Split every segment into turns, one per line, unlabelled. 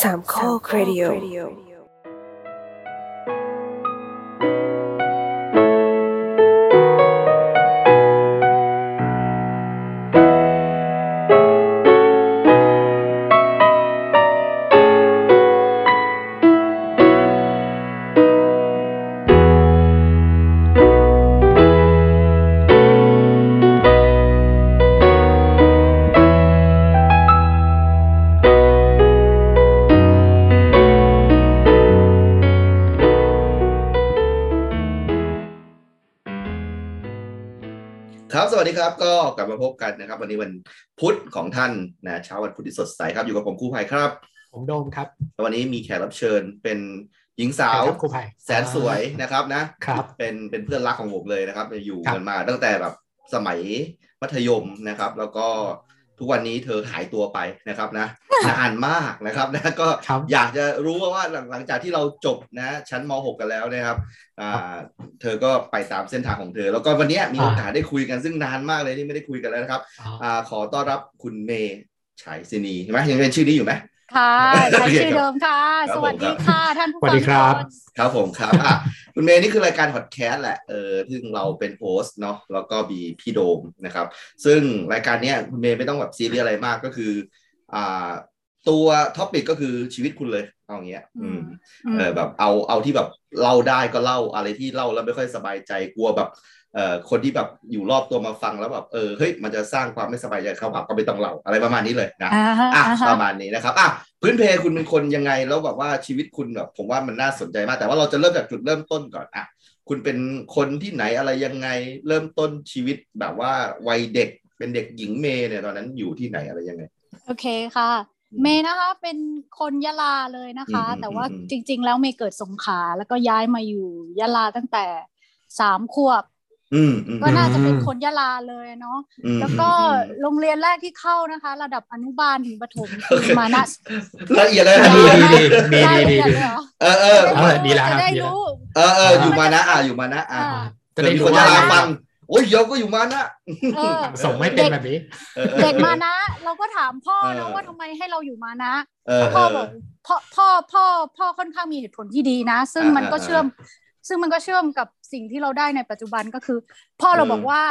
สามข้อครดิโอ
ครับสวัสดีครับก็กลับมาพบกันนะครับ วันนี้วันพุธของท่านนะเช้าวันพุธที่สดใสครับอยู่กับผมครู่ภัยครับ
ผมโดมครับ
แล้ววันนี้มีแขกรับเชิญเป็นหญิงสาว
ครับครูไผ่
แสนสวย
อ่า
นะครับนะครับ เป็นเป็นเพื่อนรักของผมเลยนะครับอยู่
ครับ
กันมาตั้งแต่แบบสมัยมัธยมนะครับ แล้วก็ทุกวันนี้เธอหายตัวไปนะครับนะ นานมากนะครับนะก็
ครับ
อยากจะรู้ว่าว่าหลังหลังจากที่เราจบนะ ชั้นม .6 กันแล้วนะครับอ่าเธอก็ไปตามเส้นทางของเธอ แล้วก็วันเนี้ยมี
อ่า
โอกาสได้คุยกันซึ่งนานมากเลยที่ไม่ได้คุยกันแล้วนะครับ
อ๋อ
อ่าขอต้อนรับคุณเมย์ฉายซินีใช่ไหมยังเป็นชื่อนี้อยู่ไหม
ค่ะใช้ชื่อ
โอเคครับ
เดิมค่ะ
ครับ
สวัส
ผ
ดี
มค
ค่ะ
รับ
ท่านผู้
สวั
ฟั
ส
ง
ดีครับ
ทุกน
ครับผมครับอ่ะคุณเมย์นี่คือรายการพอดแคสต์แหละเออซึ่งเราเป็นโฮสต์เนาะแล้วก็มีพี่โดมนะครับ ซึ่งรายการเนี้ยคุณเมย์ไม่ต้องแบบซีเรียสอะไรมากก็คืออ่าตัวท็อปิกก็คือชีวิตคุณเลยเอาอย่างเงี้ยอืม
อืม
เออแบบเอาเอาที่แบบเล่าได้ก็เล่าอะไรที่เล่าแล้วไม่ค่อยสบายใจกลัวแบบเอ่อคนที่แบบอยู่รอบตัวมาฟังแล้วแบบเออเฮ้ยมันจะสร้างความไม่สบายใจเขาแบบก็ไม่ต้องเล่าอะไรประมาณนี้เลยนะ
อ่าฮะ
อ่ะ
อ่า
ป
ฮะ
ระมาณนี้นะครับอ่ะพื้นเพคุณเป็นคนยังไงแล้วแบบว่าชีวิตคุณแบบผมว่ามันน่าสนใจมาก แต่ว่าเราจะเริ่มจากจุดเริ่มต้นก่อนอ่ะคุณเป็นคนที่ไหนอะไรยังไง เริ่มต้นชีวิตแบบว่าวัยเด็กเป็นเด็กหญิงเมย์เนี่ยตอนนั้นอยู่ที่ไหนอะไรยังไง
โอเคค่ะ เมย์นะคะเป็นคนยะลาเลยนะคะ
อืมอืม
แต่ว่า
อืม
จริง ๆ แล้วเมย์เกิดสงขลาแล้วก็ย้ายมาอยู่ยะลาตั้งแต่สามขวบ
อืมอืม
ก็น่าจะเป็นคนยะลาเลยเนาะ
อืม
แล้วก็
อืม
โรงเรียนแรกที่เข้านะคะ ระดับอนุบาลถึงประถม
โอเค
มานะ
ละเอียดเลยนะ
ดีดีดีดีดีดีดี
เหรอ
เออเออ
เออดีแล้วครับ
จะได้
ดีแล้ว
รู้
เออเอออยู่มานะอ่ะอยู่มานะอ่ะ
อ่า
จะ
เกิ
ได้
ดมี
รู้
คน
ว่า
จะ
เดี๋
ลา
ยว
ฟังโอ้ยเดี๋ยวก็อยู่มานะ
เออ
ส่งไม่เป็นแบบนี้
ออออ
เด็กมานะ เราก็ถามพ่อ
เออ
นะว่าทำไมให้เราอยู่มานะ
เออเอ
พ่อ
อ
บอกพ่อพ่อพ่อพ่อค่อนข้างมีเหตุผลที่ดีนะ ซึ่ง
อ่า
มันก็
อ่า
เชื่อม ซึ่งมันก็เชื่อมกับสิ่งที่เราได้ในปัจจุบันก็คือ พ่อเรา
อืม
บอกว่า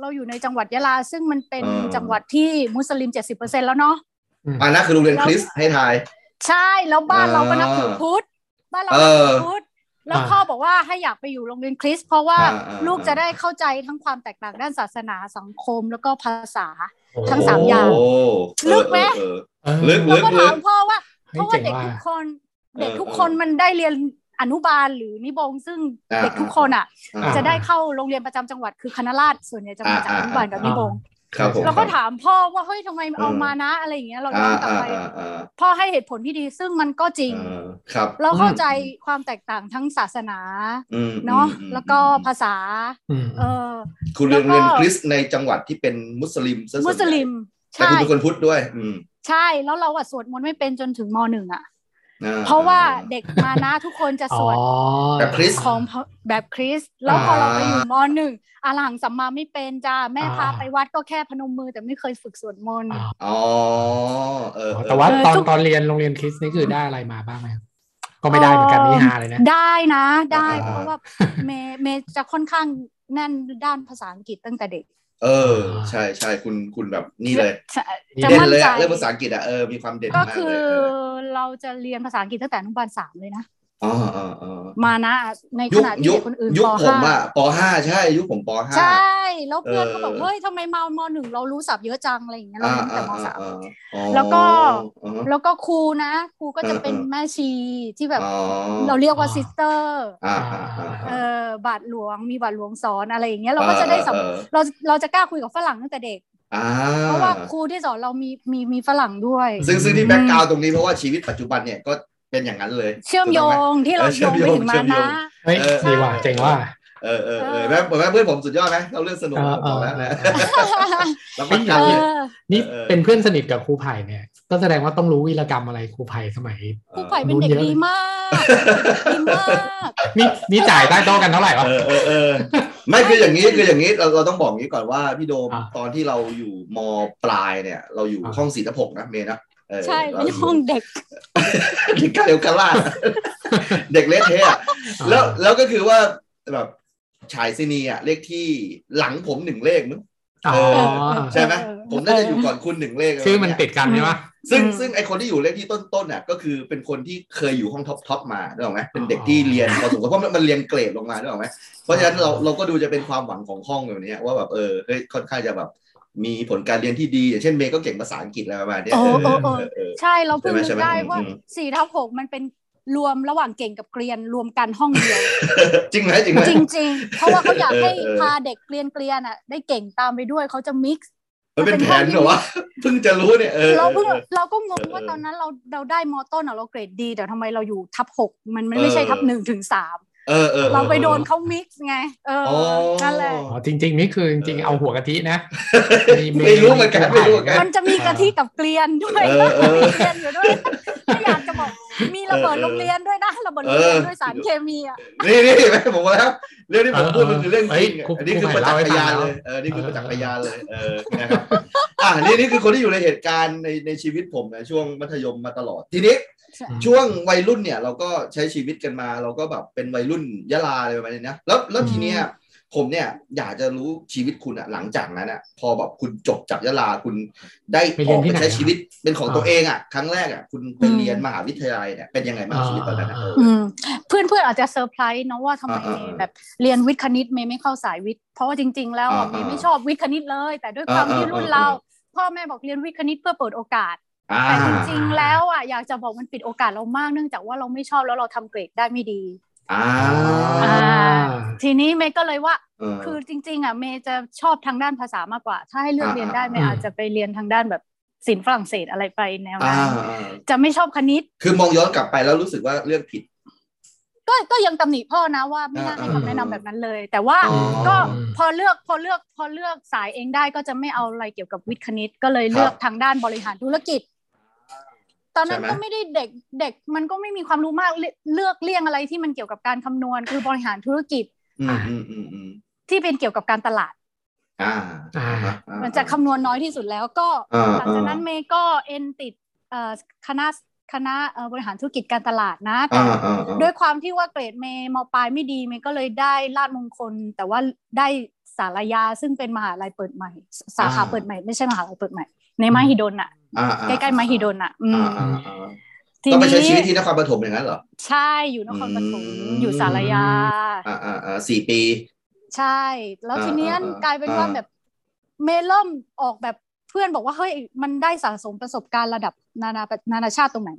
เราอยู่ในจังหวัดยะลา ซึ่งมันเป็น
อ่า
จังหวัดที่มุสลิม 70%แล้วเนาะ
มานะคือโรงเรียนคริสต์ให้ทาย
ใช่แล้วบ้าน
อ่า
เราก็นับถือพุทธบ้านเรา
เอ
นับ
อ
ถือพุทธแล้ว
อ่า
พ่อบอกว่าให้อยากไปอยู่โรงเรียนคริสต์เพราะว่า
อ่าอ่า
ลูกจะได้เข้าใจทั้งความแตกต่างด้านศาสนาสังคมแล้วก็ภาษา
โอ้
ทั้งสามอย่าง
โ
ลึกไหม
เออ
เออ
ลึก
เราก็ถามพ่อว่าเพ
ฮ้ย
ราะว่า
เจ๋
เด็ก
งว่ะ
ทุกคน
เออ
เด็กทุกคนมันได้เรียนอนุบาลหรือนิบง ซึ่ง
อ่า
เด็กทุกคนอ่ะ
เออ
า
จะได้เข้าโรงเรียนประจำจังหวัดคือคณะราษฎรส่วนใหญ่จะมาจาก
อ่า
อนุบาลกับ
อ่า
นิบง
ครับผม
เราก็ถามพ่อว่าเฮ้ยทำไมเอา
เออ
มานะอะไรอย่างเงี้ยเราย้
อ่า
อนกลับ
อ่า
ไป
อ่าอ่า
พ่อให้เหตุผลที่ดีซึ่งมันก็จริง
เออครับ
เราเข้าใจความแตกต่างทั้งศาสนา
อืม
เนาะ
อืม
แล้วก็ภาษา
อืม
เออ
คุณเรียน
แล้วก็
เรียนคริสต์ในจังหวัดที่เป็นมุสลิมซะส่วนใหญ่
มุสลิม
แต่
ใช่
คุณเป็นคนพุทธด้วย อืม
ใช่แล้วเราอะสวดมนต์ไม่เป็นจนถึงมหนึ่งอะ
อ่
เพราะว่าเด็กมานะทุกคนจะ
อ๋
ส
อ
วด
แบบคริสต์
ของพแบบคริสต์แล้วพอ
อ่า
เราไปอยู่มหนึ่งอาหลังสัมมาไม่เป็นจ้าแม่
อ่า
พาไปวัดก็แค่พนมมือแต่ไม่เคยฝึกสวดมนต์
อ๋อ
อ๋อเออเออ
แต่ว่า
เออ
ตอน
ทุก
ตอนเรียนโรงเรียนคริสต์นี่คือได้อะไรมาบ้างไหมครับก็ไม่ได้เหมือนกันนี่ฮาเลยนะ
ได้นะได้
อ่า
เพราะว่าเมย์เมย์จะค่อนข้างแน่นด้านภาษาอังกฤษตั้งแต่เด็ก
เออ ใช่ใช่คุณคุณแบบนี่เลย
จะ
นี่
จะ
เด่น
มั่น
เลย
ใจ
อะเรื่องภาษาอังกฤษอะเออมีความเด่น
ก็
มาก
คื
เล
อย เราจะเรียนภาษาอังกฤษตั้งแต่อนุบาลสามเลยนะ
อ๋ออ๋ออ๋อ
มานะในข
ยุค
ณะที่
ยุค
เด็กคนอื่น
ยุค
ป
ผม
ห้า
อะปห้าใช่ยุคผมปห้า
ใช่ แล้วเพื่อนก็บอก
เออ
เฮ้ยทำไมมามหนึ่งเรารู้ศัพท์เยอะจังอะไรอย่างเงี้ยเรา
อ่า
เรียนตั้งแต่ม
อ่าอ่า
สาม
อ่าอ๋อ
แล้วก็
อ๋อ
แล้วก็ครูนะครูก็จะ
เออ
เป็น
เออ
แม่ชีที่แบบ
อ๋อ
เราเรียกว่า
อ่า
ซิสเตอร์
อ่าอ่าอ่า
เออบาทหลวงมีบาทหลวงสอนอะไรอย่างเงี้ยเราก็จะได้สัม
เออเออ
เราเราจะกล้าคุยกับฝรั่งตั้งแต่เด็ก
อ่า
เพราะว่าครูที่สอนเรามีมีมีฝรั่งด้วย
ซึ่งซึ่งที่แบ็กกราวตรงนี้เพราะว่าชีวิตปัจจุบันเนี่ยก็เป็นอย่างนั้นเลย
เชื่อม
ถูก
โย
ต้อง
ง
ไห
ที่เรา
เออเชื่
โย
อม
งไป
โยง
ถึงมา
เชื่อมโย
นะ
ง
เฮ้ย
เออ
ดีว่ะเจ๋งว่ะ
เออเออเออ
เออ
แม่ผมว่าเพื่อนผมสุดยอดไหมเราเรื่องสนุก
เออ
ผมบอกแล้วนะ
เออเออ
แล้วมัน
เอ
กันเลย
อ
นี่
เออ
เป็นเพื่อนสนิทกับครูไผ่เนี่ย ก็แสดงว่าต้องรู้วีรกรรมอะไรครูไผ่สมัย
ครูไผ่เป็นเด็กดีมากดีมาก
นี่นี่จ่ายใต้โต๊ะกันเท่าไหร่วะ
เออเออเออไม่คืออย่างนี้คืออย่างนี้เราเราต้องบอกอย่างนี้ก่อนว่าพี่โดม
อ่า
ตอนที่เราอยู่มปลายเนี่ย เราอยู่
อ่า
ห้องศิลปหกนะเมย์นะ เออ
ใช่
เรา
เป็นห้องเด็ก
เด็กกาเอลกาล่าเด็กเละเทะอะ แล้วแล้วก็คือว่าแบบฉายซีนีอ่ะเลขที่หลังผมหนึ่งเลขมั้ง
อ๋อ
เออ ใช่ไหม
เออ
ผมน่าจะอยู่ก่อนคุณหนึ่งเลขะไร
ชื่อมันติดกันใช่ปะ
ซึ่ง
อืม
ซึ่งไอคนที่อยู่เลขที่ต้นๆน่ะก็คือเป็นคนที่เคยอยู่ห้องท็อปท็อปมาได้หรอกไหมเป็นเด็กที่เรียนพอสมควรเพราะมันมันเรียงเกรดลงมาได้หรอกไหมเพราะฉะนั้นเราเราก็ดูจะเป็นความหวังของห้องแบบเนี้ยว่าแบบเออเฮ้ยค่อนข้างจะแบบมีผลการเรียนที่ดีอย่างเช่นเมย์ก็เก่งภาษาอังกฤษอะไรประมาณเนี้ย
โอ้
เออ
โอ้โอ้
เออเออ
ใช่เราเพิ่งนึ
ใช่
ก
ไหม
ได้
ใช่ไหม
ว่า
อืม
สี่ทับหกมันเป็นรวมระหว่างเก่งกับเกรียนรวมกันห้องเดียว
จริงไหมจริงไหม
จริง ๆ เพราะว่าเขาอยากให้
เออเออ
พาเด็กเกรียนเกรียนๆอ่ะได้เก่งตามไปด้วยเขาจะมิกซ์
มันเป็นแผนเหรอวะเพิ่งจะรู้เนี่ยเออ
เราเพิ่งเราก็งง
เออ
ว่า
เออ
ตอนนั้นเราเราได้มอต้นอ่ะเราเกรดดี แต่ทำไมเราอยู่ทับหกมันมัน
เออ
ไม่ใช่ทับหนึ่งถึงสาม
เออเออออ
เราไปโดนเขามิกซ์ไง เออ
อ๋อ
นั่นแหละ
อ๋อจริงๆนี่คือจริงๆเอาหัวกะทินะ
ไม่รู้เหมือนกันไม่รู้เหมือนกั
มันจะมีกะทิกับเกลียนด้วย
เออเออ
มีเกลียนอยู่ด้วยไม่อยากจะบอกมีระเบิด
เออเออ
โรงเรียนด้วยนะระเบิดโรงเรียน
เออ
ด้วยสารเคมีอ่ะ
นี่นี่แม่ผมว่าแล้วเรื่องที่ผมพูดมันคือเรื่องจริง
เออ
อ่ะ
เออเฮ้ยครู
อันนี้คือประจักษ์พยานเลยเออนี่คือป
เออ
ระจักษ์พยานเลยเออนะครับอ่านี่นี่คือคนที่อยู่ในเหตุการณ์ในในชีวิตผมนะช่วงมัธยมมาตลอดทีนี้ช่วงวัยรุ่นเนี่ยเราก็ใช้ชีวิตกันมา เราก็แบบเป็นวัยรุ่นยะลาอะไรประมาณนี้นะแล้วแล้วทีเนี้ยผมเนี่ยอยากจะรู้ชีวิตคุณอะหลังจากนั้นอะพอแบบคุณจบจากยะลาคุณได้
ไป
อ
เรี
อย ก
นที่
ไป
ไหนอะ
ใช้ชีวิตเป็นของ
อ่า
ตัวเองอะครั้งแรกอะคุณไป
อืม
เรียนมหาวิทยาลัยเนี่ยเป็นยังไงบ้างชีวิตตอนนั้นอะเออ
อืมเพื่อนเพื่อนอาจจะเซอร์ไพรส์นะว่าทำไม
อ่า
เม
อ่า
ย์แบบเรียนวิทย์คณิตเมย์ไม่เข้าสายวิทย์เพราะว่าจริง ๆ แล้ว
อ่า
อะเมย์ไม่ชอบวิทย์คณิตเลย แต่ด้วยความ
อ่า
ที่
อ่า
รุ่น
อ่า
เรา พ่อแม่บอกเรียนวิทย์คณิตเพื่อเปิดโอกาส
อ่า
แต่จริงๆแล้วอ่ะอยากจะบอกมันปิดโอกาสเรามากเนื่องจากว่าเราไม่ชอบแล้วเราทำเกรดได้ไม่ดี
อ่า
อ่า ทีนี้เมย์ก็เลยว่า
เออ
คือจริง ๆอ่ะเมย์จะชอบทางด้านภาษามากกว่า ถ้าให้เลือก
อ่า
เรียนได้
อ่า
เมย์อาจจะไปเรียนทางด้านแบบศิลป์ฝรั่งเศสอะไรไปแนว
อ่า
นั้น
อ่า
จะไม่ชอบคณิต
คือมองย้อนกลับไปแล้วรู้สึกว่าเลือกผิด
ก็ก็ยังตำหนิพ่อนะว่าไม่น่า
อ่า
ให้
อ่า
คำแนะนำแบบนั้นเลย แต่ว่า
อ๋อ
ก็พอเลือกพอเลือกพอเลือกสายเองได้ก็จะไม่เอาอะไรเกี่ยวกับวิทย์คณิต ก็เลยเลือกทางด้านบริหารธุรกิจ ตอนนั้น
ใช่ไหม
ก็ไม่ได้เด็กเด็กมันก็ไม่มีความรู้มากเลือกเลือกเลี่ยงอะไรที่มันเกี่ยวกับการคำนวณ คือบริหารธุรกิจ
อืมอืมอืมอืม
ที่เป็นเกี่ยวกับการตลาด
อ่า
อ่า
มันจะคำนวณน้อยที่สุดแล้วก็
อ่
หลังจากนั้นเมย์ก็เอ็นติดเอ่อคณะคณะเอ่อบริหารธุรกิจการตลาดนะแต่
อ่าอ่าอ่า
ด้วยความที่ว่าเกรดเมย์มปลายไม่ดีเมย์ก็เลยได้ลาดมงคล แต่ว่าได้สารยาซึ่งเป็นมหาลัยเปิดใหม่ สาขาเปิดใหม่ไม่ใช่มหาลัยเปิดใหม่ ในมหิดลน่ะ
อ่า
ใกล้ๆมหิดลน่ะ อืม
อ่าอ่าอ่า
ที
ก็ไป
นี้
ใช้ชีวิตที่นครปฐมอย่างนั้นเหรอ
ใช่อยู่นครปฐม
อืม
อยู่สารยา
อ่าอ่าอ่าสี่ปี
ใช่ แล้ว
อ่า
ทีเนี้ย
อ่าอ่าก
ลายเป็นว่า
อ่า
แบบเมย์เริ่มออกแบบเพื่อนบอกว่าเฮ้ยมันได้สะสมประสบการณ์ระดับนานานานาชาติตรงไหน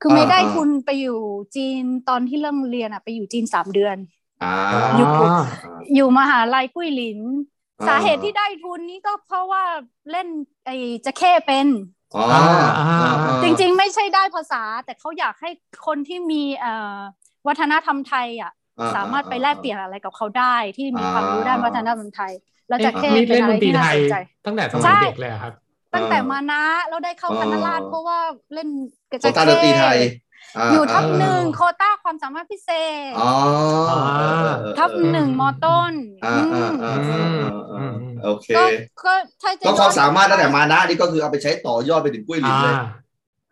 คือเมย์ได้ทุนไปอยู่จีนตอนที่เริ่มเรียนอ่ะไปอยู่จีนสามเดือน
อ่า
อยู่ อยู่มหาลัยกุ้ยหลิน สาเหตุที่ได้ทุนนี้ก็เพราะว่าเล่นไอ้จะเข้เป็น
อ๋อ
จริงๆ ไม่ใช่ได้ภาษา แต่เขาอยากให้คนที่มีเอ่อวัฒนธรรมไทยอ่ะสามารถไปแลกเปลี่ยนอะไรกับเขาได้ ที่มีความรู้ด้านวัฒนธรรมไทย แล้วจะเข้
นี่
เป็
เล่
น
น
อะไร
ดนตรี
ที่
ไท
น่าย สนใจ
ตั้งแต่สมัยเด็กเลยอะครับ
ตั้งแต่มานะแล้วได้เข้าคณะราษฎรเพราะว่าเล่นกระ
โค
จะ
ตาดนตรีไท
เข้
ย
อยู่ทับ
อ่า
หนึ่งโควต้าความสามารถพิเศษ
อ๋อ
ทับหนึ่งมอต้น
อ่า
อื
อ่าม อ่าอ่าโอเค
ก็ก็ถ้าจะ
ก็ความสามารถตั้งแต่
ย้อน
มานะนี่ก็คือเอาไปใช้ต่อยอดไปถึงกุ้ยหลิน
อ่า
เลย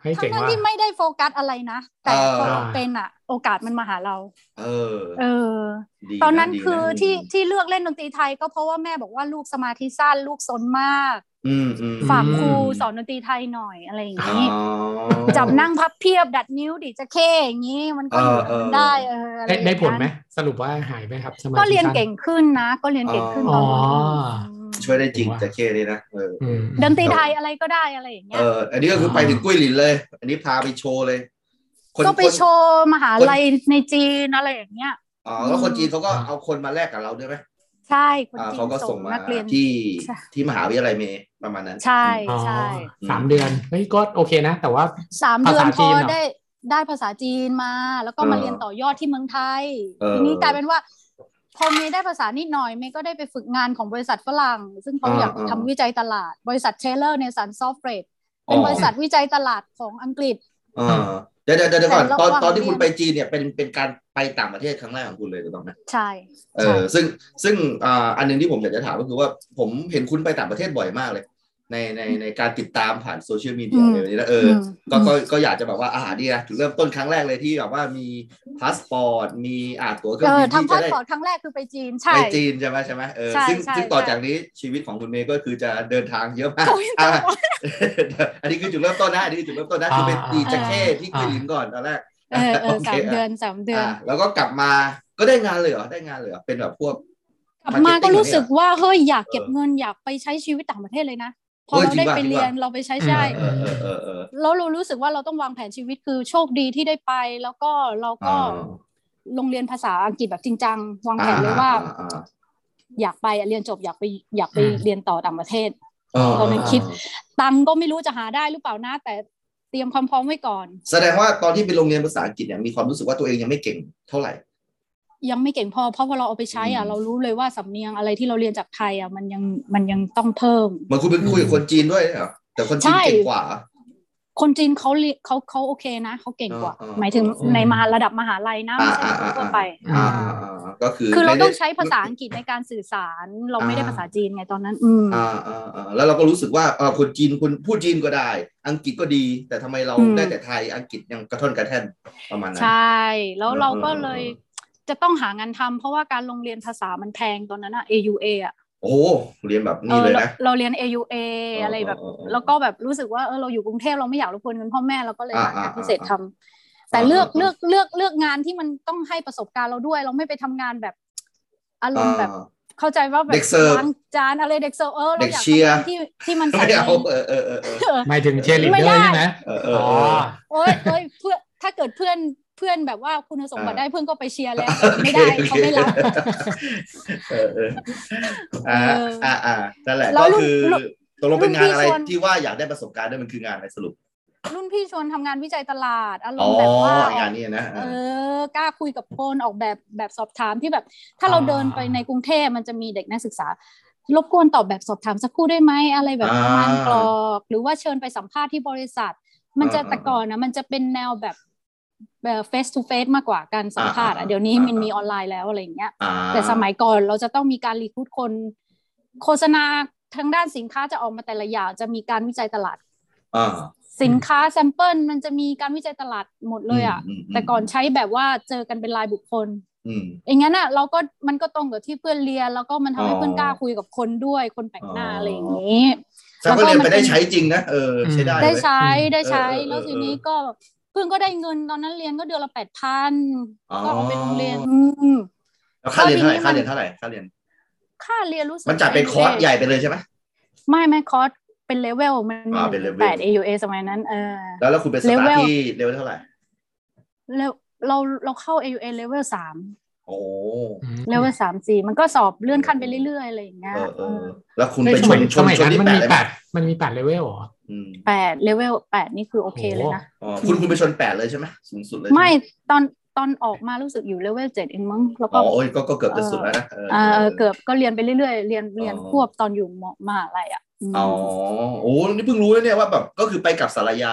ให้ย
ทั้
เจ๋ง
งนั้น
ว่ะ
ที่ไม่ได้โฟกัสอะไรนะ แต่
เออ
พอเราเป็นอ่ะ โอกาสมันมาหาเรา
เออ
เออ
ดีะ
ตอนนั้น
ดีะ
คือที่ที่เลือกเล่นดนตรีไทยก็เพราะว่าแม่บอกว่าลูกสมาธิสั้นลูกซนมาก
อืมอืม
ฝากครู
อืม
สอนดนตรีไทยหน่อยอะไรอย่าง
อ๋อ
นี้จับนั่งพับเพียบดัดนิ้วดิจะเข้อย่างนี้ มันก็อยู่กับ
เออ
มัน
เออ
ได้เอออะไรอ
ได้
ย่าง
ได้ผล
นั้น
ไหมสรุปว่าหายไหมครับสมัย
ก็เรียน
สั้
เก่งขึ้นนะ ก็เรียนเก่งขึ้นตอน
อ๋อ
ช่วยได้จริงจะเข้เลยนะเออ
อืม
ดนตรีไทยอะไรก็ได้อะไรอย่างเงี้
เอย อ อันนี้ก็คือไปถึงกุ้ยหลินเลย อันนี้พาไปโชว์เลย
ก็ไปโชว์มหาลัยในจีนอะไรอย่างเงี้ย
อ๋อแล้วคนจีนเขาก็เอาคนมาแลกกับเราด้วยไหม
ใช่คน
อ่า
จี
เขา
น
ก็
ส่
ส่
ง
งมา
นักเรียน
ที่
ใช่
ที่มหาวิทยาลัยเมย์ประมาณนั้น
ใช่
อ๋อ
ใช่
สามเดือนเฮ้ยก็โอเคนะ แต่ว่า
สามเดือน
ภาษา
พ
จี
อน
เหรอ
ได้ได้ภาษาจีนมา แล้วก็มา
เออ
เรียนต่อยอดที่เมืองไทย
เออ
ทีนี้กลายเป็นว่า พอเมย์ได้ภาษานิดหน่อยเมย์ก็ได้ไปฝึกงานของบริษัทฝรั่ง ซึ่งเขาอยากทำวิจัยตลาด บริษัทเทเลอร์ในสันซอฟเฟรดเป็นบริษัทวิจัยตลาดของอังกฤษ
เออเดี๋ยวเดี๋ยวเดี๋ยวก่อน
แต่ระห
ต
ว่า
อง นตอนที่คุณ
เรียน
ไปจีนเนี่ยเป็นเป็นการไปต่างประเทศครั้งแรกของคุณเลยถูกต้องไหม
ใช่
เออซึ่งซึ่งอ่าอันหนึ่งที่ผมอยากจะถามก็คือว่าผมเห็นคุณไปต่างประเทศบ่อยมากเลย ในในในการติดตามผ่านโซเชียลมีเดียอะไรแบบนี้นะเอออ
ม
ก็ก็ก็อยากจะแบบว่าอ่านี่นะจุดเริ่มต้นครั้งแรกเลยที่แบบว่ามีพาสปอร์ตมีอ่าตั๋วเครื่อ
เอง อ
บินที่
ทำพา
จะ
ส
ได้
ปอร์ตครั้งแรกคือไปจีนใช่
ไปจีนใช่ไหมใช่ไหมเออ
ใช่
ซึ่ง
ใช่
ซึ่งต่อ
ใช่
จากนี้ชีวิตของคุณเมย์ก็คือจะเดินทางเยอะมาก
เขาไม่ต้อ
อ่ะ
งบอก
อันนี้คือจุดเริ่มต้นนะอันนี้คือจุดเริ่มต้นนะคือไปตีจะเข้ที่กุยหลินก่อนตอนแรก
เออเออสาม
โค
เดือนสามเดือน
อ่ะแล้วก็กลับมาก็ได้งานเลยเหรอได้งานเลยเหรอเป็นแบบพวก
กลับมาก็
marketing
รู้สึกว่าเฮ้ยอยากเก็บ
เออ
เงินอยากไปใช้ชีวิตต่างประเทศเลยนะ พอ
เฮ้ย
เรา
จริง
ได้
ป่ะ
ไป
จริง
เรีย
ป่ะ
นเราไปใช้ใช่
เออเออเออเออ
แล้วเรารู้สึกว่าเราต้องวางแผนชีวิตคือโชคดีที่ได้ไป แล้วก็เราก็
อ่า
โรงเรียนภาษาอังกฤษแบบจริงจังวางแผนเลยว่า
อ่อ่อ่า
อยากไปอ่ะเรียนจบอยากไปอยากไป
อืม
เรียนต่อต่างประเทศ
เออ
ตอนนั้นคิด ตังค์ก็ไม่รู้จะหาได้หรือเปล่านะแต่เตรียมความพร้อมไว้ก่อน
แสดงว่าตอนที่ไปโรงเรียนภาษาอังกฤษเนี่ยมีความรู้สึกว่าตัวเองยังไม่เก่งเท่าไหร่
ยังไม่เก่งพอเพราะพอเราเอาไปใช้อ่ะ
อืม
เรารู้เลยว่าสำเนียงอะไรที่เราเรียนจากไทยอ่ะมันยังมันยังต้องเพิ่ม
เหมือนคุณไปคุยกับคนจีนด้วยเหรอแต่คนจีน
ใช่
เก่งกว่า
คนจีนเขาเรียเขาเขาโอเคนะเขาเก่งกว่า
อ่าอ่า
หมายถึงในมหาระดับมหาลัยนะ
อ่า
ไม่ใช่
อ่า
คน
อ่า
ทั่ว
อ่า
ไป
อ่าอ่าอ่าก็คือ
คือเราต้องใช้
ไม่ได้
ภาษาอังกฤษในการสื่อสารเราไม่ได้ภาษาจีนไงตอนนั้น อืม
อ่าอ่าอ่าแล้วเราก็รู้สึกว่าเออคนจีนคนพูดจีนก็ได้ อังกฤษก็ดี แต่ทำไมเรา
อืม
ได้แต่ไทยอังกฤษยังกระท่อนกระแท่นประมาณนั้น
ใช่แล้วเราก็
เออเออ
เลยจะต้องหางานทำเพราะว่าการโรงเรียนภาษามันแพงตอนนั้นอะ AUA อะ
โอ้โหเรียนแบบ
เอ
นี้
อ
เลย
เรา
นะ
เราเรียน AUA อะไรแบบ
เออเออเออ
แล้วก็แบบรู้สึกว่าเออเราอยู่กรุงเทพเราไม่อยากรบกวนเงินพ่อแม่เราก็เลย
อ่า
หางาน
อ่า
พิเศษ
อ่า
ทำแต่เลือก
อ่าอ่า
เลือกเลือกเลือกงานที่มันต้องให้ประสบการณ์เราด้วย เราไม่ไปทำงานแบบอารมณ์แบบเข้าใจว่าแบบ
เด็กเสิร์ฟ
ล้างจานอะไรเด็กเสิร์ฟเออเราอยาก
เด็กเชียร์
ทำงานที่ที่มันใส่
ไม่เอาเออเออเออเออ
เออ
หมายถึงเชลิเด
ไม่
อ
ได้
ร์ใช่ไหม
เออเอ
อ๋
อ
อ
เออ
โอ๊ยโอ๊ยเพื่อนถ้าเกิดเพื่อนเพื่อนแบบว่าคุณสมบัติ
อ่า
ได้เพื่อนก็ไปเชียร์แล้วแต่ไม่ ได้เขาไม่รับ
เออเอออ่า
เอออ่
อ่าอ่านั่นแหละ
แล้ว
ก็
รุ่น
คือ
รุ่น
ตกลงเป็นงานอะไร
รุ่นพี่ชวน
ที่ว่าอยากได้ประสบการณ์ด้วยมันคืองานอะไรสรุป
รุ่นพี่ชวนทำงานวิจัยตลาดอาร
อ๋
ม
อ
ณ์แบบว่า
งานนี้นะ
เอ
อ่า
อกล้าคุยกับคนออกแบบแบบสอบถามที่แบบ ถ้าเราเดินไปในกรุงเทพมันจะมีเด็กนักศึกษา รบกวนตอบแบบสอบถามสักครู่ได้ไหมอะไรแบบ
อ่า
ประมาณกรอกหรือว่าเชิญไปสัมภาษณ์ที่บริษัท มันจะ
อ่า
แต่ก่อนนะมันจะเป็นแนวแบบแบบ face to face มากกว่าการสัมภาษณ์อ่ะ
อ่าอ่า
เดี๋ยวนี้มัน
อ่ามี
มีออนไลน์แล้วอะไรอย่างเงี้ย
อ่า
แต่สมัยก่อนเราจะต้องมีการรีคูดคน โฆษณาทางด้านสินค้าจะออกมาแต่ละอย่างจะมีการวิจัยตลาด
อ่า
สินค้าแซมเปิลมันจะมีการวิจัยตลาดหมดเลยอ่ะ
มม
แต่ก่อนใช้แบบว่าเจอกันเป็นรายบุคคล
อืม
อย่างนั้นอ่ะเราก็มันก็ตรงกับที่เพื่อนเรียน แล้วก็มันทำให้
อ๋อ
เพื่อนกล้าคุยกับคนด้วย คนแปลกหน้า
อ๋ออ
อะไรอย่างนี้
แสด
แล้
งว่า
วก็
เรียนไป
มัน
ได้
เป็น
ใช้จริงนะเออใช้ได้
ได้
เว้ย
ใช้ได้ใช้
เออเออ
แล้ว
เออ
ทีนี้ก็เพื่อนก็ได้เงินตอนนั้นเรียนก็เดือนละแปดพัน
อ๋อ
ก็เอาไปโรงเรียนอืม
แล้วค่าเรียนเท่าไหร่
แล้วทีนี้มัน
ค่าเรียนเท่าไหร่ค่าเรียน
ค่าเรียนรู้สึก
มันจัดเป็นคอร์สใหญ่ไปเลยใช่ไหม
ไม่ไม่คอร์สเป็นเลเวลมัน
อ่าเป็นเลเวล
แปด AUA สมัยนั้นเออ
แล้วแล้วคุณเป็นสตาร์
level
ทที่เลเวลเท่าไหร่
แล้วเราเราเข้า AUA เลเวลสาม
โอ้
อืม
เลเวลสามสี่มันก็สอบเลื่อนขั้นไปเรื่อยๆอะไรอย่างเงี้ย
เออเอ
เอ
อ
อ
แล้วคุณ
ใน
ไป
ส
ช
มัน ย
ช
ส
น
มัย
ชน
นั้น
ที่
มัน
แปด
มี
เลยไห
แป
ม
ดมันมีแปดเลเวลเหรอ
อืม
แปดเลเวลแปดนี่คือโอเคเลยนะ
อ๋อคุณคุณไปชนแปดเลยใช่ไหมสูงสุดเลยใช่ห
ไม่ตอนตอนออกมารู้สึกอยู่เลเวลเจ็ดเองมั้งแล้ว
อ๋
ก็
อโอ้ยก็ก็เกือบจะสุดแล้วนะ
เออเกือบก็เรียนไปเรื่อยๆ เรียนเรียนควบตอนอยู่มมหาลัยอ่ะม
อ๋อโอ้นี่เพิ่งรู้นะเนี่ยว่าแบบก็คือไปกับสารยา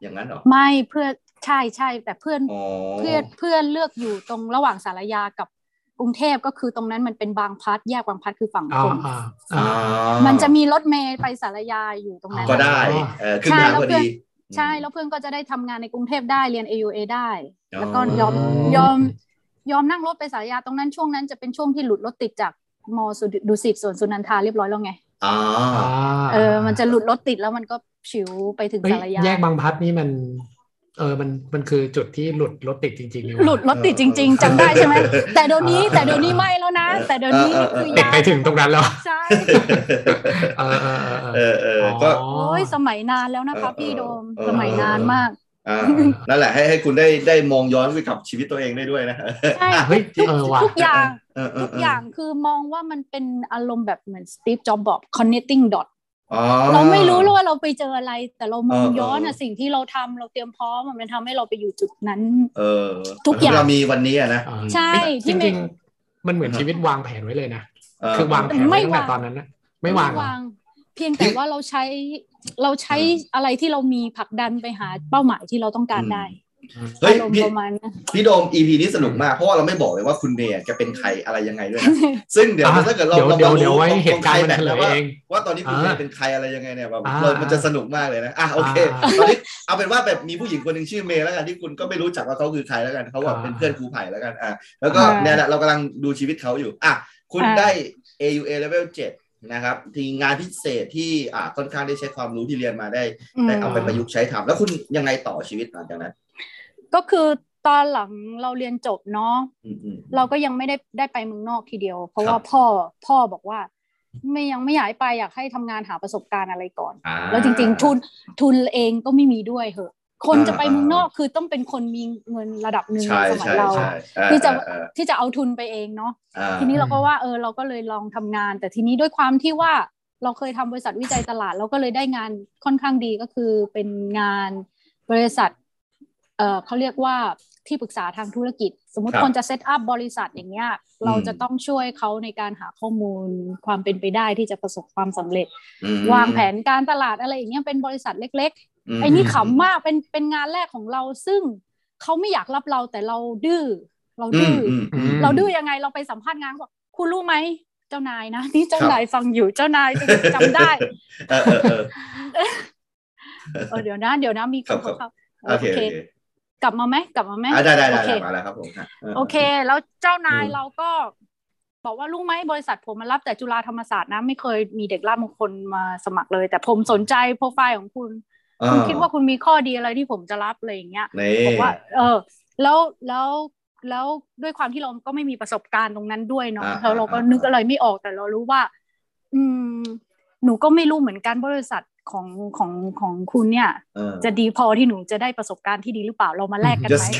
อย่างนั้นเหรอ
ไม่เพื่อนใช่ใช่แต่เพื่อน
อ๋อ
เพื่อนเพื่อนเลือกอยู่ตรงระหว่างสารยากับกรุงเทพก็คือตรงนั้นมันเป็นบางพลัดแยกบางพลัดคือฝั่ง
อ่า
ทน
อ่า
อ่า
อ่า
มันจะมีรถเมล์ไปสารยาอยู่ตรงนั้น
ก็ได้เออขึ้นทางพอดี
ใช่แล้วเพื่อนก็จะได้ทำงานในกรุงเทพได้เรียน AUA ได้
อ๋
แล้วก็ยอม
อ๋อ
ยอมยอมนั่งรถไปสายยาตรงนั้นช่วงนั้นจะเป็นช่วงที่หลุดรถติดจากมอสุดดุสิตสวนสุนันทาเรียบร้อยแล้วไง
อ๋อ
อ่า
เออมันจะหลุดรถติดแล้วมันก็ฉิวไปถึง
เอ้ย
สารยา
แยกบางพลัดนี่มัน เออมันมันคือจุดที่หลุดรถติดจริงๆนี่ว่า
หลุดรถติดจริง ๆจำได้ใช่ไหมแต่เดี๋ยวนี้แต่เดี๋ยวนี้ไม่แล้วนะ แต่เดี๋ยวนี้คือยา
ติดไปถึงตรงนั้นแล้ว
ใช่
เออเออเออ
เอ
เออ
อเออก็
อ๋อ
โอ้ยสมัยนานแล้วนะคะพี่โดมสมัยนานมาก
อ่านั่นแหละให้ให้คุณได้ได้มองย้อนไปกับชีวิตตัวเองได้ด้วยนะ
ใช่
เฮ้ย
ทุก
เออว่ะ
ทุกอย่าง
เออเอ
ทุ
อก เออ
อย่างคือมองว่ามันเป็นอารมณ์แบบเหมือนสตีฟจ็อบบอก connecting dot
อ๋อ
เราไม่รู้เลยว่าเราไปเจออะไร แต่เรามอง
เออเออ
ย้อนอ่ะสิ่งที่เราทำเราเตรียมพร้อมอะมันทำให้เราไปอยู่จุดนั้น
เออ
ทุกอย่าง
เรามีวันนี้อะนะ
เออ
ใช่
จ
ที่ไม่
ริงๆมันเหมือนชีวิตวางแผนไว้เลยนะ
เออ
คือวางแผนไว้ตั้งแต่ตอนนั้นนะไม่วางเหรอ
วาง เพียงแต่ว่าเราใช้เราใช้อะไรที่เรามีผลักดันไปหาเป้าหมายที่เราต้องการได้
เฮ้ย
อารมณ์
พี่
ประมาณนั้น
พี่โดม EP นี้สนุกมาก เพราะว่าเราไม่บอกเลยว่าคุณเมย์จะเป็นใครอะไรยังไงด้วย นะซึ่งเดี๋ยว
อ่ะ
ถ้าเกิดเรา
เดี๋ยว
เรา
เดี๋ยว
มาต
เดี๋ยวไว้
ง
เหตุการณ์มัน
ตง
เฉลย
ใคแบบ
เอง
ว่าว่าตอนนี้คุณเมย์
อ่า
เป็นใครอะไรยังไงเนี่ยแบบ
อ่า
เรามันจะสนุกมากเลยนะอ่ะโอเค
อ่า
ตอนนี้เอาเป็นว่าแบบมีผู้หญิงคนหนึ่งชื่อเมย์แล้วกันที่คุณก็ไม่รู้จักว่าเขาคือใครแล้วกันเขาแบบ
อ่า
เป็นเพื่อนครูไผ่แล้วกันอ่ะแล้วก็
อ่า
เนี่ยแหละเรากำลังดูชีวิตเขาอยู่อ่ะคุณ
อ่า
ได้ AUA level 7นะครับทีงานพิเศษที่อ่าค่อนข้างได้ใช้ความรู้ที่เรียนมาได้
อืม
ได้เอาไปประยุกต์ใช้ทำแล้วคุณยังไงต่อชีวิตหลังจากนั้น
ก็คือตอนหลังเราเรียนจบเนาะ
อืมอืม
เราก็ยังไม่ได้ได้ไปเมืองนอกทีเดียว เพราะ
ครับ
ว่าพ่อพ่อบอกว่า ไม่ยังไม่อยากให้ไปอยากให้ทำงานหาประสบการณ์อะไรก่อน
อ่า
แล้วจริงๆ ทุนทุนเองก็ไม่มีด้วยเหอะ คนจะไปเมืองนอกคือต้องเป็นคนมีเงินระดับหนึ่ง
ใช่
ในสมัย
ใช่
เรา
ใช่อ่า
ที่จะ
อ่า
ที่จะเอาทุนไปเองเนาะ
อ่า
ทีนี้เราก็ว่าเออเราก็เลยลองทำงาน แต่ทีนี้ด้วยความที่ว่าเราเคยทำบริษัทวิจัยตลาด เราก็เลยได้งานค่อนข้างดีก็คือเป็นงานบริษัทเออเขาเรียกว่าที่ปรึกษาทางธุรกิจ สมมติ
ครับ
คนจะเซตอัพบริษัทอย่างเงี้ยเราจะต้องช่วยเขาในการหาข้อมูลความเป็นไปได้ที่จะประสบความสำเร็จ
อืม
วางแผนการตลาดอะไรอย่างเงี้ยเป็นบริษัทเล็ก ๆ
ม
ไอ้นี่ขำมากเป็นเป็นงานแรกของเราซึ่งเขาไม่อยากรับเราแต่เราดื้อเรา
อื
ดื้
ม
ออ
อืมอืม
ม
เราดื้อยังไงเราไปสัมภาษณ์งานเขาบอกคุณรู้ไหมเจ้านายนะนี่เจ้านายฟังอยู่เจ้านายจะจำ ได้
เออเออเออ
เออเดี๋ยวนะเดี๋ยวนะมีค
ครั
น
บครับ
เข้า
โอเคโอเค
กลับมาไหมกลับมาไหม
อ่าได้ได้ได้
โอเค
ได้มาแล้วครับผมะา
โอเค แล้วเจ้านาย
อืม
เราก็บอกว่ารู้ไหมบริษัทผมมารับแต่จุฬาธรรมศาสตร์นะไม่เคยมีเด็กราบมงคลมาสมัครเลย แต่ผมสนใจโปรไฟล์ของคุณ
อ่
คุณคิดว่าคุณมีข้อดีอะไรที่ผมจะรับอะไรอย่างเงี้ย
นี่
บอกว่าเออแล้วแล้วแล้วด้วยความที่เราก็ไม่มีประสบการณ์ตรงนั้นด้วยเนาะ
อ่
แล้วเราก็นึกอะไรไม่ออกแต่เรารู้ว่า อืม หนูก็ไม่รู้เหมือนกันบริษัทของของของคุณเนี่ย
เออ
จะดีพอที่หนูจะได้ประสบการณ์ที่ดีหรือเปล่าเรามาแลกกัน
จะ
ไหม
สเก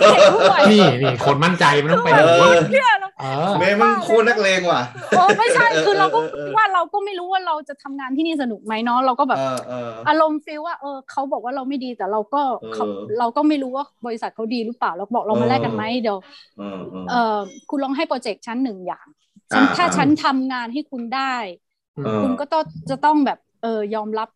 โอ้
ล
โหเห็นด้วย
นี่นี่คนมั่นใจมันต้องไปนอย่าง
อ
นี้
อ เนี่ยเรา
เออ
เมย์มึงโคตรนักเลงว่ะ
โอ้ไม่ใช่คือเราก็
เออ
ว่าเราก็ไม่รู้ว่าเราจะทำงานที่นี่สนุกไหมเนาะเราก็แบบ
เออเออ
อารมณ์ฟีลว่าเออเขาบอกว่าเราไม่ดีแต่เราก็เขา
เออ
เราก็ไม่รู้ว่าบริษัทเขาดีหรือเปล่าเราก็บอกเรามาแลกกันไหมเดี๋ยว
เออเออ
เอ่อคุณลองให้โปรเจกต์ชั้นหนึ่งอย่างฉัน
อ่า
ถ้าฉันทำงานให้คุณได้
เออ
คุณก็ต้องจะต้องแบบเออยอมรับ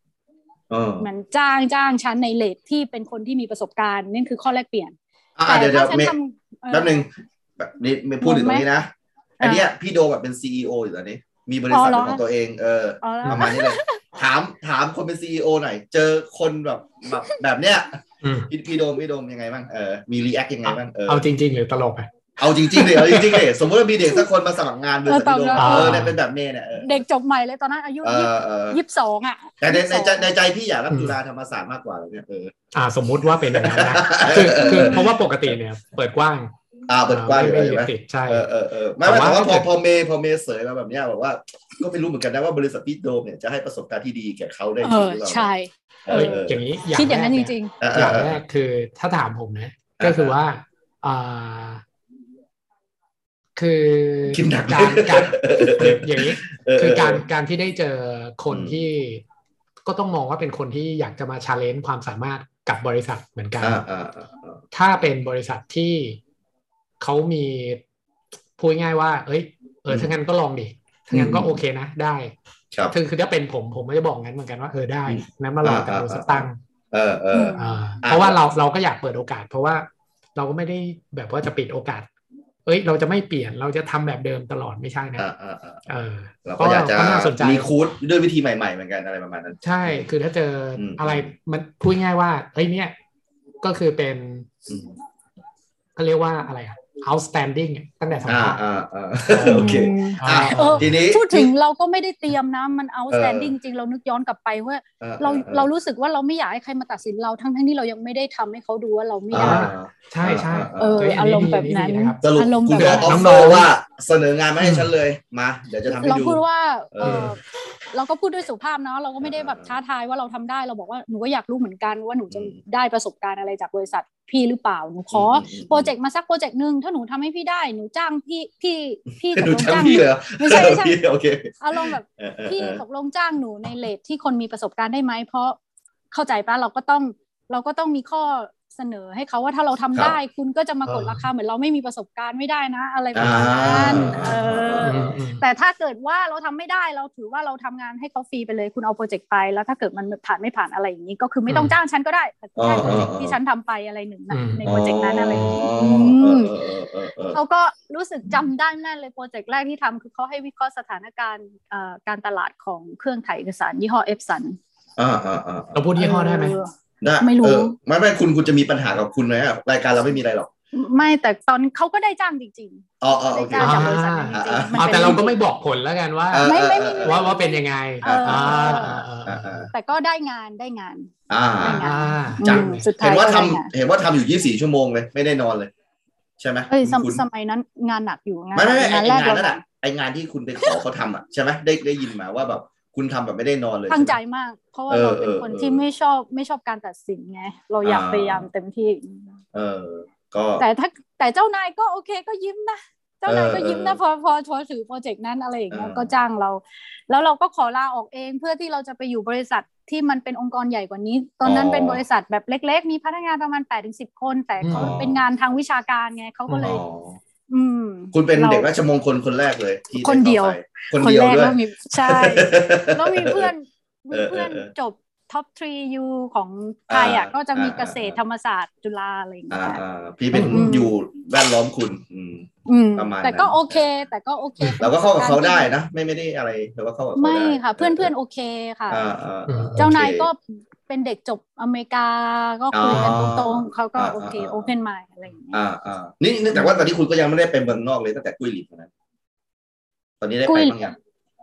เออ
เหมือนจ้างจ้างฉันในเลทที่เป็นคนที่มีประสบการณ์นั่นคือข้อแลกเปลี่ยน
อ่า
แต่
เดี๋ยวเดี๋ย
ถ้าว ฉัน
เม
ทำเอ่อ
ย์แป๊บหนึ่งแบบนี้ไม่พูดถึงตรงนี้นะ
อ่า
อันเนี้ยพี่โดแบบเป็นซีออยู่ตอนนี้ มีบริษั
อ๋
ท
อเหรอ
เป็นของตัวเองเออ
เอาละ
ประมาณนี้เลย ถามถามคนเป็นซีอหน่อย เจอคนแบบแบบแบบเนี้ยพี่พี่โดมพี่โดมยังไงบ้างเออมีรีแอคยังไงบ้างเออ
เอาจริง ๆ หรือตลกอ่ะ
เอาจริงๆเลยเอาจริงๆเลยสมมติว่า มีเด็กสักคนมาสมัครงานบริษัทพี่โดม
เออตอบ
เออ
เรา
เนี่ยเป็นแบบเนี้ยเนี่ยเออ
เด็กจบใหม่เลยตอนนั้นอายุ
เอ
ยี่
อเออ
ยี่สิบสองอ่ะ
แต่ในในใจ
22
ในใจพี่อยากรับจุฬาธรรมศาสตร์มากกว่าเหรอเนี่ยเออ
อ่า สมมุติว่าเป็นอย่างนั้นนะคือคือเพราะว่าปกติเนี่ย เปิดกว้าง
อ่าเปิดกว้างอยู่
ไม่
เลย
ไม่
ใช่ไหม
ติดใช่
เออเออเออไม่ไม่แต่
แต่ว่า
ว่าพอ
ถ้าเกิด
พอเมย์พอเมย์เสยมาแบบเนี้ยบอกว่า ก็ไม่รู้เหมือนกันนะว่าบริษัทพี่โดมเนี่ยจะให้ประสบการณ์ที่ดีแก่เขาได้
เอ
จริง
อ
หรือเปล่า
ใช่
เอ
เอ
อ
อ
เออ
อย่างนี้
คิดอย่างนั้นจ
แกเ
ริง
เออเอ
อ
อย่างเอ
แร
อ
กคือถ้าถามผมนะ
อ่า
ก็คือว่าอ่าคือ
คิดหนัก
การการอย่างนี้
เออ
คือการการที่ได้เจอคน
อืม
ที่ก็ต้องมองว่าเป็นคนที่อยากจะมาชาเลนจ์ความสามารถกับบริษัทเหมือนกัน
อ่าอ่าอ่าอ่า
ถ้าเป็นบริษัทที่เขามีพูดง่ายๆว่า เอ้ย เออ
อืม
ถ้างั้นก็ลองดิถ้างั้นก็
อืม
โอเคนะ ได้
ครับ
คือคือถ้าเป็นผมผมก็จะบอกงั้นเหมือนกันว่าเออได้
อืม
งั้นมาลองกับ
อ่า
บริษัท
อ่า
ตั้ง
เออเออ
ม
อ่า
อ่า
เพราะว่าเราเราก็อยากเปิดโอกาส เพราะว่าเราก็ไม่ได้แบบว่าจะปิดโอกาส เอ้ย เราจะไม่เปลี่ยนเราจะทำแบบเดิมตลอดไม่ใช่นะ
อ่าอ่าอ่า
เออ
เราก็อยากจะ
ก็น่าสนใจ
รีครูดด้วยวิธีใหม่ๆเหมือนกันอะไรประมาณนั้น
ใช่คือถ้าเจออ
ม
อะไรมันพูดง่ายว่าเอ้ยเนี่ยก็คือเป็น
อืม
เขาเรียกว่าอะไรอะ outstanding อะตั้งแต่สัม
อ่า
ภาษณ์
อ่าอ่า
ๆ
โอเค
อืม
อ่า
เออ
ทีนี้
พูดถึงเราก็ไม่ได้เตรียมนะ มัน outstanding จริงเรานึกย้อนกลับไปว่า
ออ
เรา
ออออ
เรารู้สึกว่าเราไม่อยากให้ใครมาตัดสินเราทั้งทั้งๆที่เรายังไม่ได้ทำให้เขาดูว่าเราไม่ได้
อ่า
อ่า
ใช่ใช่
เออ
เฮ้ยนนี้
อารมณ์
ดี
แบบนั้น
ดีะครับ
สรุป
อารมณ์
คุณ
แบบ
ก็ออฟเฟ
น้
อ
อง
ร์
ๆ
ว่าเสนองานมาให้ฉันเลยมาเดี๋ยวจะทำให้
เรา
ดู
พูดว่าเอ
เอ
อ
อ
เราก็พูดด้วยสุภาพเนาะเราก็ไม่ได้แบบ
เออ
ท้าทายว่าเราทำได้เราบอกว่าหนูก็อยากรู้เหมือนกันว่าหนูจะ
อืม
ได้ประสบการณ์อะไรจากบริษัทพี่หรือเปล่าหนูขอ
มอืมอืม
โปรเจกต์มาสักโปรเจกต์หนึ่งถ้าหนูทำให้พี่ได้หนูจ้างพี่พี่พี่ตก
ดู
ลง
ทั้ง
จ้าง
พี่เลยเหรอ
ไม่ใช่ไม่ใช่
พี่ โอเค
อารมณ์แบบ
เออเออ
พี่
เออ
ตกลงจ้างหนูในเลทที่คนมีประสบการณ์ได้ไหมเพราะเข้าใจปะเราก็ต้องเราก็ต้องมีข้อ เสนอให้เขาว่าถ้าเราทำได้ คุณก็จะมากด
เออ
ราคาเหมือนเราไม่มีประสบการณ์ไม่ได้นะ อะไรประ
อ่า
มาณนั้นเออ
อืมอืม
แต่ถ้าเกิดว่าเราทำไม่ได้เราถือว่าเราทำงานให้เขาฟรีไปเลยคุณเอาโปรเจกต์ไปแล้วถ้าเกิดมันผ่านไม่ผ่านอะไรอย่างนี้ก็คือไม่ต้อง
อืม
จ้างฉันก็ได้แต่คุณได้โปรเจกต์
อ่า
ที่ฉันทำไปอะไรหนึ่งนะ
อืม
ในโปรเจกต์นั้นอะไรอย่างนี้
อ๋อ
อืม
เออเออเออเออ
เขาก็รู้สึกจำได้แน่นเลยโปรเจกต์แรกที่ทำคือเขาให้วิเคราะห์สถานการณ์เอ่อการตลาดของเครื่องถ่ายเอกสารยี่ห้อเอฟสัน
อ่าอ่าอ่า
เราพูดยี่ห้อได้ไหม
ด้
ไม่รู้
เออไม่ไม่คุณคุณจะมีปัญหากับคุณไหมอะรายการเราไม่มีอะไรหรอก
ไม่แต่ตอนเขาก็ได้จ้างจริง
อ๋ออ๋อ
ๆ
โอ
ได้
เค
จ้างจากบริษัท
อ่า
นั้นจริงๆมันป็น
เอาแต่เราก็ไม่บอกผลแล้วกันว่า
เออ
ไม่ไม่
เออ
ไม่
ว่าว่าเป็นยังไง
เอออ่
า
เออเออ
แต่ก็ได้งานได้งาน
อ่า
ได้งา
อ่าน
จ้ะ
อืมสุดท้า
เห็
ย
นว่า
ก็
ทำ
ได้งน
เห็นว่าทำอยู่ยี่สี่ชั่วโมงเลย ไม่ได้นอนเลย ใช่ไหม
เอ้ยสม
คุณ
สมัยนั้นงานหนักอยู่งาน
ไม่ไม่ไม่
งา
ไอ้
นแรก
งาน
เรา
นั่นแหละไองานที่คุณไปขอเขาทำอ่ะใช่ไหมได้ได้ยินมาว่าแบบคุณทำแบบไม่ได้นอนเลย
ตั้งใจ
ช่ไหม
มาก เพราะว่า
เอ
เรา
อ
เป็น
เออ
คน
เออ
ที่ไม่ชอบไม่ชอบการตัดสินไงเราอยาก
อ่า
พยายามเต็มที่
เออ ก็
แต่ถ้าแต่เจ้านายก็โอเคก็ยิ้มนะ เจ้านายก็ยิ้มนะ
เออ
พอพอพอถือโปรเจกต์นั้นอะไรอย่างเงี้ย
เออ
ก็จ้างเรา แล้วเราก็ขอลาออกเองเพื่อที่เราจะไปอยู่บริษัทที่มันเป็นองค์กรใหญ่กว่านี้ ตอนนั้นเป็นบริษัทแบบเล็ก ๆ มีพนักงานประมาณ8ปดถึงสิคน แต่เขา
อ๋อ
เป็นงานทางวิชาการไงเขาก็เล
อ๋
ย
อ
อืม
คุณเป็น
รา
เด็กราชมงคลคนแรกเลยที่ไ
คนเดียว
ข้าไปคน
คน
เดียว
แรก
ด้วย
แล้วมีใช่ แล้วมีเพื่อนมีเพื่อน
เออเออเออ
จบท็อปทรียูของไทยอ่ะ
อ่า
ก็จะมี
อ่า
เกษตรธรรมศาสตร์จุฬาอะไรอย่าง
อ่า
เงี้ย
อ่าพี่เป็น
อืม
อยู่แวดล้อมคุณ อืม
อืม
ประมาณ
แต่ก็
นั้น
โอเค แต่ก็โอเค
เราก็เข้ากับเขา
ป็น
ได้
ที่
นะไม่ไม่ได้อะไรเราก็เข้ากับเขา
ไม่
ด้
ค่ะเพื่อนเพื่อนๆโอเคค่ะ
อ่าอ่าอ่
เจ้านายก็เป็นเด็กจบอเมริกาก็คุยกัน
อ๋อ
ตรงๆเขาก็
อ่า
โอเค
อ่าอ่า
โอเพนไมล์อะไรอย่างเงี้ย
อ่าอ่านี่นี่แต่ว่าตอนนี้คุณก็ยังไม่ได้ไปเมืองนอกเลยตั้งแต่กุ้ยหลินนะตอนนี้ได้ไปบ้างยัง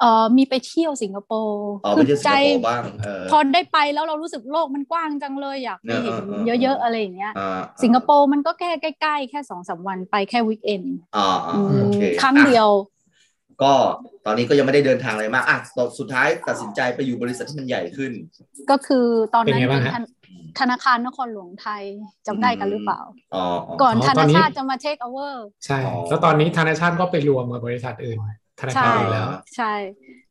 เออมีไปเที่ยวสิงคโปร์
อ๋อไป
คื
เที่ยวสิ
ใจ
งคโปร์บ้างเออ
พอได้ไปแล้วเรารู้สึกโลกมันกว้างจังเลยอยากไปเห็น
เออเออเออ
เยอะๆอะไรอย่างเงี้ย
อ่า
สิงคโปร์มันก็แค่ใกล้ๆแค่สองสามวันไปแค่วีคเอนด์
อ่าอ่าโอเค
ครั้งเดียว
อ่ะก็ตอนนี้ก็ยังไม่ได้เดินทางอะไรมากอ่ะตอนสุดท้ายตัดสินใจไปอยู่บริษัทที่มันใหญ่ขึ้น
ก็คือตอนนั้น
เป็นไงบ้างฮะ
ธนธนาคารนครหลวงไทยจำได้กันหรือเปล่า
อ๋ออ๋อ
ก่อนธ
ตอน
นา
นี้
ชาติจะมาเทคโอเวอร์
ใช่ แล้วตอนนี้ธนาชาติก็ไปรวมกับบริษัทอื่นธนาคา
ใช่
รอื่นแล้ว
ใช่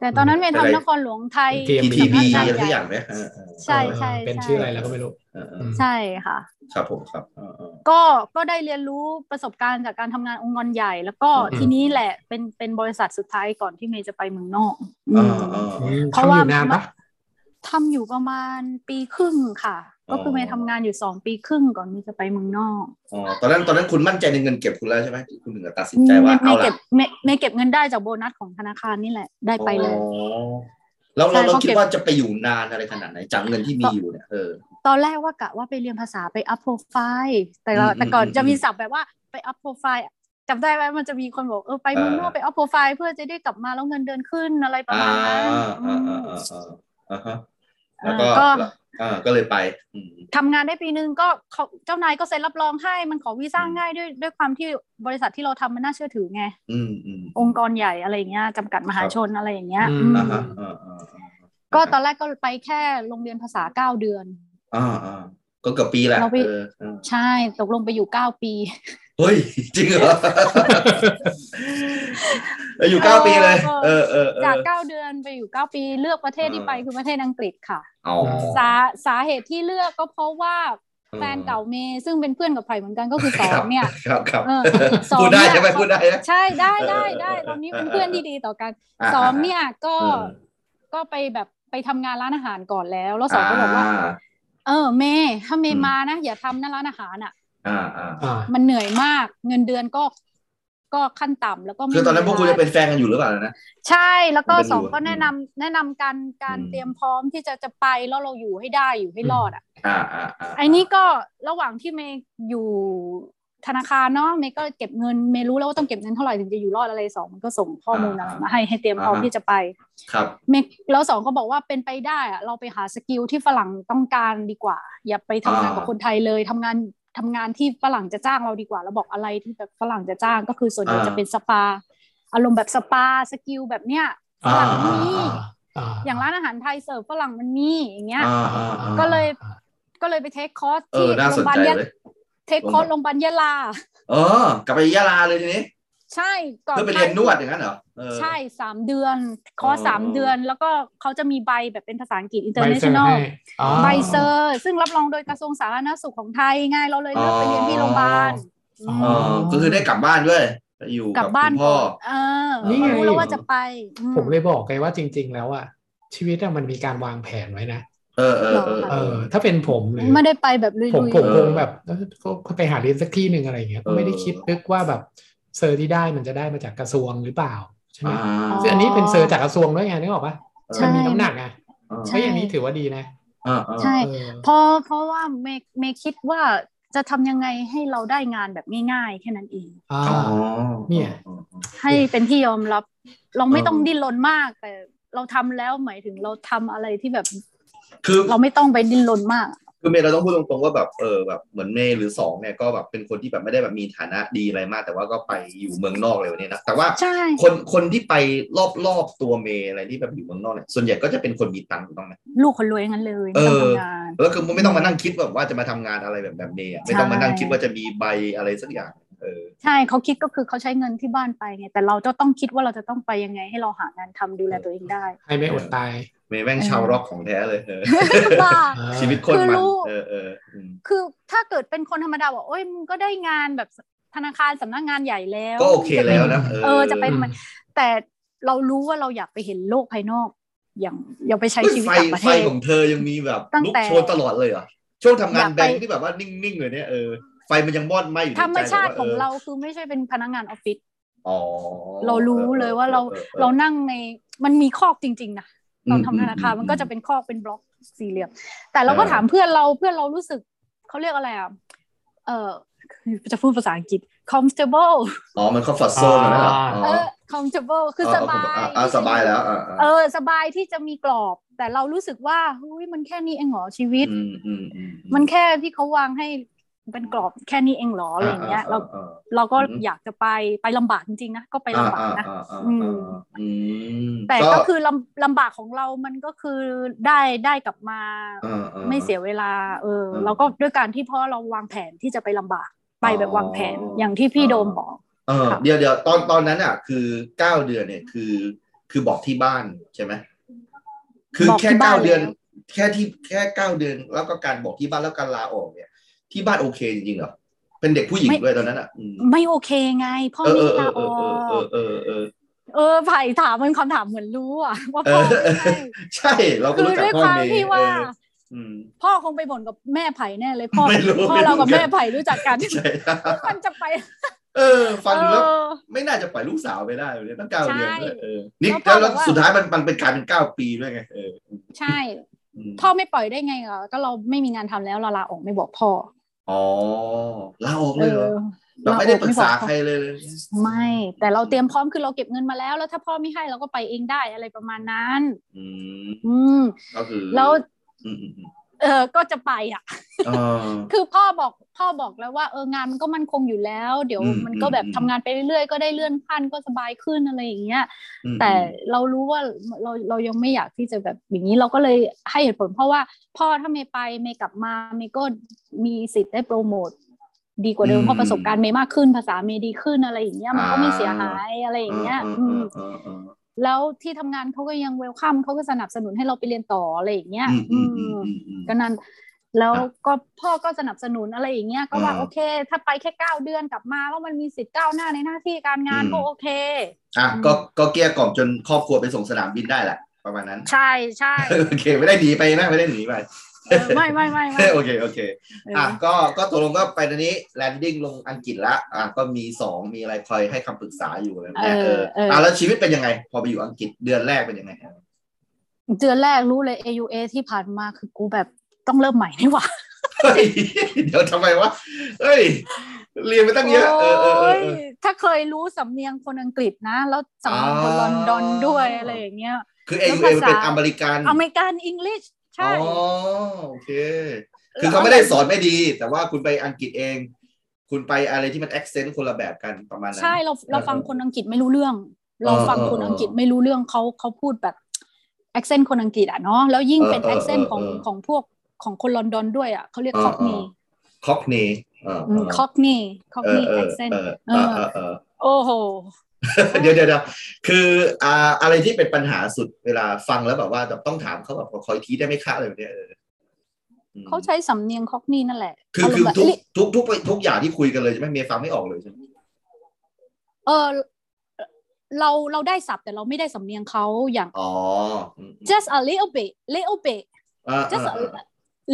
แต่ตอนนั้นเวร
เป็นอะไร
ทำนครหลวงไทย
TMB
สำ
PTB
นักงานให
อะไรทุกอ
ญ่
ย่างไหมเออเออ
ใช่ใช่
เออเป็น
ใช่
ชื่ออะไรแล้วก็ไม่รู้
เออเออ
ใช่ค่ะ
ครับผมครับเออเออ
ก็ก็ได้เรียนรู้ประสบการณ์จากการทำงานองค์กรใหญ่ แล้วก็
อืม
ทีนี้แหละเป็นเป็นบริษัทสุดท้ายก่อนที่เมย์จะไปเมืองนอก
เอ
อื
อ
ม
เออเอ
อื
อ
ม
เพราะว่า
ทำอยู่นานปะ
ทำอยู่ประมาณปีครึ่งค่ะ ก็คืออ
อ
เมย์ทำงานอยู่สองปีครึ่งก่อนเมย์จะไปเมืองนอก
อ๋อตอนนั้นตอนนั้นคุณมั่นใจในเงินเก็บคุณแล้วใช่ไหมคุณถึงจะตัดสิน
เม
ใจว่า
ย์เม
เอา
ย์เก็
ละ
บเมย์เมย์เก็บเงินได้จากโบนัสของธนาคารนี่แหละได้ไปเลย
อ๋อแล้วเรา
ใช่
เรา
เขา
คิด
เก็บ
ว่าจะไปอยู่นานอะไรขนาดไหนจากเงินที่มีอยู่เนี่ยเออ
ตอนแรกว่ากะว่าไปเรียนภาษาไปอัพโปรไฟล์แต่เรา
อืม
แต่ก่อน
อืม
จะมี
อืม
ศัพท์แบบว่าไปอัพโปรไฟล์จำได้ไหมมันจะมีคนบอกเออไป
เออ
เมืองนอกไปอัพโปรไฟล์เพื่อจะได้กลับมาแล้วเงินเดือนขึ้นอะไรประ
อ่า
มาณนั้น
อ่า
อื
อ่าม อ่าอ่าอ่าฮะ
เอ
แล้ว
อ
ก็
ก็
อ่าก็เลยไปอืม
ทำงานได้ปีนึงก็เขาเจ้านายก็เซ็นรับรองให้มันขอวีซ่าง่ายด้วยด้วยความที่บริษัทที่เราทำมันน่าเชื่อถือไง
อืมอืม
องค์กรใหญ่อะไรอย่างเงี้ยจำกัดมหา
ครับ
ชนอะไรอย่างเงี้ย
ม
อื
อ่าม ฮะอ่าอ่าอ่า
ก็ตอนแรกก็ไปแค่โรงเรียนภาษาเก้าเดือน
อ่าอ่าก็เกือบปีแหละ
เราไป
เออเออ
ใช่ตกลงไปอยู่เก้าปี
เฮ้ย จริงเห รอ เอออยู่เก้าปีเลย เออเออเออ
จาก 9 เดือนไปอยู่ 9 ปีเลือกประเทศที่ไปคือประเทศอังกฤษค่ะ
อ๋อ
สาสาเหตุที่เลือกก็เพราะว่าแฟนเก่าเมย์ซึ่งเป็นเพื่อนกับไผ่เหมือนกันก็คือสอง เนี่ย
ครับครับ
เออ สอง
พูดได้ใช่ไหม
เนี่ย
พูดได้นะ
ใช่ได้ได้ได้
เออเออเออ
ตอนนี้เป็นเพื่อนที่ดีต่อกัน
อ่า
สองเนี่ยก็
เออ
ก็ไปแบบไปทำงานร้านอาหารก่อนแล้ว แล้วสองก็บอกว่า เออเมย์ถ้าเมย์มานะอย่าทำนะร้านอาหารอ่ะ
อ่าอ่า
อ่า
มันเหนื่อยมากเงินเดือนก็ก็ขั้นต่ำแล้วก็ไม่
คือตอนนั้นพวกคุณ
มีเว
จะ
ลา
เป็นแฟนกันอยู่หรือเปล่านะ
ใช่แล้วก็
มันเป็น
สอง
อยู่
ก็แนะนำแนะนำการการ
อืม
เตรียมพร้อมที่จะจะไปแล้วเราอยู่ให้ได้อยู่ให้รอดอ่ะ
อ่าอ่าอ่า
ไอ้นี่ก็ระหว่างที่เมย์อยู่ธนาคารเนาะเมย์ก็เก็บเงินเมย์รู้แล้วว่าต้องเก็บเงินเท่าไหร่ถึงจะอยู่รอดอะไรสองมันก็ส่งข้อมูลอะไรมาให้ให้เตรียมพร้อมที่จะไป
ครับ
เมย์แล้วสองก็บอกว่าเป็นไปได้อะเราไปหาสกิลที่ฝรั่งต้องการดีกว่า อย่าไปทำงาน
อ่า
กับคนไทยเลยทำงานทำงานที่ฝรั่งจะจ้างเราดีกว่าเราบอกอะไรที่แบบฝรั่งจะจ้างก็คือส่วนใหญ่จะเป็นสปา อารมณ์แบบสปาสกิลแบบเนี้ยฝรั่งมันมี อย่างร้านอาหารไทยเสิร์ฟฝรั่งมันมีอย่างเงี้ย
อ่าอ่าอ่า
ก็เลย ก็เลยไปเทคคอร์ส
เอ
ที่
อน่าสนใจ
ยะ
เลย
เทคคอร์สโรงพยาบาลยะลา
เออกลับไปยะลาเลยทีนี้
ใช่ก่อน
เพื่อไปเรียนนวดอย่างนั้นเหรอเออ
ใช่สามเดือน คอร์ส
อ๋อ
สามเดือน แล้วก็เขาจะมีใบแบบเป็นภาษาอังกฤษ
ใบเซอร์
international
ให้อ๋อ
ใบเซอร์ซึ่งรับรองโดยกระทรวงสาธารณสุขของไทยไง่ายเราเลยเลือกไปเรียนที่โรงพยาบาล
อ๋อ
เออก็คือได้กลับบ้านด้วยไปอยู่
ก
กั
ลั
บบ คุ
บ้าน
ณพ่อ
เออ
นี่ไง
รู้แล้วว่าจะไปอื
ผมเลยบอกไงว่าจริง ๆ แล้วอ่ะชีวิตอะมันมีการวางแผนไว้นะ
เออเออเออ
เอ
เอ
อ
อ
ถ้าเป็นผมหรือ
ไม่ได้ไปแบบลุย
ผม
ๆ
ผม
เออ
คงแบบเอ้ยก็ก็ไปหาเรียนสักที่หนึ่งอะไรอย่างเงี้ย
เออ
ไม่ได้คิดนึกว่าแบบเซอร์ที่ได้มันจะได้มาจากกระทรวงหรือเปล่าใช่ไหม
อ่า
ซึ่งอันนี้เป็นเซอร์จากกระทรวงด้วยไงนึกออกปะ
ใช่
มันมีน้ำหนักอ่ะ
ใช่
เฮ้ยอันนี้ถือว่าดีนะ
เออเออ
ใช่
เออ
พอเพราะว่าเมย์เมย์คิดว่าจะทำยังไงให้เราได้งานแบบง่ายๆ แค่นั้นเอง
อ่า
อ๋อ
เนี่ย
อ๋ออ๋อ
ให้เป็นที่ยอมรับ เราไม่
เออ
ต้องดิ้นรนมาก แต่เราทำแล้วหมายถึงเราทำอะไรที่แบบ
คือ
เราไม่ต้องไปดิ้นรนมาก
คือเมย์เราต้องพูดตรงๆว่าแบบเออแบบเหมือนเมย์หรือสองเนี่ยก็แบบเป็นคนที่แบบไม่ได้แบบมีฐานะดีอะไรมาก แต่ว่าก็ไปอยู่เมืองนอกเลยวันนี้นะแต่ว่า
ใช่
คนคนที่ไปรอบรอบตัวเมย์อะไรที่แบบอยู่เมืองนอกเนี่ยส่วนใหญ่ก็จะเป็นคนมีตังค์ถูกต้องไหม
ลูกคนรวยงั้นเลย
เอ
ไม่ต้อง
อ
ทำงาน
แล้วคือมึงไม่ต้องมานั่งคิดแบบว่าจะมาทำงานอะไรแบบแบบเมย์อะไม่ต้องมานั่งคิดว่าจะมีใบอะไรสักอย่าง เออ
ใช่เขาคิดก็คือเขาใช้เงินที่บ้านไปไงแต่เราจะต้องคิดว่าเราจะต้องไปยังไง ให้เราหางานทำดูแลตัวเองได้
ให้ไม่อดตาย
เมย์แม่งชาวร็อกของแท้เลยเออ
บ้า
เออ
ชีวิตคน
คือ
มั
รู้
นเออเอออืม
คือถ้าเกิดเป็นคนธรรมดาบอกโอ้ยมึงก็ได้งานแบบธนาคารสำนักงานใหญ่แล้ว
ก็โอเคแล้วนะ
เออจะไปทำไมแต่เรารู้ว่าเราอยากไปเห็นโลกภายนอก อย่างอย่าไปใช้ชีวิต
ไฟ
ต่างประ
ไฟ
เทศ
ของเธอยังมีแบบ
ตั้ง
ลุก
แต่
โชนตลอดเลยเหรอช่วงทำ
อ
งาน
ยาก
แบ
ไป
งค์ที่แบบว่านิ่งๆเลยเนี่ยเออไฟมันยังมอดไหมอยู่ในใจ
ธรรมชาติ
แบบว่
ของเราคือไม่ใช่เป็นพนักงานออฟฟิศ
อ๋อ
เรารู้เลยว่า
ออออ
เรานั่งในมันมีคอกจริง ๆ นะตอน
ม
ทำธนาคารมันก็จะ
อื
เป็นคอกเป็นบล็อกสี่เหลี่ยมแต่เราก็
เออ
ถามเพื่อนเราเพื่อนเรารู้สึกเขาเรียกอะไรอ่ะเออจะพูดภาษาอังกฤษ comfortable
อ๋อมันคอมฟอร์ทโซนแล้วเหรอ
เออ comfortable คือสบาย
อ่ะอ่ะสบายแล้วอ่ะอ่ะ
เออสบายที่จะมีกรอบ แต่เรารู้สึกว่าเฮ้ยมันแค่นี้เองเหรอชีวิต
อืมอืมอืม
มันแค่ที่เขาวางให้เป็นกรอบแค่นี้เองเหรออะไรอย่างเงี้ยเรา
อ่ะอ่ะอ่ะ
เราก็
อือฮึ
อยากจะไปไปลำบากจริงๆนะก็ไปลำบากนะ
อ่อ่า
อืม
อ่าอืม
แต่ก็คือลำลำบากของเรามันก็คือได้ได้กลับมา
อ่าอ่า
ไม่เสียเวลาเออ
เออ
เราก็ด้วยการที่พ่อเราวางแผนที่จะไปลำบากไปแบบวางแผน
อ๋ออ
อย่างที่พี่โดมบอก
เออ
ค่ะ
เดี๋ยวเดี๋ยวตอนตอนนั้นอ่ะ คือเก้าเดือนเนี่ยคือคือบอกที่บ้านใช่ไหมคือแค่
บอกที่บ้า
เก้าน เดือน
แล้ว
แค่ที่แค่เก้าเดือน แล้วก็การบอกที่บ้านแล้วการลาออกเนี่ย ที่บ้านโอเคจริงๆเหรอเป็นเด็กผู้หญิงด้วยตอนนั้นอ่ะอืม
ไม่โอเคไง พ่อ
เออ
ไม่ให้
เออ
ลาออ
เออเออก เออเออ
เออไผ่ถามมันคำถามเหมือนรู้อะว่าพ่อ
เออ
ไม่ให้
ใช่เราก็
คือ
รู้จัก
ด้วย
พ่อ
ความ
เมย์
ที่
เอ
ว่า
ออืม
พ่อคงไปบ่นกับแม่ไผ่แน่เลยพ่อ
ไม่รู้
พ่อเรากับ
ไม่รู้
แม่ไผ่รู้จักกัน
ใช่
มันจะไป
เออ ฟังดูแล้ว
เออ
ไม่น่าจะปล่อยลูกสาวไปได้เลยตั้งเก้าเดือนด้วยเออ
ใช่
นี่
แล้วพ่
แล้
อ
ว
บอก
แล้ว
ว่า
สุดท้ายมันมันเป็นการเป็นเก้าปีด้วยไงเออ
ใช่
อืม
พ่อไม่ปล่อยได้ไงเหรอก็เราไม่มีงานทำแล้วเราลาออกไม่บอกพ่อ
อ๋อลาออก
เอ
เลยเหรอ
อ
เราไม่ได้ปรึกษา
ลออ
ใคร
ไม่บอกพ่อ
เลยเลย
ไม่ แต่เราเตรียมพร้อมคือเราเก็บเงินมาแล้ว แล้วถ้าพ่อไม่ให้เราก็ไปเองได้อะไรประมาณนั้น
อืม
อืม
ก็คือ
แล้ว
อืมอืมอืม
เออก็จะไปอ่ะ
อ่า
คือพ่อบอกพ่อบอกแล้วว่าเอองานมันก็มั่นคงอยู่แล้ว เดี๋ยว
อืม
มันก็แบบ
อืม
ทำงานไปเรื่อยๆก็ได้เลื่อนขั้นก็สบายขึ้นอะไรอย่างเงี้ย
อืม
แต่เรารู้ว่าเราเรายังไม่อยากที่จะแบบอย่างนี้เราก็เลยให้เหตุผล เพราะว่าพ่อถ้าเมย์ไปเมย์กลับมาเมย์ก็มีสิทธิ์ได้โปรโมทดีกว่าเดิมเพราะประสบการณ์เมย์มากขึ้นภาษาเมย์ดีขึ้นอะไรอย่างเงี้ยมันก็ไม่เสียหายอะไรอย่างเงี้ย
อื
อืม
มอืมอืม
แล้วที่ทำงานเขาก็ยังเวลคัมเขาก็สนับสนุนให้เราไปเรียนต่ออะไรอย่างเงี้ย
อืมอืม
อืม
อืมอืมอืม
ก็นั่นแล้ว
ครับ
ก็พ่อก็สนับสนุนอะไรอย่างเงี้ยก็ว่า
อ่า
โอเค ถ้าไปแค่เก้าเดือนกลับมาแล้วมันมีสิทธิ์ก้าวหน้าในหน้าที่การงาน
อืม
ก็โอเค
อ่ะก็ก็เกลี้ยกล่อมจนครอบครัวไปส่งสนามบินได้แหละประมาณนั้น
ใช่ใช่
โอเค ไม่ได้หนีไปนะไม่ได้หนีไป
เออไม่ไม่ไม่ไม่
โอเคโอเค
เอออ
อ่ะก็ก็ตกลงก็ไปตอนนี้แลนดิ้งลงอังกฤษละอ่ะก็มีสองมีอะไรคอยให้คำปรึกษาอยู่อะไรแบบเนี้ยเอออ่ะแล้วชีวิตเป็นยังไง พอไปอยู่อังกฤษเดือนแรกเป็นยังไง
เดือนแรกรู้เลย AUA ที่ผ่านมาคือกูแบบต้องเริ่มใหม่นี่หว่า
เฮ้ยเดี๋ยวทำไมวะ เฮ้ย เรียนไปตั้งเยอะ เออเออเออเอ
โอ้
อ
ยถ้าเคยรู้สำเนียงคนอังกฤษนะ แล้วสำเนียงคน
อ๋อ
ลอนดอนด้วยอะไรอย่างเงี้ย
คือเอ
แล้ว
เอ
ภาษา
เป็นอเมริกัน
อเมริกันอังกฤษใช่
อ๋อโอเค คือเขาไม่ได้สอนไม่ดี แต่ว่าคุณไปอังกฤษเอง คุณไปอะไรที่มันแอคเซนต์คนละแบบกันประมาณนั้น
ใช่เราเราฟังคนอังกฤษไม่รู้เรื่อง เราฟังคนอังกฤษไม่รู้เรื่องเขาเขาพูดแบบแอคเซนต์คนอังกฤษอ่ะเนาะแล้วยิ่งเป็น
เออ
แอ
เออ
คเซนต์ของ
เออ
ของพวกของคนลอนดอนด้วยอ่ะเขาเรียก
เออ
คอกนี
เอ คอกเนย
คอกนีคอก
เอ
นี
อเอ
แอ
อ
คเซน
เอ
ต์
อเออเออเออ
โอ้โห
เดี๋ยวเดี๋ยวเดี๋ยวคืออ่าอะไรที่เป็นปัญหาสุดเวลาฟังแล้วแบบว่าแบบต้องถามเขาแบบขออีกทีได้ไหมคะอะไรแบบเนี้ยเอออืม
เขาใช้สำเนียงคอกนี่นั่นแหละ
คือ
าร
คื
ม
อ
ณ์แบบ
ทุก
ลิ
ทุกทุกทุกอย่างที่คุยกันเลยใช่ไหมเมียฟังไม่ออกเลยใช่ไหม
เออเราเราได้ศัพท์แต่เราไม่ได้สำเนียงเขาอย่าง
อ๋ออืม
just a little bit little bit
อ่า
just a
อ่า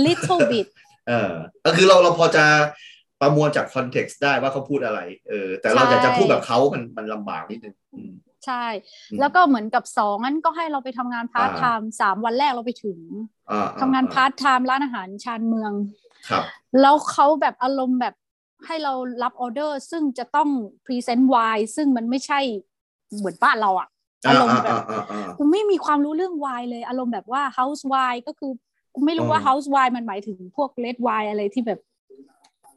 little bit
เออก็คือเราเราพอจะประมวลจากคอนเท็กซ์ได้ว่าเขาพูดอะไร เออ แต่เรา
ใช่
อยากจะพูดแบบเขามันมันลำบากนิดนึงอืม
ใช่
อืม
แล้วก็เหมือนกับสองนั้นก็ให้เราไปทำงานพาร์ทไท
อ่า
ม์สามวันแรกเราไปถึง
อ่
ทำงานพาร์ทไทม์ร้านอาหารชานเมือง
ครับ
แล้วเขาแบบอารมณ์แบบให้เรารับออเดอร์ ซึ่งจะต้องพรีเซนต์ไวน์ซึ่งมันไม่ใช่เหมือนบ้านเราอะ
อ่า
อารมณ์
อ่า
แบบ
อ่าอ่าอ่า
กูไม่มีความรู้เรื่องไวน์เลย อารมณ์แบบว่า house wine ก็คือกูไม่รู้ว่า
อืม
house wine มันหมายถึงพวก red wine อะไรที่แบบ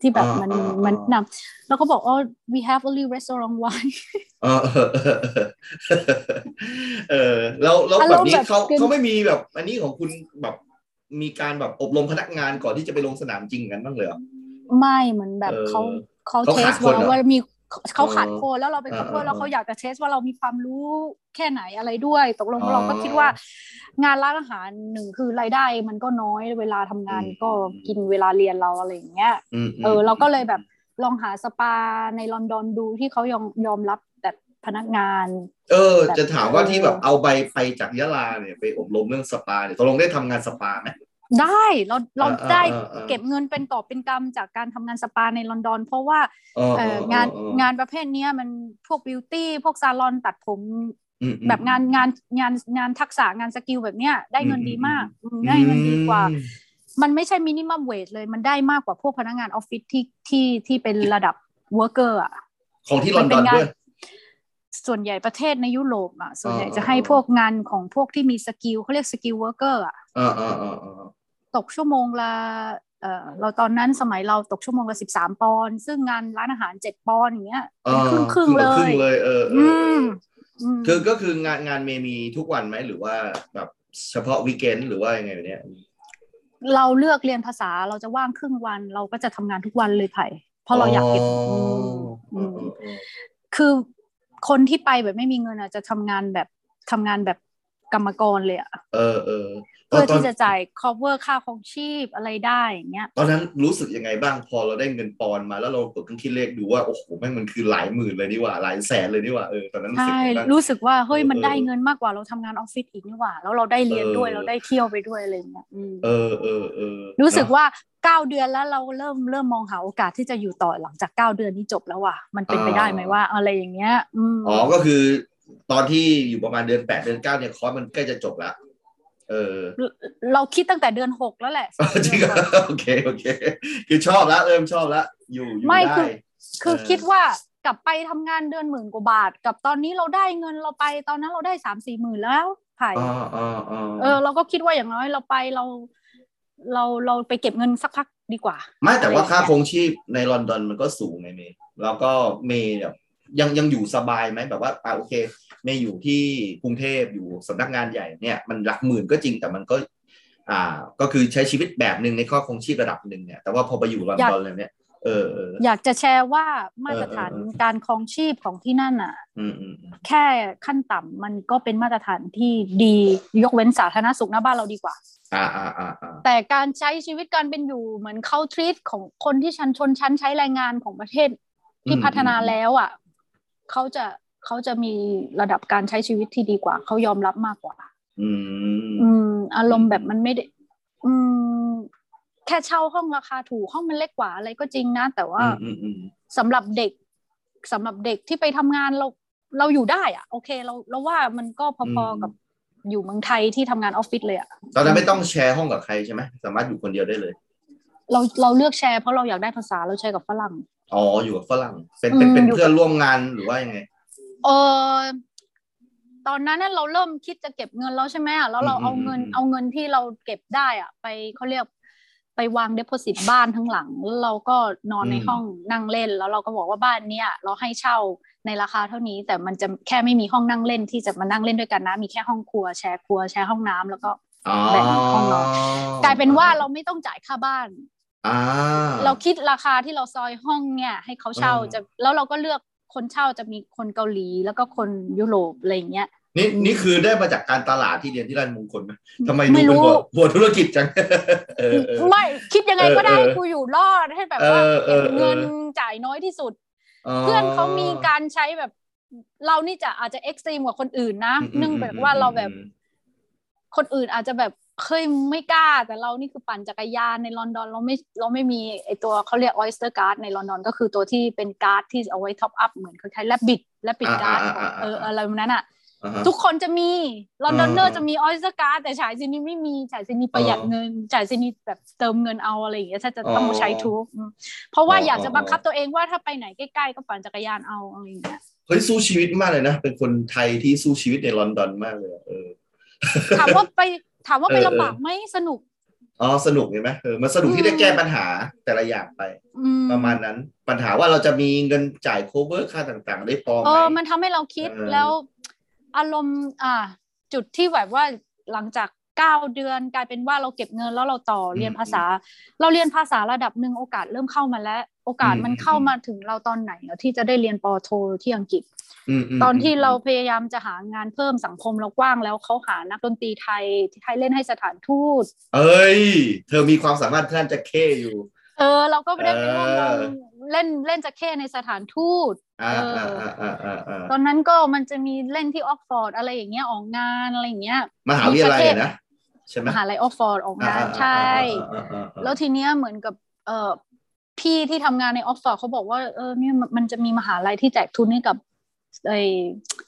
ที่แบบ
อ่า
มัน
อ่า
มัน
อ่า
นำแล้วก็บอกอ๋อ we have only restaurant wine
เออเออเออเออเออแล้วแล้ว
อาร
แบบ
มณ์
นี้
แบบ
เขา
กึ่ง
เขาไม่มีแบบ อันนี้ของคุณแบบมีการแบบอบรมพนักงานก่อนที่จะไปลงสนามจริงกันบ้างเลยเหรอ
ไม่เหมือนแบบ
เออ
เขาเขา
เขา
เท
ขา
ส
ดคน
ว่า
เหรอ
ว่ามีเขา
เออ
ขาดโคนแล้วเราเป็น
เออ
ขอโทษ
เออ
แล้วเขาอยากจะเทสว่าเรามีความรู้แค่ไหนอะไรด้วย ตกลง
อ๋อ
เราก็คิดว่า งานร้านอาหารหนึ่งคือรายได้มันก็น้อยเวลาทำงาน
อืม
ก็กินเวลาเรียนเราอะไรอย่างเงี้ย
อืมม
เออเราก็เลยแบบลองหาสปาในลอนดอนดูที่เขายอมยอมรับแบบพนักงาน
เออ
แบบ
จะถามว่าที่แบบ
เออ
เอาใบไปจากยะลาเนี่ยไปอบรมเรื่องสปาเนี่ยตกลงได้ทำงานสปาไหม
ได้เราเรา
เออเออ
ได้
เออเออ
เก็บเงินเป็นกอบเป็นกำจากการทำงานสปาในลอนดอน เพราะว่า
เออ
เอ
เอ
อ
อเออง
าน
เออง
านประเภทเนี้ยมันพวกบิวตี้พวกซาลอนตัดผม
อืมอืม
แบบงานงานงานงานทักษะงานสกิลแบบเนี้ยได้เงิน
อืม
ดีมากอืม
อืม
ได้เงินดีกว่า มันไม่ใช่มินิมัมเวทเลยมันได้มากกว่าพวกพนักงานออฟฟิศที่ที่ที่เป็นระดับเวิร์กเกอร์อะ
ของที่ล
มั
อน นด
เป็
อน น
งาน
ด้วย
ส่วนใหญ่ประเทศในยุโรปอ่ะส่วนใหญ่
อ่า
จะให้พวกงานของพวกที่มีสกิลเขาเรียกสกิลเวอร์เกอร์อ่ะ
อ่าอ่าอ่าอ่า
ตกชั่วโมงละเออเราตอนนั้นสมัยเราตกชั่วโมงละสิบสามปอนด์ซึ่งงานร้านอาหารเจ็ดปอนด์อย่างเงี้ย
อ่า
เป็นครึ่งครึ่งๆเล
ครึ่ง
ย
เลยเออเอ
อื
อเอ
ม
อ
อืม
คือก็คืองานงานเมมีทุกวันไหมหรือว่าแบบเฉพาะวีเกนหรือว่ายังไงแบบเนี้ย
เราเลือกเรียนภาษาเราจะว่างครึ่งวัน เราก็จะทำงานทุกวันเลยไผ่เพราะเราอยากเก็บ
อ๋
อื
อ
ม
เอ
อืม
อเออ
คือคนที่ไปแบบไม่มีเงินอ่ะจะทำงานแบบทำงานแบบกรรมกรเลยอ่ะ
เออเออต
เพื่อ
นตอน
ที่จะจ่าย cover ค่าของชีพอะไรได้อย่างเงี้ย
ตอนนั้นรู้สึกยังไงบ้างพอเราได้เงินปอนด์มาแล้วเราเปิดเครื่องคิดเลขดูว่าโอ้โหแม่งมันคือหลายหมื่นเลยนี่หว่าหลายแสนเลยนี่หว่าเออตอนนั้นรู้สึก
ใช่
ยังไงบ้าง
รู้สึกว่าเฮ้ย
เออ
มันได้
เออ
เงินมากกว่าเราทำงานออฟฟิศอีกนี่หว่า แล้วเราได้เรียนด้วย
เออ
เราได้เที่ยวไปด้วยอะไรอย่างเงี้ยอืม
เออเออเออ
รู้สึก
เนอะ
ว่าเก้าเดือนแล้วเราเริ่มเริ่มมองหาโอกาสที่จะอยู่ต่อหลังจากเก้าเดือนนี้จบแล้วว่ะมันเป็นไปได้ไหมว่า อะไรอย่างเงี้ย อืม
อ๋อก็คือ ตอนที่อยู่ประมาณเดือนแปดเดือนเก้าเนี่ยคอร์สมันใกล้จะจบละเอ อ
เราคิดตั้งแต่เดือนหกแล้วแหละ
จริงเหรอโอเคโอเค คือชอบละเริ่มชอบละอยู่อยู่
ไม่
ได้
คือ คือ
เออ
คิดว่ากลับไปทำงานเดือนหมื่นกว่าบาท กับตอนนี้เราได้เงินเราไปตอนนั้นเราได้สามสี่หมื่นแล้วไผ่
อ่าอ่าอ่า
เออเราก็คิดว่าอย่างน้อยเราไปเรา เราเราไปเก็บเงินสักพักดีกว่า
ไม่แต่ว่า
อะไรอย่างเงี้ย
ค่าคงชีพในลอนดอนมันก็สูงไงเมย์แล้วก็เมย์แบบยังยังอยู่สบายไหมแบบว่าอ่ะโอเค เมย์อยู่ที่กรุงเทพอยู่สำนักงานใหญ่เนี่ยมันหลักหมื่นก็จริงแต่มันก็ อ่า ก็คือใช้ชีวิตแบบหนึ่งในค่าคงชีพระดับหนึ่งเนี่ยแต่ว่าพอไปอยู่ลอนดอนเลยเนี่ยเออเออ
อยากจะแชร์ว่ามาตรฐาน
เออเออเออ
การครองชีพของที่นั่นอ่ะ
อืมอืมอืม
แค่ขั้นต่ำมันก็เป็นมาตรฐานที่ดี ยกเว้นสาธารณสุขหน้าบ้านเราดีกว่า
อ่าอ่าอ่าอ่า
แต่การใช้ชีวิตการเป็นอยู่เหมือนเขาทรีตของคนที่ชั้นชนชั้นใช้แรงงานของประเทศที่พัฒนาแล้วอ่ะเขาจะเขาจะมีระดับการใช้ชีวิตที่ดีกว่าเขายอมรับมากกว่า
อืม
อืมอารมณ์แบบมันไม่ได้อืมแค่เช่าห้องราคาถูกห้องมันเล็กกว่าอะไรก็จริงนะ แต่ว่า
อืมอืมอืม
สำหรับเด็กสำหรับเด็กที่ไปทำงานเราเราอยู่ได้อะโอเคเราเราว่ามันก็พอๆกับอยู่เมืองไทยที่ทำงานออฟฟิศเลยอะ
ตอนนั้นไม่ต้องแชร์ห้องกับใครใช่ไหมสามารถอยู่คนเดียวได้เลย
เราเราเลือกแชร์เพราะเราอยากได้ภาษาเราแชร์กับฝรั่ง
อ๋ออยู่กับฝรั่งเป็นเป็นเป็น
อืมอยู่
เพื่อนร่วมงานหรือว่ายังไง
เออตอนนั้นน่ะเราเริ่มคิดจะเก็บเงินแล้วใช่ไหมอะแล้วเราเอาเงิน
อืมอืมอืม
เอาเงินที่เราเก็บได้อะไปเขาเรียกไปวางเด p o s i t บ้านทั้งหลังแล้วเราก็นอนในห้องนั่งเล่น แล้วเราก็บอกว่าบ้านเนี้ยเราให้เช่าในราคาเท่านี้ แต่มันจะแค่ไม่มีห้องนั่งเล่นที่จะมานั่งเล่นด้วยกันนะ มีแค่ห้องครัวแชร์ครัวแชร์ห้องน้ำแล้วก็
อ๋อ
แบ่งห้องนอน กลายเป็นว่าเราไม่ต้องจ่ายค่าบ้าน
อ่า
เราคิดราคาที่เราซอยห้องเนี่ย ให้เขาเช่า
อืม
จะแล้วเราก็เลือก คนเช่าจะมีคนเกาหลี แล้วก็คนยุโรปอะไรอย่างเงี้ย
นี่นี่คือได้มาจากการตลาดที่เรียนที่ร้านมงคลไหมทำไมดู
ไม่
เป็น
รู้
หัวหัวธุรกิจจัง เออเออ
ไม่คิดยังไงก็ได้
เออ
ให้กูอยู่รอดให้แบบว่า
เออเออ
เก็บเงิน
เออ
จ่ายน้อยที่สุด เพื่อนเขามีการใช้แบบ เรานี่จะอาจจะเอ็กซ์ตรีมกว่าคนอื่นนะ
อืมอืม
เนื่องแบบว่าเราแบบคนอื่นอาจจะแบบเคยไม่กล้า แต่เรานี่คือปั่นจักรยานในลอนดอนเราไม่เราไม่มีไอตัวเขาเรียก Oyster Card ในลอนดอนก็คือตัวที่เป็นการ์ดที่เอาไว้ท็อปอัพเหมือนคล้ายๆแลบบิดแลบบิดการ์ด
อ่าๆๆๆ
เอออะไรแบบนั้นอ่ะ
อ่าฮะ
ทุกคนจะมีลอนดอนเนอร์
อ่า
จะมีออยสการ์แต่ฉายซินีไม่มีฉายซินีประหยัดเงินฉายซินีแบบเติมเงินเอาอะไรอย่างเงี้ยถ้าจะต้อง
อ๋อ
ใช้ทุกอืมเพราะว่า
อ๋อ
อ
อ
ยากจะบังคับตัวเองว่าถ้าไปไหนใกล้ๆก็ปั่นจักรยานเอาอะไรอย่างเงี้ย
เฮ้ยสู้ชีวิตมากเลยนะ เป็นคนไทยที่สู้ชีวิตในลอนดอนมากเลยอะเออ
ถามว่าไปถามว่าไป
เออ
ลำบากไหมสนุก
อ๋อสนุกเห็นไหมเออมันสนุก
อืม
ที่ได้แก้ปัญหาแต่ละอย่างไป
อืม
ประมาณนั้น ปัญหาว่าเราจะมีเงินจ่ายโคเวอร์ค่าต่างๆ ได้พอไห
เอ
ม
อมันทำให้เราคิด
เออ
แล้ว อารมณ์อ่า จุดที่แบบว่าหลังจากเก้าเดือนกลายเป็นว่าเราเก็บเงินแล้วเราต่อเรียนภาษา เราเรียนภาษาระดับหนึ่งโอกาสเริ่มเข้ามาแล้ว โอกาสมันเข้ามาถึงเราตอนไหนอะที่จะได้เรียนปอโทที่อังกฤษ
มม
ตอนที่เราพยายามจะหางานเพิ่มสังคมเรากว้างแล้วเขาหานักดนตรีไทยที่ไทยเล่นให้สถานทูต
เอ้ย เธอมีความสามารถท่านจะเข้อยู่
เออ เราก็ไม่ได้ไปร่วมวง
เออ
เล่นเล่นจะเข้ในสถานทูต
อ่า
เอ
อ่า
ออ่
อ่าอ่าอ่าอ่า
ตอนนั้นก็มันจะมีเล่นที่ออกฟอร์ดอะไรอย่างเงี้ยออกงานอะไรอย่างเงี้ย
มหาวิทยาลัยนะ ใช่ไหม
มหาลัยออกฟอร์ดออ
อ่าง
กาน
อ่า
ใช่
อ่าอ่าอ่าอ่าอ่า
แล้วทีเนี้ยเหมือนกับเออพี่ที่ทำงานในออฟฟอร์ดเขาบอกว่าเออเนี่ยมันมันจะมีมหาลัยที่แจกทุนให้กับไอ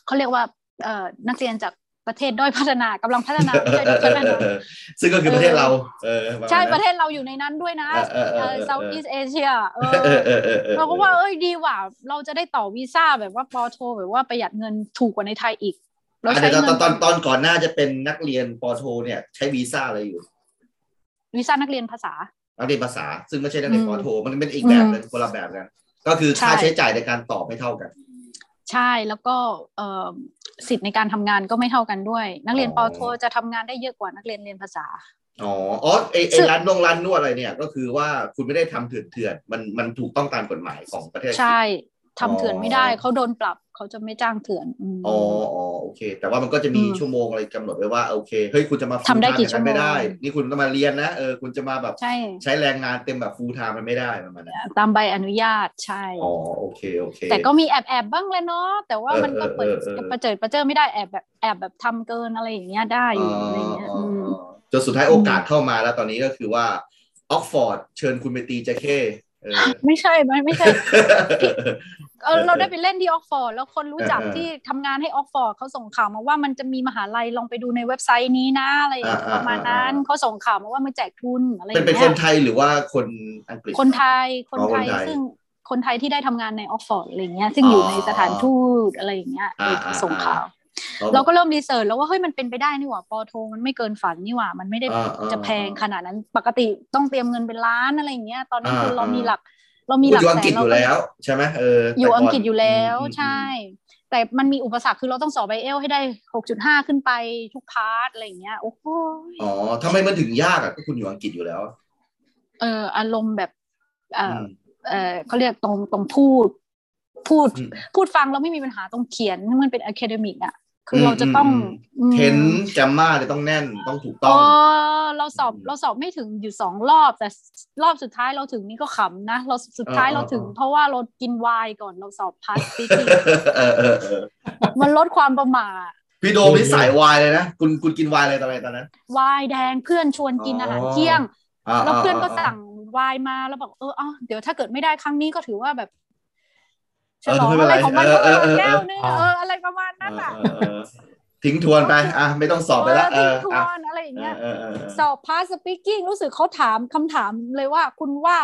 เขาเรียกว่าเออนักเรียนจากประเทศด้อยพัฒนากำลังพัฒ นาไม่ใช่ด้อยพัฒนา
เออซึ่งก็คือประเทศเรา เออมาณนั้น
ใช่ประเทศเราอยู่ในนั้นด้วยนะ
เออเออเออเออ
เซาท์อีสเอเชียเอ
เอ
อ
อเออเออออ
เราก็ว่าเอ้ยดีว่ะเราจะได้ต่อวีซ่าแบบว่าปอโทแบบว่าประหยัดเงินถูกกว่าในไทยอีก เรา
อ่ะ
ใช้
เดี๋ยว
เงิ
ตอน นตอนตอนก่อนหน้าจะเป็นนักเรียนปอโทเนี่ยใช้วีซ่าอะไรอยู่
วีซ่านักเรียนภาษา
นักเรียนภาษา ซึ่งไม่ใช่นักเรียน
อืม
ปอโท มันเป็นอีกแบบหนึงคนละแบบกัน ก็คือค่า
ใช่
ใช้จ่ายในการตอบไม่เท่ากัน
ใช่แล้วก็เอ่อสิทธิ์ในการทำงานก็ไม่เท่ากันด้วย นักเรียน
อ๋
ปอ
อ
โทจะทำงานได้เยอะกว่านักเรียนเรียนภาษา
อ๋ออ๋อไอไอ
ซึ่ง
ร้านนงร้านนวดอะไรเนี่ยก็คือว่าคุณไม่ได้ทำเถื่อนเถื่อนๆมันมันถูกต้องตามกฎหมายของประเทศ
ใช่ทำ
อ๋อ
เถื่อนไม่ได้เขาโดนปรับเขาจะไม่จ้างเถื่อนอืม
อ๋ออ๋อโอเค แต่ว่ามันก็จะมี
อืม
ชั่วโมงอะไรกำหนดไว้ว่าโอเคเฮ้ยคุณจะมา full
ทำได้กี่
time อย่านั้นไม่ได้ นี่คุณต้องมาเรียนนะเออคุณจะมาแบบ
ใช่
ใช้แรงงานเต็มแบบฟูลไทม์มันไม่ได้ประมาณนั้น
ตามใบอนุญาตใช่
อ๋อโอเคโอเค
แต่ก็มีแอบแอบบ้างแหล้วเนาะแต่ว่า
เออ
มันก็เปิด
เออเออเออ
ประเจิดประเจิดไม่ได้แอบแบบแอบแบบทำเกินอะไรอย่างเงี้ยได้อยู่อะไรเงี้ยม
จนสุดท้ายโอกาสเข้ามาแล้วตอนนี้ก็คือว่าออกฟอร์ดเชิญคุณไปตีแจเข้เออ
ไม่ใช่ไม่ไม่ใช่ เออเราได้ไปเล่นที่ออกฟอร์ดแล้วคนรู้จัก
เออเออ
ที่ทำงานให้ออกฟอร์ดเขาส่งข่าวมาว่ามันจะมีมหาลัยลองไปดูในเว็บไซต์นี้นะอะไรอย่างเงี้ยป
อ่าอ่า
ระมาณนั้นเขาส่งข่าวมาว่ามาแจกทุนอะไรอย่าง
เป็นเป็น
เงี้
ค
ย
นไทยหรือว่าคนอังกฤษ
คนไทยคนไทย
อ๋อคนไทย
ซึ่งคนไทยที่ได้ทำงานในออกฟอร์ดอะไรอย่างเงี้ยซึ่งอยู่ในสถานทูตอะไรอย่างเงี้ย
อ่าอ่า
ส่งข่าว
อ๋อ
เราก็เริ่มรีเสิร์ชแล้วว่าเฮ้ยมันเป็นไปได้นี่หว่าปอโทมันไม่เกินฝันนี่หว่ามันไม่ได้
อ่าอ่า
จะแพงขนาดนั้นปกติต้องเตรียมเงินเป็นล้านอะไรอย่างเงี้ยตอนนั้น
อ่า
คือเรา
อ่ามี
มีหลัก เรา
คุ
มี
ณ
หลัก
อยู่อัง
แส
กฤษ
น
อ
เราก็
ยู่แล้วใช่ไหมเออ
อ
อยู่
อังกฤษอยู่แล้ว
อืมอืม
ใช่ แต่มันมีอุปสรรคคือเราต้องสอบไบเอลให้ได้หกจุดห้าขึ้นไปทุกพาร์ทอะไรอย่างเงี้ยโอ้โห
อ๋อทำไมมันถึงยากอ่ะก็คุณอยู่อังกฤษอยู่แล้ว
เอออารมณ์แบบเออ
ม
เออเขาเรียกตรงตรงพูด พูด
อืม
พูดฟังเราไม่มีปัญหาตรงเขียนมันเป็นอะคาเดมิกอะคืออ
ม
เราจะต้อง
อืม
อืม
เทนแกมมาเลยต้องแน่นต้องถูกต้
อ๋
อ
อง เราสอบ
อืม
เราสอบไม่ถึงอยู่สองรอบ แต่รอบสุดท้ายเราถึงนี่ก็ขำนะ เราสุดท้าย
เออเออ
เราถึง เพราะว่าเรากินไวน์ก่อนเราสอบพาสปีกิ้ง
เออเออเออ
มันลดความประหมาท
พี่โดมนี่สายวายเลยนะคุณคุณกินวายอะไรตอนไหนตอนนั้น
ไวน์แดงเพื่อนชวนกิน
อ๋อ
อา
อ
หารเที่ยง
อ่า
แล้วเพื่อนก็
าา
สั่งไวน์มาแล้วบอกเออเอาเดี๋ยวถ้าเกิดไม่ได้ครั้งนี้ก็ถือว่าแบบฉ
เออ
ลอง
ไม่เป็น
อะ
ไร
ไรของมันก็
เอ
เอ
อ
อ
เออเออ
แก้วนึง
อ่า
เอออะไรประมาณนั้นอ่ะ
เออเออเออทิ้งทวนไปอ่ะไม่ต้องสอบไปละ
เอ
เอ
อ
อ
ทว
อ่ะ
นอะไรอย่างเงี้ย
เออเออเออ
สอบพาสปีกิ้งรู้สึกเขาถามคำถามเลยว่าคุณว่า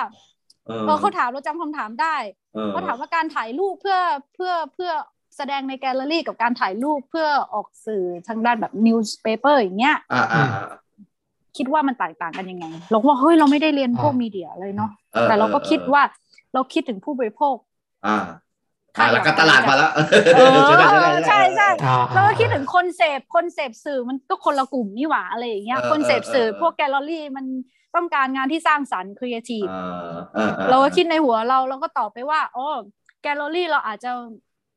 เอ
เออเขาถามเราจำคำถามได้
อ
เขาถามว่าการถ่ายรูปเพื่อเพื่อเพื่อแสดงในแกลเลอรี่กับการถ่ายรูปเพื่อออกสื่อทางด้านแบบนิวส์เปเปอร์อย่างเงี้ย
อ่าอ่า
คิดว่ามันแตกต่างกันยังไงเราก็ว่าเฮ้ยเราไม่ได้เรียนพวก
อ่า
มีเดียเลยเนาะ
ออ
แต่เราก็คิดว่าเราคิดถึงผู้บริโภค
อ่า
ถ้า
อ่า
อยาก
แล้วก็ตลาดมาแล้ว
เออใช่ใช่
อ่า
เราก็คิดถึงคนเสพคนเสพสื่อมันก็คนละกลุ่มนี่หว่าอะไรอย่างเงี้ยคนเสพสื่อพวกแกลเลอรี่มันต้องการงานที่สร้างสรรค์ครีเอทีฟ
อ่าอ่าอ่
เราก็คิดในหัวเราเราก็ตอบไปว่าอ๋อแกลเลอรี่เราอาจจะ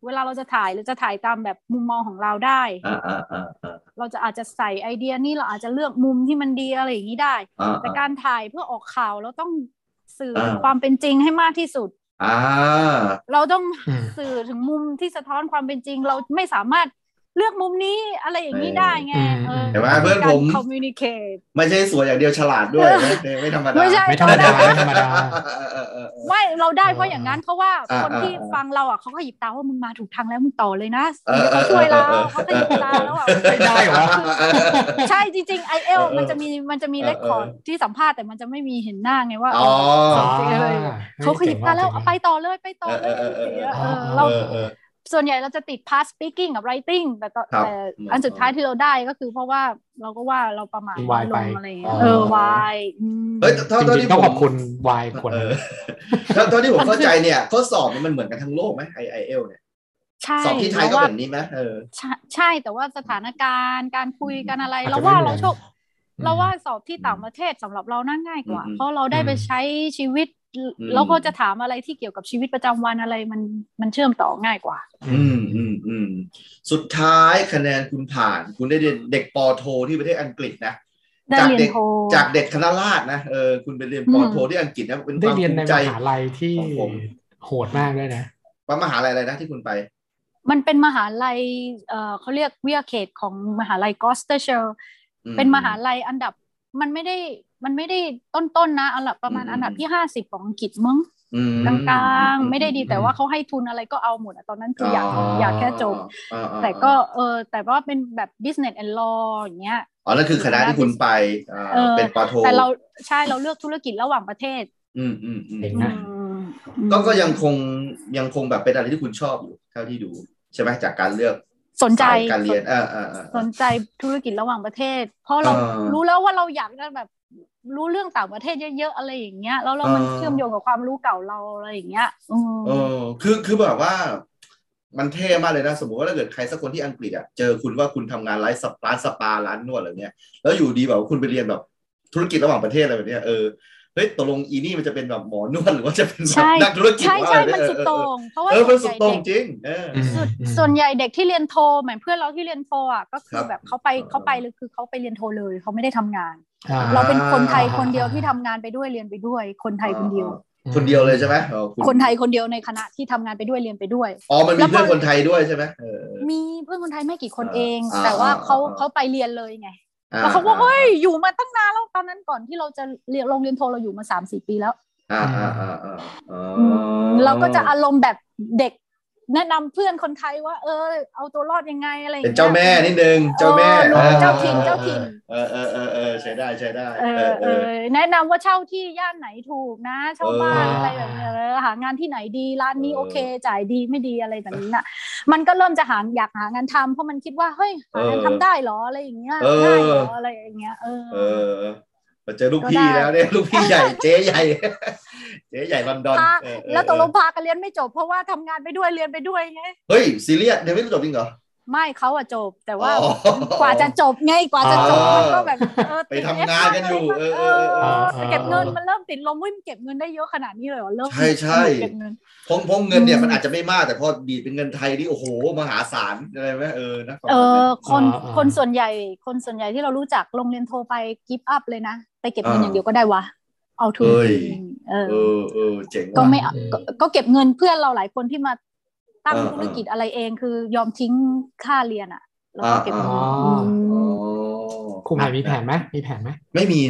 เวลาเราจะถ่ายเราจะถ่ายตามแบบมุมมองของเราได้
อ่าอ่าอ่าอ่า
เราจะอาจจะใส่ไอเดียนี่เราอาจจะเลือกมุมที่มันดีอะไรอย่างนี้ได้
อ่า
แต่
อ่า
การถ่ายเพื่อออกข่าวเราต้องสื่ออา ความเป็นจริงให้มากที่สุด
อ่า
เราต้อง
อืม
สื่อถึงมุมที่สะท้อนความเป็นจริง เราไม่สามารถเลือกมุมนี้อะไรอย่างนี้ได้ไง
อืม
เออ
เห็นไหมเพื่อนผม
คอมมิวนิเคช
ไม่ใช่สวยอย่างเดียวฉลาดด้วยนะเนี่ยไม่ธรรมดา
ไม่ใช่
ไม่ธรรมดาไม่ธรรมดา
เออเออเออเออ
ไม่เราได้เพราะอย่างนั้นเพราะว่า
อ่า
คนที่
อ่าอ่า
ฟังเราอ่ะเขาก็หยิบตาว่ามึงมาถูกทางแล้วมึงต่อเลยนะ
เออเอ
เขา
อ
ช่วยเรา
เออเออ
เขาก็หยิบตาแล้วอ่ะ
ไม่ได้เหรอ
เออ
ใช่จริงๆไอเอล
เออเออ
มันจะมีมันจะมี
เออ
เล
เอ
ค
อ
คอร์ดที่สัมภาษณ์แต่มันจะไม่มีเห็นหน้าไงว่า
อ๋อ
อ๋อ
เขาขยิบตาแล้วเอาไปต่อเลยไปต่อเลย
เออเออเออ
เสีย
เอ
เอ
อ
อ
ออ
เราส่วนใหญ่เราจะติดพาส speaking กับ writing แต่ตอน
ครับ
แต่
อืม
อันสุดท้ายที่เราได้ก็คือเพราะว่าเราก็ว่าเราประมาท
วาย
ล
ไป
งอะไรอย่างเงี้ย
อ๋อ
เออวายอืม
เฮ้ยเท่า
จ
เท่า
ริ
ที่
งๆต้อง
ผม
ขอบคุณวายคน
เออเท่าเท่าที่ผมเข้าใจเนี่ยข้อสอบเนี่ยมันเหมือนกันทั้งโลกไหมไอไอเอลเนี่ย
ใช่
สอบที่ไทย
แต่
ก็
ว่า
แบบนี้ไหมเออ
ใช่ใช่แต่ว่าสถานการณ์การคุยกันอะไร
อจจะ
เราว่า
ไม่หมื
เรา
อน
โชค เราว่าสอบที่ต่างประเทศสำหรับเราน่าง่ายกว่า
อืม
เพราะเราได้ไปใช้ชีวิต
อืม
แล้วก็จะถามอะไรที่เกี่ยวกับชีวิตประจำวันอะไรมันมันเชื่อมต่อง่ายกว่า
อืมอืมอืมสุดท้ายคะแนนคุณผ่าน คุณได้เรียนเด็กปอโทที่ประเทศอังกฤษนะ
ได้
จาก
เรียน
เด็ก
โท
จากเด็กคณะราษฎรนะเออคุณไปเรียนปอโทที่อังกฤษนะเป็นค
ได้
วาม
เรียน
ภู
ใน
มิใจ
มหาลัยที่
ของผม
โหดมากด้วยนะ
ว่ามหาลัยอะไรนะที่คุณไป
มันเป็นมหาลัยเอ่อเขาเรียกวิทยาเขตของมหาลัยกอสเตอร์เชล
อื
เป็นมหาลัยอันดับมันไม่ได้มันไม่ได้ต้นๆนะอันดับประมาณอันดับที่ห้าสิบของอังกฤษมั้ง
อืม
กลางๆ ไม่ได้ดี
อืม
แต่ว่าเขาให้ทุนอะไรก็เอาหมดอะตอนนั้นคืออยากอยากแค่จบ
อ๋ออ๋อ
แต่ก็เออแต่ว่าเป็นแบบ business and law อย่างเงี้ย
อ๋อนั่นคือคณะที่คุณไปอ่า
เออ
เป็นปอโท
แต่เราใช่เราเลือกธุรกิจระหว่างประเทศ
อืมอืมอืม
เอง
อื
นะ
ม
ก็ก็ยังคงยังคงแบบเป็นอะไรที่คุณชอบอยู่เท่าที่ดู ใช่ไหมจากการเลือก
สนใจ
สายการเรียนเออเออเออเอ
ส
อ
นใจธุรกิจระหว่างประเทศ เพราะเรา
เออ
รู้แล้วว่าเราอยากจะแบบรู้เรื่องต่างประเทศเยอะๆอะไรอย่างเงี้ยแล้วเรามัน
เออ
เชื่อมโยงกับความรู้เก่าเราอะไรอย่างเงี้ยอืม
เออคือคือแบบว่า มันเท่มากเลยนะ สมมติว่าถ้าเกิดใครสักคนที่อังกฤษอ่ะเจอคุณว่าคุณทำงานร้านสปาร้านสปาร้านนวดอะไรเนี้ยแล้วอยู่ดีแบบว่าคุณไปเรียนแบบธุรกิจระหว่างประเทศอะไรแบบเนี้ยเออเฮ้ยตกลงอีนี่มันจะเป็นแบบหมอนวดหรือว่าจะเป็นแบบ
ใช่
นักธุรกิจ
ใช่
วะ
ใช่
อะไร
มัน
เย
สุดโต่งเพราะว่า
เออเออมันสุ
ส่ว
ด
นให
โต่
ญ่
ง
เด็ก
จริงเอออ
ม
สุด
อื
ส่วนใหญ่เด็กที่เรียนโทเหมือนเพื่อนเราที่เรียนโทอ่ะก็คื
ครั
อบแบบเขาไป
เออ
เขาไปเลยคือเขาไปเรียนโทเลยเขาไม่ได้ทำงาน
อ่า
เราเป็นคนไทยคนเดียว
อ่า
ที่ทำงานไปด้วยเรียนไปด้วย คนไทยคนเดียว
คนเดียวเลยใช่ไหมเออคุณ
คนไทยคนเดียวในคณะที่ทำงานไปด้วยเรียนไปด้วย
อ๋อมัน
แล้วพ
มี
อ
เพื่อนคนไทยด้วยใช่ไหมเออ
มีเพื่อนคนไทยไม่กี่คน
อ่า
เอง
อ่า
แต่ว่า
อ่า
เขา
อ่า
เขาไปเรียนเลยไง
อ่
แล้วเขาก็เฮ้ยอยู่มาตั้งนานแล้วตอนนั้นก่อนที่เราจะเรียนโรงเรียนโทเราอยู่มาสามสี่ปีแล้ว
อ่าอ่าอ่าอ่าอ๋ออ
ม เราก็จะอารมณ์แบบเด็ก แนะนำเพื่อนคนไทยว่า เออ เอาตัวรอดยังไงอะไรอย่ง
เป็น
งี้ย
เจ้าแม่นิดนึง เจ้าแม่
เออลูก
ออ
เจ้าถิ่นเจ้าถิ่น
เออเออเออเออใช้ได้ใช้ได้
เออเออแนะนำว่าเช่าที่ย่านไหนถูกนะเช่าบ้านอะไรแบบนี้เออหางานที่ไหนดีร้านนี้โอเค จ่ายดีไม่ดีอะไรแบบนี้น่ะ มันก็เริ่มจะหาอยากหางานทำเพราะมันคิดว่าเฮ้ยหางานทำได้เหรออะไรอย่างเงี้ยได้เหรออะไรอย่างเงี้ยเออ
เออมาเจอลูกพี่แล้วเนี่ยลู กพี่ใหญ่เจ๊ใหญ่ เจ๊ใหญ่ลอนดอน
พา
เออเออ
แล้วตกลงพากันเรียนไม่จบเพราะว่าทำงานไปด้วยเรียนไปด้วยไง
เฮ้ยซีเรียสเดี๋ยวไม่รู้จบจริงเหรอ
ไม่เขาอะจบแต่ว่า
อ๋อก
ว่าจะจบไงกว่าจะจบ
อ๋อ
มันก็แบบเออ
ไปทำงานกันอยู่
เอ
เออเออเออ
เออ
เออ
เก็บเงินมันเริ่มติดลมเว้ยมันเก็บเงินได้เยอะขนาดนี้เลยเหรอเริ่ม
ใช่ใช่
เก็บเงิน
พงพงเงินเนี่ย
อืม
มันอาจจะไม่มากแต่พอดีดเป็นเงินไทยนี่โอ้โหมหาศาลอะไรไหมเออนะ
เออคน
อ่า
คนส่วนใหญ่ คนส่วนใหญ่ที่เรารู้จักโรงเรียนโทรไปกิฟต์อัพเลยนะไปเก็บเงินอย่างเดียวก็ได้วะเอาทุนเออ
เออเออเจ๋ง
ก็
ว่ะ
ไม่เอา
อืม
ก็ก็เก็บเงินเพื่อนเราหลายคนที่มาตั้ง
เออ
ธุรกิจอะไรเองคือยอมทิ้งค่าเรียนอ่ะแล้วก็เก็บเงิน
อ่า
ม
อ๋อ
ครูผายมีแผนไหมมีแผนไหม
ไม่มี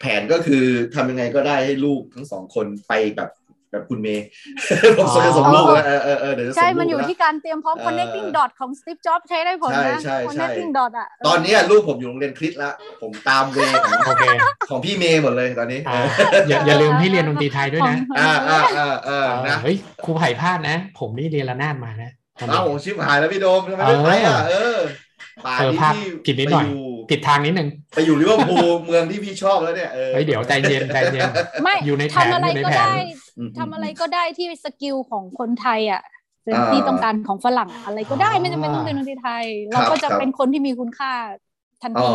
แผนก็คือทำยังไงก็ได้ให้ลูกทั้งสองคนไปแบบแบบคุณเมย์ ผมจะส่งลูกแล้วเออเออเออเดี๋ยวจะส่ง
ใช่
ลูก
มันอยู่
แล้ว
ที่การเตรียมพร้อม
เออ
connecting dot ของ Steve Jobs ใช้ได้ผลนะ
ใช่ใช่ใช่
connecting dot อ่ะ
ตอนเนี้ยลูกผมอยู่โรงเรียนคริสต์ละผมตามเวย์ของ
โอเค
ของพี่เมย์หมดเลยตอนนี้
อ่าอย่าอย่าลืมที่เรียนดนตรีไทยด้วย
ของ
นะ
อ่าอ่าอ่าอ่านะ
เฮ้ยครูไผ่พลาดนะ ผมนี่เรียนระนาดมานะตอน
เอ้า
เด็ก
ชิบหายแล้วพี่โดมทำไมไม่ไปอ่ะเออป่าน
เออ
นี้
พลาด
พี่
ผิดนิด
ไป
หน่อย
อยู่
ผิดทางนิดนึง
ไปอยู่ลิเวอร์พูลเมืองที่พี่ชอบแล้วเนี่ยเออ
เฮ้ยเดี๋ยวใจเย็นใจเย็น
ไม่
อยู่ในแผน
ทำอะไร
อยู่ใน
ก็
แผน
ได้
อืม
ทำอะไรก็ได้ที่สกิลของคนไทยอ่ะหรือ
เออ
ที่ต้องการของฝรั่งอะไรก็ได้
อ่า
ไม่จำเป็นต้องเป็นดนตรีไทย
ครั
เรา
บ
ก็จะ
ครับ
เป็นคนที่มีคุณค่าทัน
อ๋
ที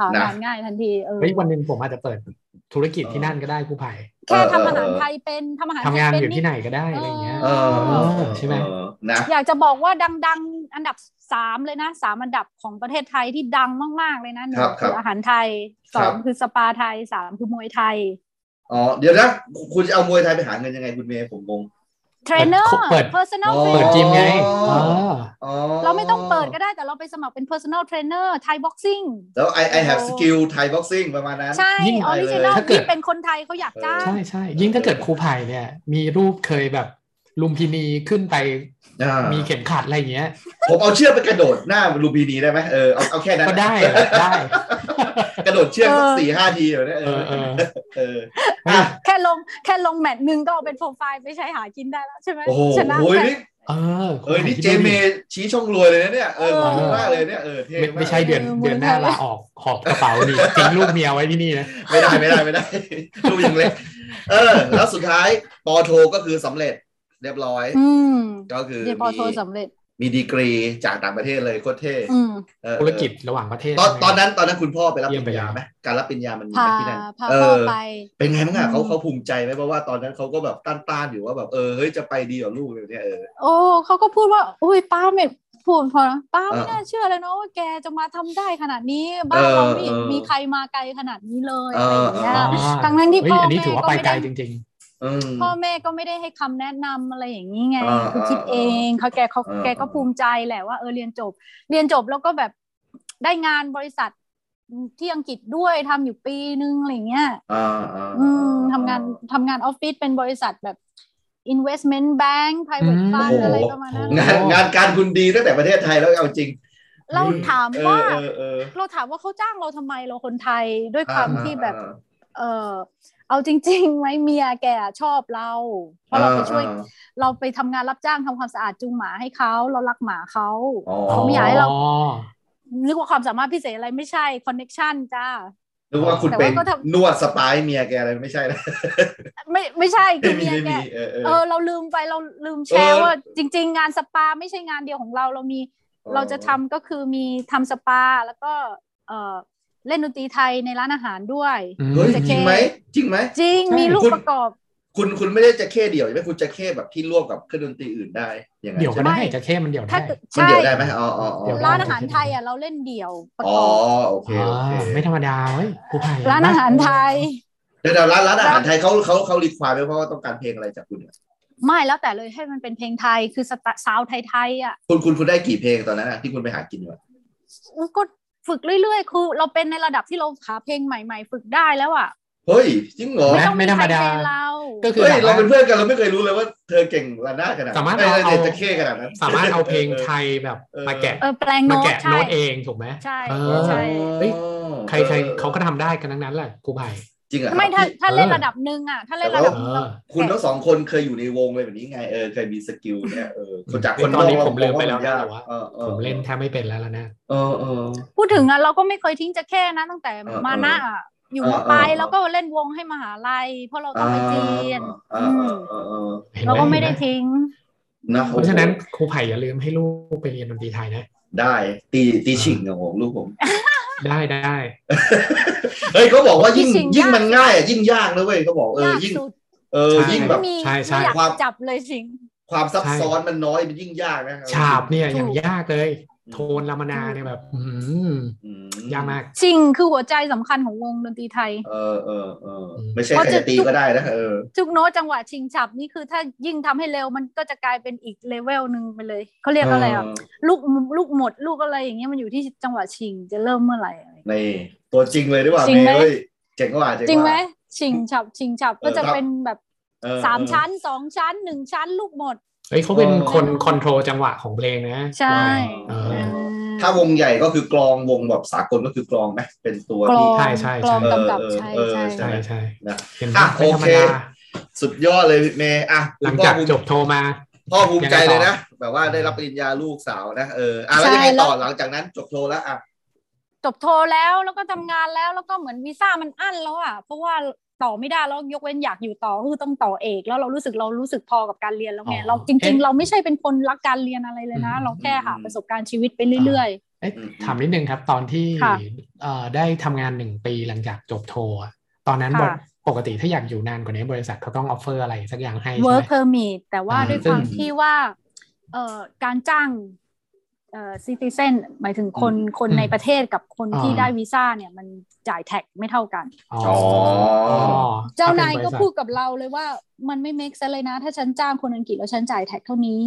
อ
หา
นะ
งานง่ายทันทีเออ
เฮ้ยวันหนึ่งผมอาจจะเปิดธุรกิจที่นั่นก็ได้ครูไผ่
แค่
เออ
ทำอาหาร
เออ
ไทยเป็นทำอาหาร
ทำงาน
ไทย
อ
เป็
ยู่ที่ไหนก็ได้อะไรอย่างเงี้ย
เออ
ใช่ไหม
เออ นะ
อยากจะบอกว่าดัง ๆ อันดับสามเลยนะสามอันดับของประเทศไทยที่ดังมาก ๆ เลยนะหนึ่
ครั
ง
บ
คือ
ครับ
อาหารไทยสอง
ครับ
คือสปาไทยสามคือมวยไทย
อ๋อเดี๋ยวนะคุณจะเอามวยไทยไปหาเงินยังไงคุณเมย์ผมงง
เทรนเนอร์
เปิด
personal
อ๋อ
เปิด
trainer
จิมไง
อ๋
อ๋
อ
อ
อ๋อ
เราไม่ต้องเปิดก็ได้แต่เราไปสมัครเป็น personal trainer ไทย boxing
แล้ว I I have skill Thai boxing ประมาณนั้น
ใช่ออริจินอล
ถ้าเกิด
ที่เป็นคนไทยเขาอยากจ้าง
ใช่ใช่ยิ่งถ้าเกิดครูไผ่เนี่ย มีรูปเคยแบบลุมพินีขึ้นไป
อ่า
มีเข็มขัดอะไรอย่างเงี้ย
ผมเอาเชือกไปกระโดดหน้าลูบีนีได้ไหมเออเอาเอาแค่นั้น
ก็ได้แหละได้
กระโดดเชือกสัก
เออ
สี่ห้าทีแบบนี้
เอ
เอ
อ
อ
เออ
เออ
เฮ้ย
แค่ลงแค่ลงแมตช์หนึ่งก็เอาเป็นโปรไฟล์ไปใช้หากินได้แล้วใช่ไหม
โอ้โห
ชนะ
โอ้ย
แมตช์
นี่
เออ
เออนี่
ครู
เจ
ไผ่
เม
ที่
ย์ชี้ช่องรวยเลยนะเนี่ยเออ
เออ
ขอบคุณมากเลยเนี่ยเออ
ไม่
เท่าก
ไม่ใช่เดือน
เออ
เดือนหน้า
มือไทย
ลาออกหอบกระเป๋าห นี่ทิ้งลูกเมียไว้ที่นี่นะ
ไม่ได้ไม่ได้ไม่ได้ ดูกยังเล็กเออ แล้วสุดท้ายปอโทก็คือสำเร็จเรียบร้อย
อืม
ก็คือ
เรียนปอโทสำเร็จ
มีดีกรีจากต่างประเทศเลยโคตรเท่
อืม
เออ
ธุรกิจระหว่างประเทศ
ตอน
ใช่ไหม
ตอนนั้นตอนนั้นคุณพ่อไปรับป
เยี่ย
ริญ
มไป
ญาไหมการรับปริญญามันมี
พา
ไหมที่นั่น
พา
เอ
พ่อ
อ
ไป
เป็นไงบ้างอะเขา
อืม
เขาภูมิใจไหมเพราะว่าตอนนั้นเขาก็แบบต้านๆอยู่ว่าแบบเออเฮ้ยจะไปดีกับลูกเลยเนี่ยเออ
โอ้เขาก็พูดว่าอุ้ยป้าไม่พูดพอนะป้าไม่
เออ
น่าเชื่อเลยเนาะว่าแกจะมาทำได้ขนาดนี้ บ้านเรา
เออ
ไม่เห็น
เออ
มีใครมาไกลขนาดนี้เลย
เอ
อะไรอ
อ
ย่างเงี้ย
อ๋อ
ดังนั้นที่
เฮ้ย
พ่ออั
นนี้ถือว่าไปไกล
แม่ก็ไม่ได้
จริง
อืม
พ่อแม่ก็ไม่ได้ให้คำแนะนำอะไรอย่างนี้ไง
เออ
คือคิด
เออ
เองเขาแกเขา
เออ
แกก็
เออ
ภูมิใจแหละว่าเออเรียนจบ เรียนจบแล้วก็แบบได้งานบริษัทที่อังกฤษด้วยทำอยู่ปีนึงอะไรอย่างเงี้ย
อ่าอ่า
อืมทำงานทำงานออฟฟิศเป็นบริษัทแบบ investment bank private
อืม
fund
โอ้โห
อะไรประมาณนั้น
งาน
โอ้
งานการคุณดีตั้งแต่ประเทศไทยแล้วเอาจริง
เราถาม
เอ
ว่า
อเออเออ
เราถามว่าเขาจ้างเราทำไมเราคนไทยด้วยความที่แบบเออ
อ่า
เอาจริงๆไหมเมียแกชอบเราเพราะเราไปช่วย
อ่า
เราไปทำงานรับจ้างทำความสะอาดจูงหมาให้เขาเรารักหมาเขา
อ๋อ
ๆ
เขาไม่อยากให้เรา
อ๋อ
นึกว่าความสามารถพิเศษอะไรไม่ใช่คอนเน็ชันจ้า
นึกว่าคุณ
แต่
เป็น
ว่าก็ทำ
นวดสปายเมียแกอะไรไม่ใช่นะ
ไม่ไม่ ใช่คือ
ไม่มี
เมีย
ไม่
แก
มีเออเออ
เออเราลืมไปเราลืมแชร์
เออ
ว่าจริง ๆ งานสปาไม่ใช่งานเดียวของเราเรามี เราจะทำก็คือมีทำสปาแล้วก็เออเล่นดนตรีไทยในร้านอาหารด้วย
อืม
เฮ้ย
จะ
จ
เก
ริงไหมจริงไหม
จริง
ใช่
มีลูก
คุณ
ประกอบ
คุณคุณไม่ได้จะเข้เดี่ยวใช่ไหมคุณจะเข้แบบที่ร่วมกับเครื่องดนตรีอื่นได้อย่างนั้น
เดี๋ยวก็
ใช่ไหม
ได้
ไม่
จะเข้มันเดี๋ยว
ถ้า
ได้
เกิด
คน
ใช่
เดี่ยวได้ไหมอ๋ออ๋ออ๋อ
เดี๋ยวได้
ร้านอาหารไทยอ่ะเราเล่นเดี่ยวประก
อ๋อ
อบ
โอเค
อ่
โอเค
าไม่ธรรมดาเว้ยครูไผ่
ร้านอาหารไทย
เดี๋ยวเดี๋ยวร้านร้านอาหารไทยเขาเขาเขารีควายไหมเพราะว่าต้องการเพลงอะไรจากคุณเนี่ย
ไม่แล้วแต่เลยให้มันเป็นเพลงไทยคือสไตล์ซาวด์ไทยๆอ่ะ
คุณคุณคุณได้กี่เพลงตอนนั้นอะที่คุณไปหากินอยู่อะ
อู้ก็ฝึกเรื่อยๆคือเราเป็นในระดับที่เราหาเพลงใหม่ๆ ฝึกได้แล้วอ่ะ
เฮ้ยจริงเหรอ
ไม่ต้อง
ไม่ธรรมดา
ใคเป็นเรา
ก็คือ
เฮ้ย
แบบ
เรา
ว่า
เป็นเพื่อนกันเราไม่เคยรู้เลยว่าเธอเก่งระนาดขนาดนั้น
สามารถ
ไม่
เอา
เธอจะเข้ขนาดนั้น
สามารถเอาเพลงไทยแบบ
เออ
มาแกะ
เออแปลง
มา
โน้ต
แกะ
ใช่
โน้ตเองถูกไหม
ใช่
เอ
เออ
อ
ใช่
เฮ้ย ใครใครเขาก็ทำได้กันทั้งนั้นแหละครูไผ่
จริงเหรอ
ไม่
ค
ถ้าถ้า
รับ
เออ
เล่นระดับหนึ่งอ่ะ ถ้าเล่นระดับหนึ่ง
เอ
เรา
อ
คุณทั้งสองคนเคยอยู่ในวงเลยแบบนี้ไงเออเคยมีสกิลเนี่ยเออคนจากคน
ตอนนี้
ก
ผมลืมไปแล้วนะแต่ว่า
เออออ
ผมเล่นแทบไม่เป็นแล้วแล้วนะ
เออเออ
พูดถึงอ่ะเราก็ไม่เคยทิ้งจะแค่นะตั้งแต่
เออ
มานะอ่ะอยู่
เออ
มปลาย
เออ
แล้วก็เล่นวงให้มหาลัย เพราะเราต้องไปจีน
เออเออเออเออ
เห็นห
เราก็ไม่ได้
เห็นห
ทิ้ง
นะ
เพราะฉะนั้นครูไผ่อย่าลืมให้ลูกไปเรียนดนตรีไทยนะ
ได้ตีตีชิงของผมลูกผม
ได้ได้
เฮ้ยเขาบอกว่ายิ่ง
ตีชิง
ยิ่ง
ยาก
มันง่ายอ่ะยิ่งยากนะเว้ยเขาบอกเออย
าก
ยิ่ง
สุด
เออยิ่งแบบ
ไม่มี
ใช่
ไม่
ใช่
อยาก
ความ
จับเลยสิง
ความซับซ้อนมันน้อยมันยิ่งยากนะ
ฉาบเนี่ยอย่างยากเลย
อืม
โทนลามานาเนี่ยแบบอืม
อืม
ยากมาก
ชิงคือหัวใจสำคัญของวงดนตรีไทย
เออเออเออ
อืม
ไม่ใช่
เพ
ใคร
ราะ
จะ
จะ
ตีก็ได้นะเออ
ทุกโน้ตจังหวะชิงฉับนี่คือถ้ายิ่งทำให้เร็วมันก็จะกลายเป็นอีกเลเวลหนึ่งไปเลยเขาเรียกอะไรอ่ะลูกลูกหมดลูกอะไรอย่างเงี้ยมันอยู่ที่จังหวะชิงจะเริ่มเมื่อไหร่อะไร
ในตัวจริงเลยดีกว่า
จริงไหม
เมย์เฮ้ยเจ๋งกว่าเจ๋ง
จริงไหม
กว่า
ชิงฉับชิงฉับ
เออ
ก็จะ
ครับ
เป็นแบบ
เออ
สาม
เออ
ชั้นสองชั้นหนึ่งชั้นลูกหมด
เฮ้ยเขาเป็น
เออ
คนคอนโทรลจังหวะของเพลงนะ
ใช่
เอ
เอ
อ
อถ้าวงใหญ่ก็คือกลองวงแบบสากลก็คือกลองไหมเป็นตัว
กลอ
ที่
ง
ใช่ใช่
กลอง
ใช่
กำกับ
เออ
ใช่
เออ
ใช่
ใช่
ใช่ใช่
นะ
เห็นไหม
อ่ะ
ไม่ธรรม
โอ
ดา
เค สุดยอดเลยเมย์อ่ะ
หลังจากจบโทรมา
พ่อภูมิใจ
ยังไงต่อ
เลยนะ แบบว่าได้รับปริญญาลูกสาวนะเอออ่ะแล้วยังไงต่อหลังจากนั้นจบโทรแล้วอ่ะ
จบโทรแล้วแล้วก็ทำงานแล้วแล้วก็เหมือนวีซ่ามันอั้นแล้วอ่ะเพราะว่าต่อไม่ได้แล้วยกเว้นอยากอยู่ต่อคือต้องต่อเอก แล้วเรารู้สึกเรารู้สึกพอกับการเรียนแล้วไง
อ๋อ
เราจริง ๆ เราไม่ใช่เป็นคนรักการเรียนอะไรเลยนะ
อืม
เราแค่หา
อืม
ประสบการณ์ชีวิตไปเรื่อย
เอ๊ะ
อืม
ถามนิดนึงครับ ตอนที่
ค่ะ
เอ่อได้ทำงานหนึ่งปีหลังจากจบโทรอะตอนนั้น
ค่ะ
บริปกติถ้าอยากอยู่นานกว่านี้บริษัทเขาต้องออฟเฟอร์อะไรสักอย่างให้
ๆ
ใช่ไห
work
ม
permit แต่ว่า
อ่า
ด้วยความ
ซึ่ง
ที่ว่า เอ่อการจ้างเอ่อซิติเซนหมายถึงคนคน
อืม
ในประเทศกับคน
อ่า
ที่ได้วีซ่าเนี่ยมันจ่ายแท็กไม่เท่ากัน
อ๋อ
อ๋อ
เจ้านายก็
ถ้ป็บริษัท
พูดกับเราเลยว่ามันไม่ make sense เลยนะ ถ้าฉันจ้างคนอังกฤษแล้วฉันจ่ายแท็กเท่านี้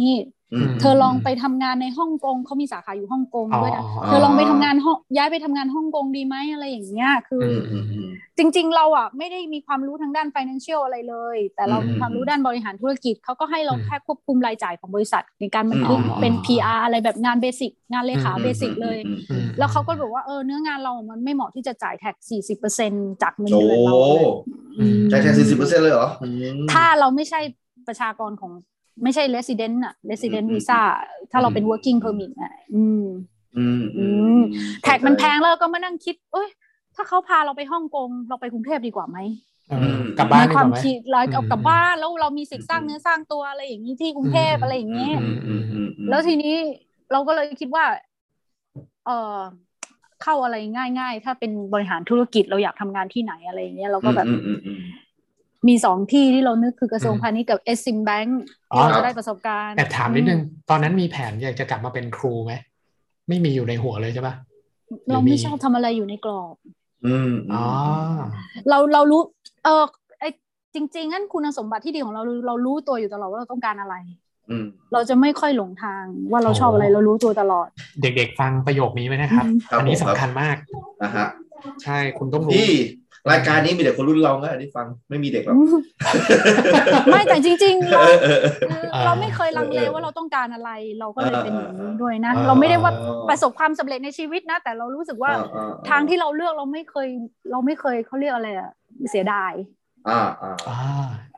อืม
เธอลองไปทำงานในฮ่องกงเขามีสาขาอยู่ฮ่องกงด้วยนะ
อ๋อ
เธอลองไปทำงานห้องย้ายไปทำงานฮ่องกงดีไหมอะไรอย่างเงี้ยคืออ
อืมอืมอืม
จริงๆ เราอ่ะไม่ได้มีความรู้ทางด้าน financial อะไรเลย แต่เรา
อืม
มีความรู้ด้านบริหารธุรกิจเขาก็ให้เรา
อืม
แค่ควบคุมรายจ่ายของบริษัท ในการบันทึก
อืม
เป็น PR อะไรแบบงานเบสิกงานเลขา
อืม
เบสิกเลย
อืมอื
อื
ม
ม
แล้วเขาก็บอกว่าเออเนื้องานเราอ่ะมันไม่เหมาะที่จะจ่ายแท็ก 40%จากเงิน
โอ้
เดือนเราเลยอืม
ใจแค่สี่สิบเปอร์เซ็นต์เลยเหรอ
ถ้าเราไม่ใช่ประชากรของไม่ใช่ resident อะ resident
อืม
visa ถ้าเราเป็น working permit อ่ะอืม
อืมอืม
แท็กมันแพงแล้วก็มานั่งคิดเอ้ยถ้าเขาพาเราไปฮ่องกงเราไปกรุงเทพดีกว่าไหม
เออกลับบ้าน
ในค
ดี
วา
กว่าม ไหม
คิดร้อย
อืม
กับกับบ้านแล้วเรามีสิทธิ์สร้าง
อืม
เนื้อสร้างตัวอะไรอย่างนี้ที่กรุงเทพ
อืม
อะไรอย่างนี้ย
อืมอืมอืมอืม
แล้วทีนี้เราก็เลยคิดว่า เออเข้าอะไรง่าย ๆ ถ้าเป็นบริหารธุรกิจเราอยากทำงานที่ไหนอะไรอย่างเงี้ยเราก็แบบ
อืมอืมอืม
มีสองที่ที่เรานึกคือกระทรวง
อืม
พาณิชย์กับ s อ i m Bank
อ๋
ที่
อ
เราจะได้ประสบการณ์
แอบถามนิดนึง ตอนนั้นมีแผนอยากจะกลับมาเป็นครูไหม ไม่มีอยู่ในหัวเลยใช่ปะ
เราไม่
หรือมี
ชอบทำอะไรอยู่ในกรอบ
อืมม
อ๋อ
เราเรารู้ เออไอจริง ๆ งั้นคุณสมบัติที่ดีของเราเรารู้ตัวอยู่ตลอดว่าเราต้องการอะไร
อืม
เราจะไม่ค่อยหลงทางว่าเรา
โอ้
ชอบอะไรเรารู้ตัวตลอด
เด็กๆฟังประโยคนี้ไว้นะครับ
ครับ
อันนี้
ผมค
สำ
รับ
คัญมาก
นะฮะ
ใช่คุณต้องรู้
ที่รายการนี้มีแต่คนรุ่นเราไงที่ฟังไม่มีเด็กหรอก
ไม่แต่จริงๆเรา
เออเออเออ
คือ
เออ
เราไม่เคยลังเล
เออ
ว่าเราต้องการอะไร เราก็เลยเป็นอย่างนี้
เออ
ด้วยนะ
เออ
เราไม่ได้ว่า
เออ
ประสบความสำเร็จในชีวิตนะ แต่เรารู้สึกว่า
เออเออ
ทางที่เราเลือกเราไม่เคย เราไม่เคยเขาเรียกอะไรอะเสียดาย
อ่าอ่า
อ่า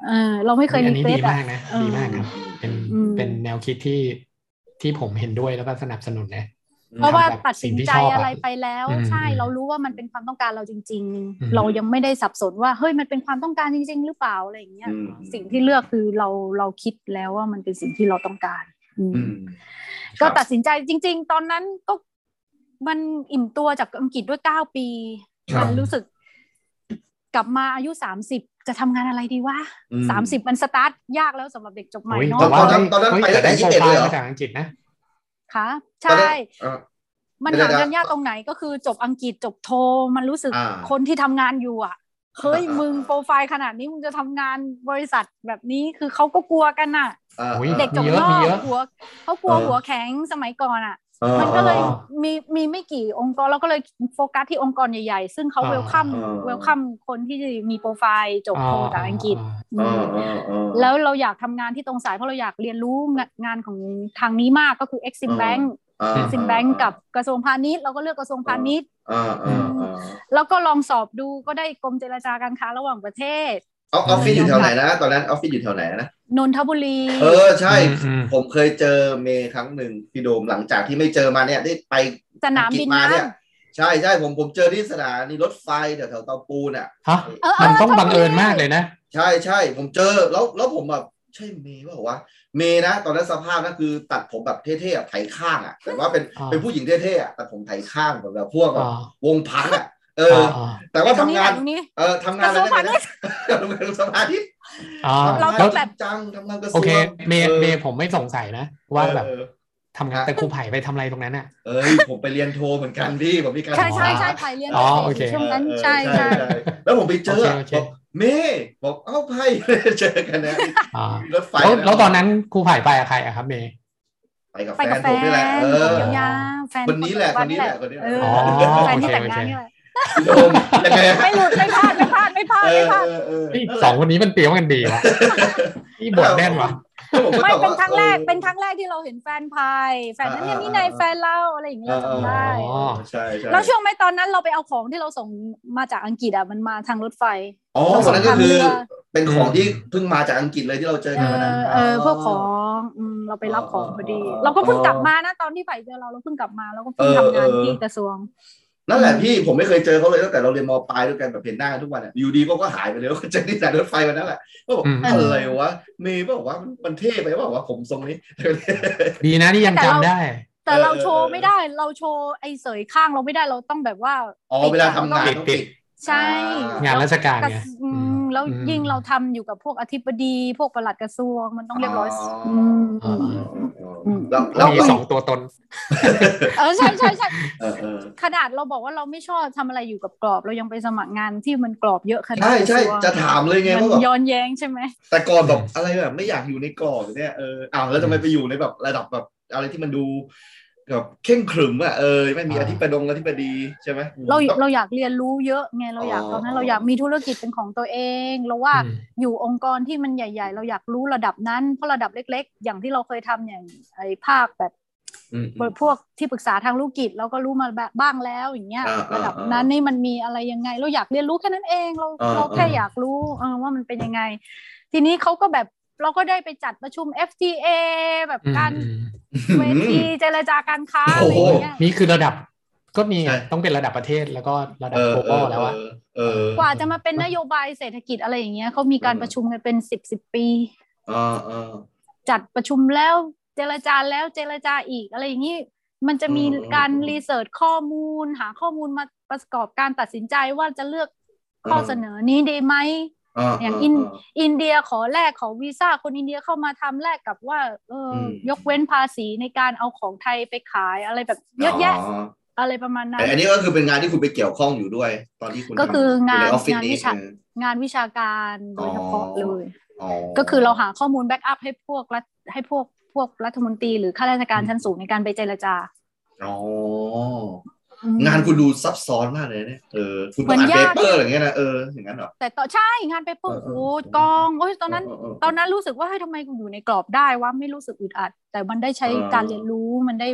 เออเราไม่เคย
อัน
รี
นี้
เฟ
ดี
ซอะ
มากนะ
เออ
ดีมากครับ เป็น
อืม
เป็นแนวคิดที่ ที่ผมเห็นด้วยแล้วก็สนับสนุนนะ
เพราะว่า
ทำแบบ
ตัดสิน
สิ่งที่
ใจ
ชอบอะ
อะไรไปแล้ว
อืม
ใช่
อืม
เรารู้ว่ามันเป็นความต้องการเราจริง
อืม
ๆ เรายังไม่ได้สับสนว่าเฮ้ยมันเป็นความต้องการจริง ๆ หรือเปล่าอะไรอย่างเงี้ย
อืม
สิ่งที่เลือกคือเราเราคิดแล้วว่ามันเป็นสิ่งที่เราต้องการอืม
อืม
ก็ตัดสินใจจริง ๆ ตอนนั้นก็มันอิ่มตัวจากอังกฤษด้วยเก้าปี
ครั
มั
บ
นรู้สึก กลับมาอายุสามสิบจะทำงานอะไรดีวะ
อื
สามสิบมันสตาร์ทยากแล้วสำหรับเด็กจบใหม่
โอ้ย
เนาะ
แต่
ว่า
ตอนนั้นตอนนั้น
ฮ้
ไปตั้งแต่
ด้
21เลยเหรอ
มาจากอังกฤษนะ
ค่ะ
ตอน
ใช่
นั้นอ่า
มัน
เดี๋ย
หาว
ๆ
กันยากตรงไหนก็คือจบอังกฤษจบโท มันรู้สึก
อ่า
คนที่ทำงานอยู่อ่ะเฮ้ย
อ่ามึ
มึงโปรไฟล์ขนาดนี้มึงจะทำงานบริษัทแบบนี้คือเขาก็กลัวกันอ่ะ
อ่า
โอ้ย
เด็กจบ
มีเย
นอก
อะมีเยอะ
หัวเขากลัว
เออ
หัวแข็งสมัยก่อนอ่ะ
อ่า
มันก็เลยมีมีไม่กี่องค์กรเราก็เลยโฟกัสที่องค์กรใหญ่ๆ ซึ่งเขา
อ่า
เวลคัม
เออ
เวลคัมคนที่มีโปรไฟล์จบโทจากอังกฤษ
อ่า
อืม
อ่าอ่า
แล้วเราอยากทำงานที่ตรงสายเพราะเราอยากเรียนรู้งะงานของทางนี้มากก็คือ Exim
อ่า
Bank
อ่า
Exim Bank กับกระทรวงพาณิชย์เราก็เลือกกระทรวงพาณิชย์
อ่าอ่าอ่า
แล้วก็ลองสอบดูก็ได้กรมเจรจาการค้าระหว่างประเทศ
เอาออฟฟิศอยู่แถวไหนนะตอนนั้นออฟฟิศอยู่แถวไหนนะ
นนทบุรี
เออใช่
อืมอืม
ผมเคยเจอเมย์ครั้งหนึ่งพี่โดมหลังจากที่ไม่เจอมาเนี่ยได้ไป
สนามบิน
อังกฤษมา
น้
เนี่ยใช่ใช่ผมผมเจอที่สถานีรถไฟแถวแถวเตาปูนอ่ะ
ฮะ
ำเออเอ
มัน
อ
ต้อง
ชล
บังเอิญมากเลยนะ
ใช่ใช่ผมเจอแล้วแล้วผมแบบใช่เมย์เปล่าวะเมย์นะ ตอนนั้นสภาพนะคือตัดผมแบบเท่ๆอะไถข้างอ่ะแต่ว่าเป็น
อ่า
เป็นผู้หญิงเท่ๆอะตัดผมไถข้างแบบแบบพวกแบบ
อ๋อ
วงพังอ่ะเอ
อ๋
อ
ออ๋อ
แต่ว่า
ตรง
ทำ
นี้
งาน
ตรงนี้
เออทำงานอะไร
กระทรวงพาณิ
ได้
ชย์
ทำงานกระทรวงพาณิชย์
อ๋อ
ทำงาน
เรา
จ
ต้
ริ
องแบบ
งจังทำงานกระทรวง
โอเคเมย์
ออ
เมย์ผมไม่สงสัยนะ ว่าแบบ
เออ
ทำงานแต่ครูไผ่ไปทำอะไรตรงนั้นอ่ะ
เอ้ยผมไปเรียนโทเหมือนกันพี่ผมมีการ
ใช่ใช่
อ๋อ
ใช่ไปเรียน
อ๋อโอเค
ช่วงนั้น
เออ
ใช่ใช่
แล้วผมไปเจอ
โอเค
บอ
โอเค
กเมย์บอกเอ้าไพ่ เจอกันนะ
อ่าร
ถไฟ
แล้วแล้วตอนนั้นครูไผ่ไปกับใครอะครับเมย์
ไปกับ
ไป
แฟ
กับ
น
แฟน
ผมนี่แหละเออ
ยาวๆแฟน
คนนี้แหละ
ปัจจุบั
คนนี้แห
เอ
ละ
อ
คนนี้แหละ
อ๋อ
แฟนที่
โอเค
แต่งงาน
โอเค
นี่แหละ
โดมยังไงอะ
ไม่หลุดไม่พลาดไม่พลาดไม่พลาด
เอ
ไม่
อ
พลาด
เออเออ
นี่สองคนนี้มันเตรียมกันดีวะนี่บทแน่นวะ
แล้วผ
ไม่
ตอบ
เป็น
ว่า
ครั้งแรก
ออ
เป็นครั้งแรกที่เราเห็นแฟนพายแฟนนั้นเนี่ย
อ่า
นี่นาย
อ่า
แฟนเราอะไรอย่างเงี้ยเราจำได้
อ๋อ
ใช่ใช่
แล้วช่วงไหมตอนนั้นเราไปเอาของที่เราส่งมาจากอังกฤษอ่ะมันมาทางรถไฟ
อ๋อ
เรา
คนนั้น
ส
ก็
องพัน
คือ
เรือ
เป็นของที่เพิ่งมาจากอังกฤษเลยที่เราเจอ
เอ
กันวันนั้น
อเออพวกของอืมเราไปรับของพอดี
อ๋อ
เราก็เพิ่งกลับมานะตอนที่ไผ่เจอเราเราเพิ่งกลับมาเราก็เพิ่งทำงาน
เออเออ
ที่กระทรวง
นั่นแหละพี่ผมไม่เคยเจอเขาเลยตั้งแต่เราเรียนมปลายด้วยกันแบบเห็นหน้ากันทุกวันอะอยู่ดีก็ก็หายไปเลยแล้วก็เจอที่สายรถไฟวันนั้นแหละก็บอก
อืม
อะไรวะเมย์บอกว่ามันมันเท่ไปบอกว่าวะผมทรงนี้
ดีนะที่ยังจำได้
แต่
เออ
เราโช
เอ
ว์
อ
ไม่ได้เราโชว์ไอ้เสยข้างเราไม่ได้เราต้องแบบว่า
อ๋อเวลาทำงาน
ปิด
ต้องปิ
ปิด
ด
ใช่
อ่า
งานราชการ
กระ
ไง
อืม แล้ว
อืม
ยิ่งเราทำอยู่กับพวกอธิบดี พวกประหลัดกระทรวงมันต้องเรียบร้อย
อ๋ออื
มอืม อืม
แล้ว
เรา
แล้ว
มีสองตัวตน
เออใช่ใช่ใช่
เออเออ
ขนาดเราบอกว่าเราไม่ชอบทำอะไรอยู่กับกรอบ เรายังไปสมัครงานที่มันกรอบเยอะขนาด
ใช่
กระทรวง
ใช่จะถามเลยไง
มั
ว่าน แบบ
ย้อนแย้งใช่ไหม
แต่ก่อนแบบอะไรแบบไม่อยากอยู่ในกรอบเนี่ยเอออ้าวแล้วทำไม
อืม
ไปอยู่ในแบบระดับแบบอะไรที่มันดูแบบเข่งขรึมอะเออไม่มี
อ่า
อธิบดงอธิบดีใช่ไหมอืม
เราเราอยากเรียนรู้เยอะไงเราอยาก
อ๋อ
ตอนนั้นเราอยากมีธุรกิจเป็นของตัวเอง เราว่า
อืม
อยู่องค์กรที่มันใหญ่ ๆ เราอยากรู้ระดับนั้นเพราะระดับเล็ก ๆ อย่างที่เราเคยทำอย่างไอ้ภาคแบบ
อืม
พวกที่ปรึกษาทางธุรกิจเราก็รู้มาแบบบ้างแล้วอย่างเงี้ย
อ่า
ระดับ
อ่า
นั้นนี่มันมีอะไรยังไง เราอยากเรียนรู้แค่นั้นเองเรา
อ่า
เราแค่
อ่า
อยากรู้เออว่ามันเป็นยังไง ทีนี้เขาก็แบบเราก็ได้ไปจัดประชุม FTA แบบการ
อืม
เวทีเจรจาการค้าอะไรอย่างเงี้ย
นี่คือระดับก็มีไง
ใช่
ต้องเป็นระดับประเทศแล้วก็ระดั
เอบ อ
g l o
เออ
b a l แล้วอะ
เออ
กว่าจะมาเป็นนโยบายเศรษฐกิจอะไรอย่างเงี้ยเขามีการ
อืม
ประชุมกันเป็นสิบสิบปี
เออเออ
จัดประชุมแล้วเจรจาแล้วเจรจาอีกอะไรอย่างนี้ มันจะมี
อืม
การ
อืม
รีเสิร์ชข้อมูล หาข้อมูลมาประกอบการตัดสินใจว่าจะเลือกข้อเสนอนี้ดีไหม
เ
อย่างอิน อินเดียขอแลกขอวีซ่าคนอินเดียเข้ามาทำแลกกับว่าเอออ
ม
ยกเว้นภาษีในการเอาของไทยไปขายอะไรแบบเยอะแยะอะไรประมาณนั้น
แต่อันนี้ก็คือเป็นงานที่คุณไปเกี่ยวข้องอยู่ด้วย ตอนที่คุณ
ก็คืองาน
ยู่ในออฟฟิศ
งาน
นี้
วิชา
เออ
งานวิชาการโดยเฉพาะ
อ๋อ
เลย
อ๋อ
ก็คือเราหาข้อมูลแบ็กอัพให้พวกรัฐให้พวกพวกรัฐมนตรีหรือข้าราชการ
อืม
ชั้นสูงในการไปเจรจา
อ๋อ
งาง
านคุณดูซับซ้อนมากเลยเนี่ย เออ คุณต้องอ่านเปเปอร์อย่างเงี้ยนะ เออ อย่างนั้นเหรอ
แต่ต่อใช่งานไปปุ๊บ
เออเออ
โอ้โหกองโอ้ยตอนนั้น
เเ
ตอนนั้นรู้สึกว่าให้ยทำไมกูอยู่ในกรอบได้ว่าไม่รู้สึกอึดอัด แต่มันได้ใช้
เออ
การเรียนรู้มันได้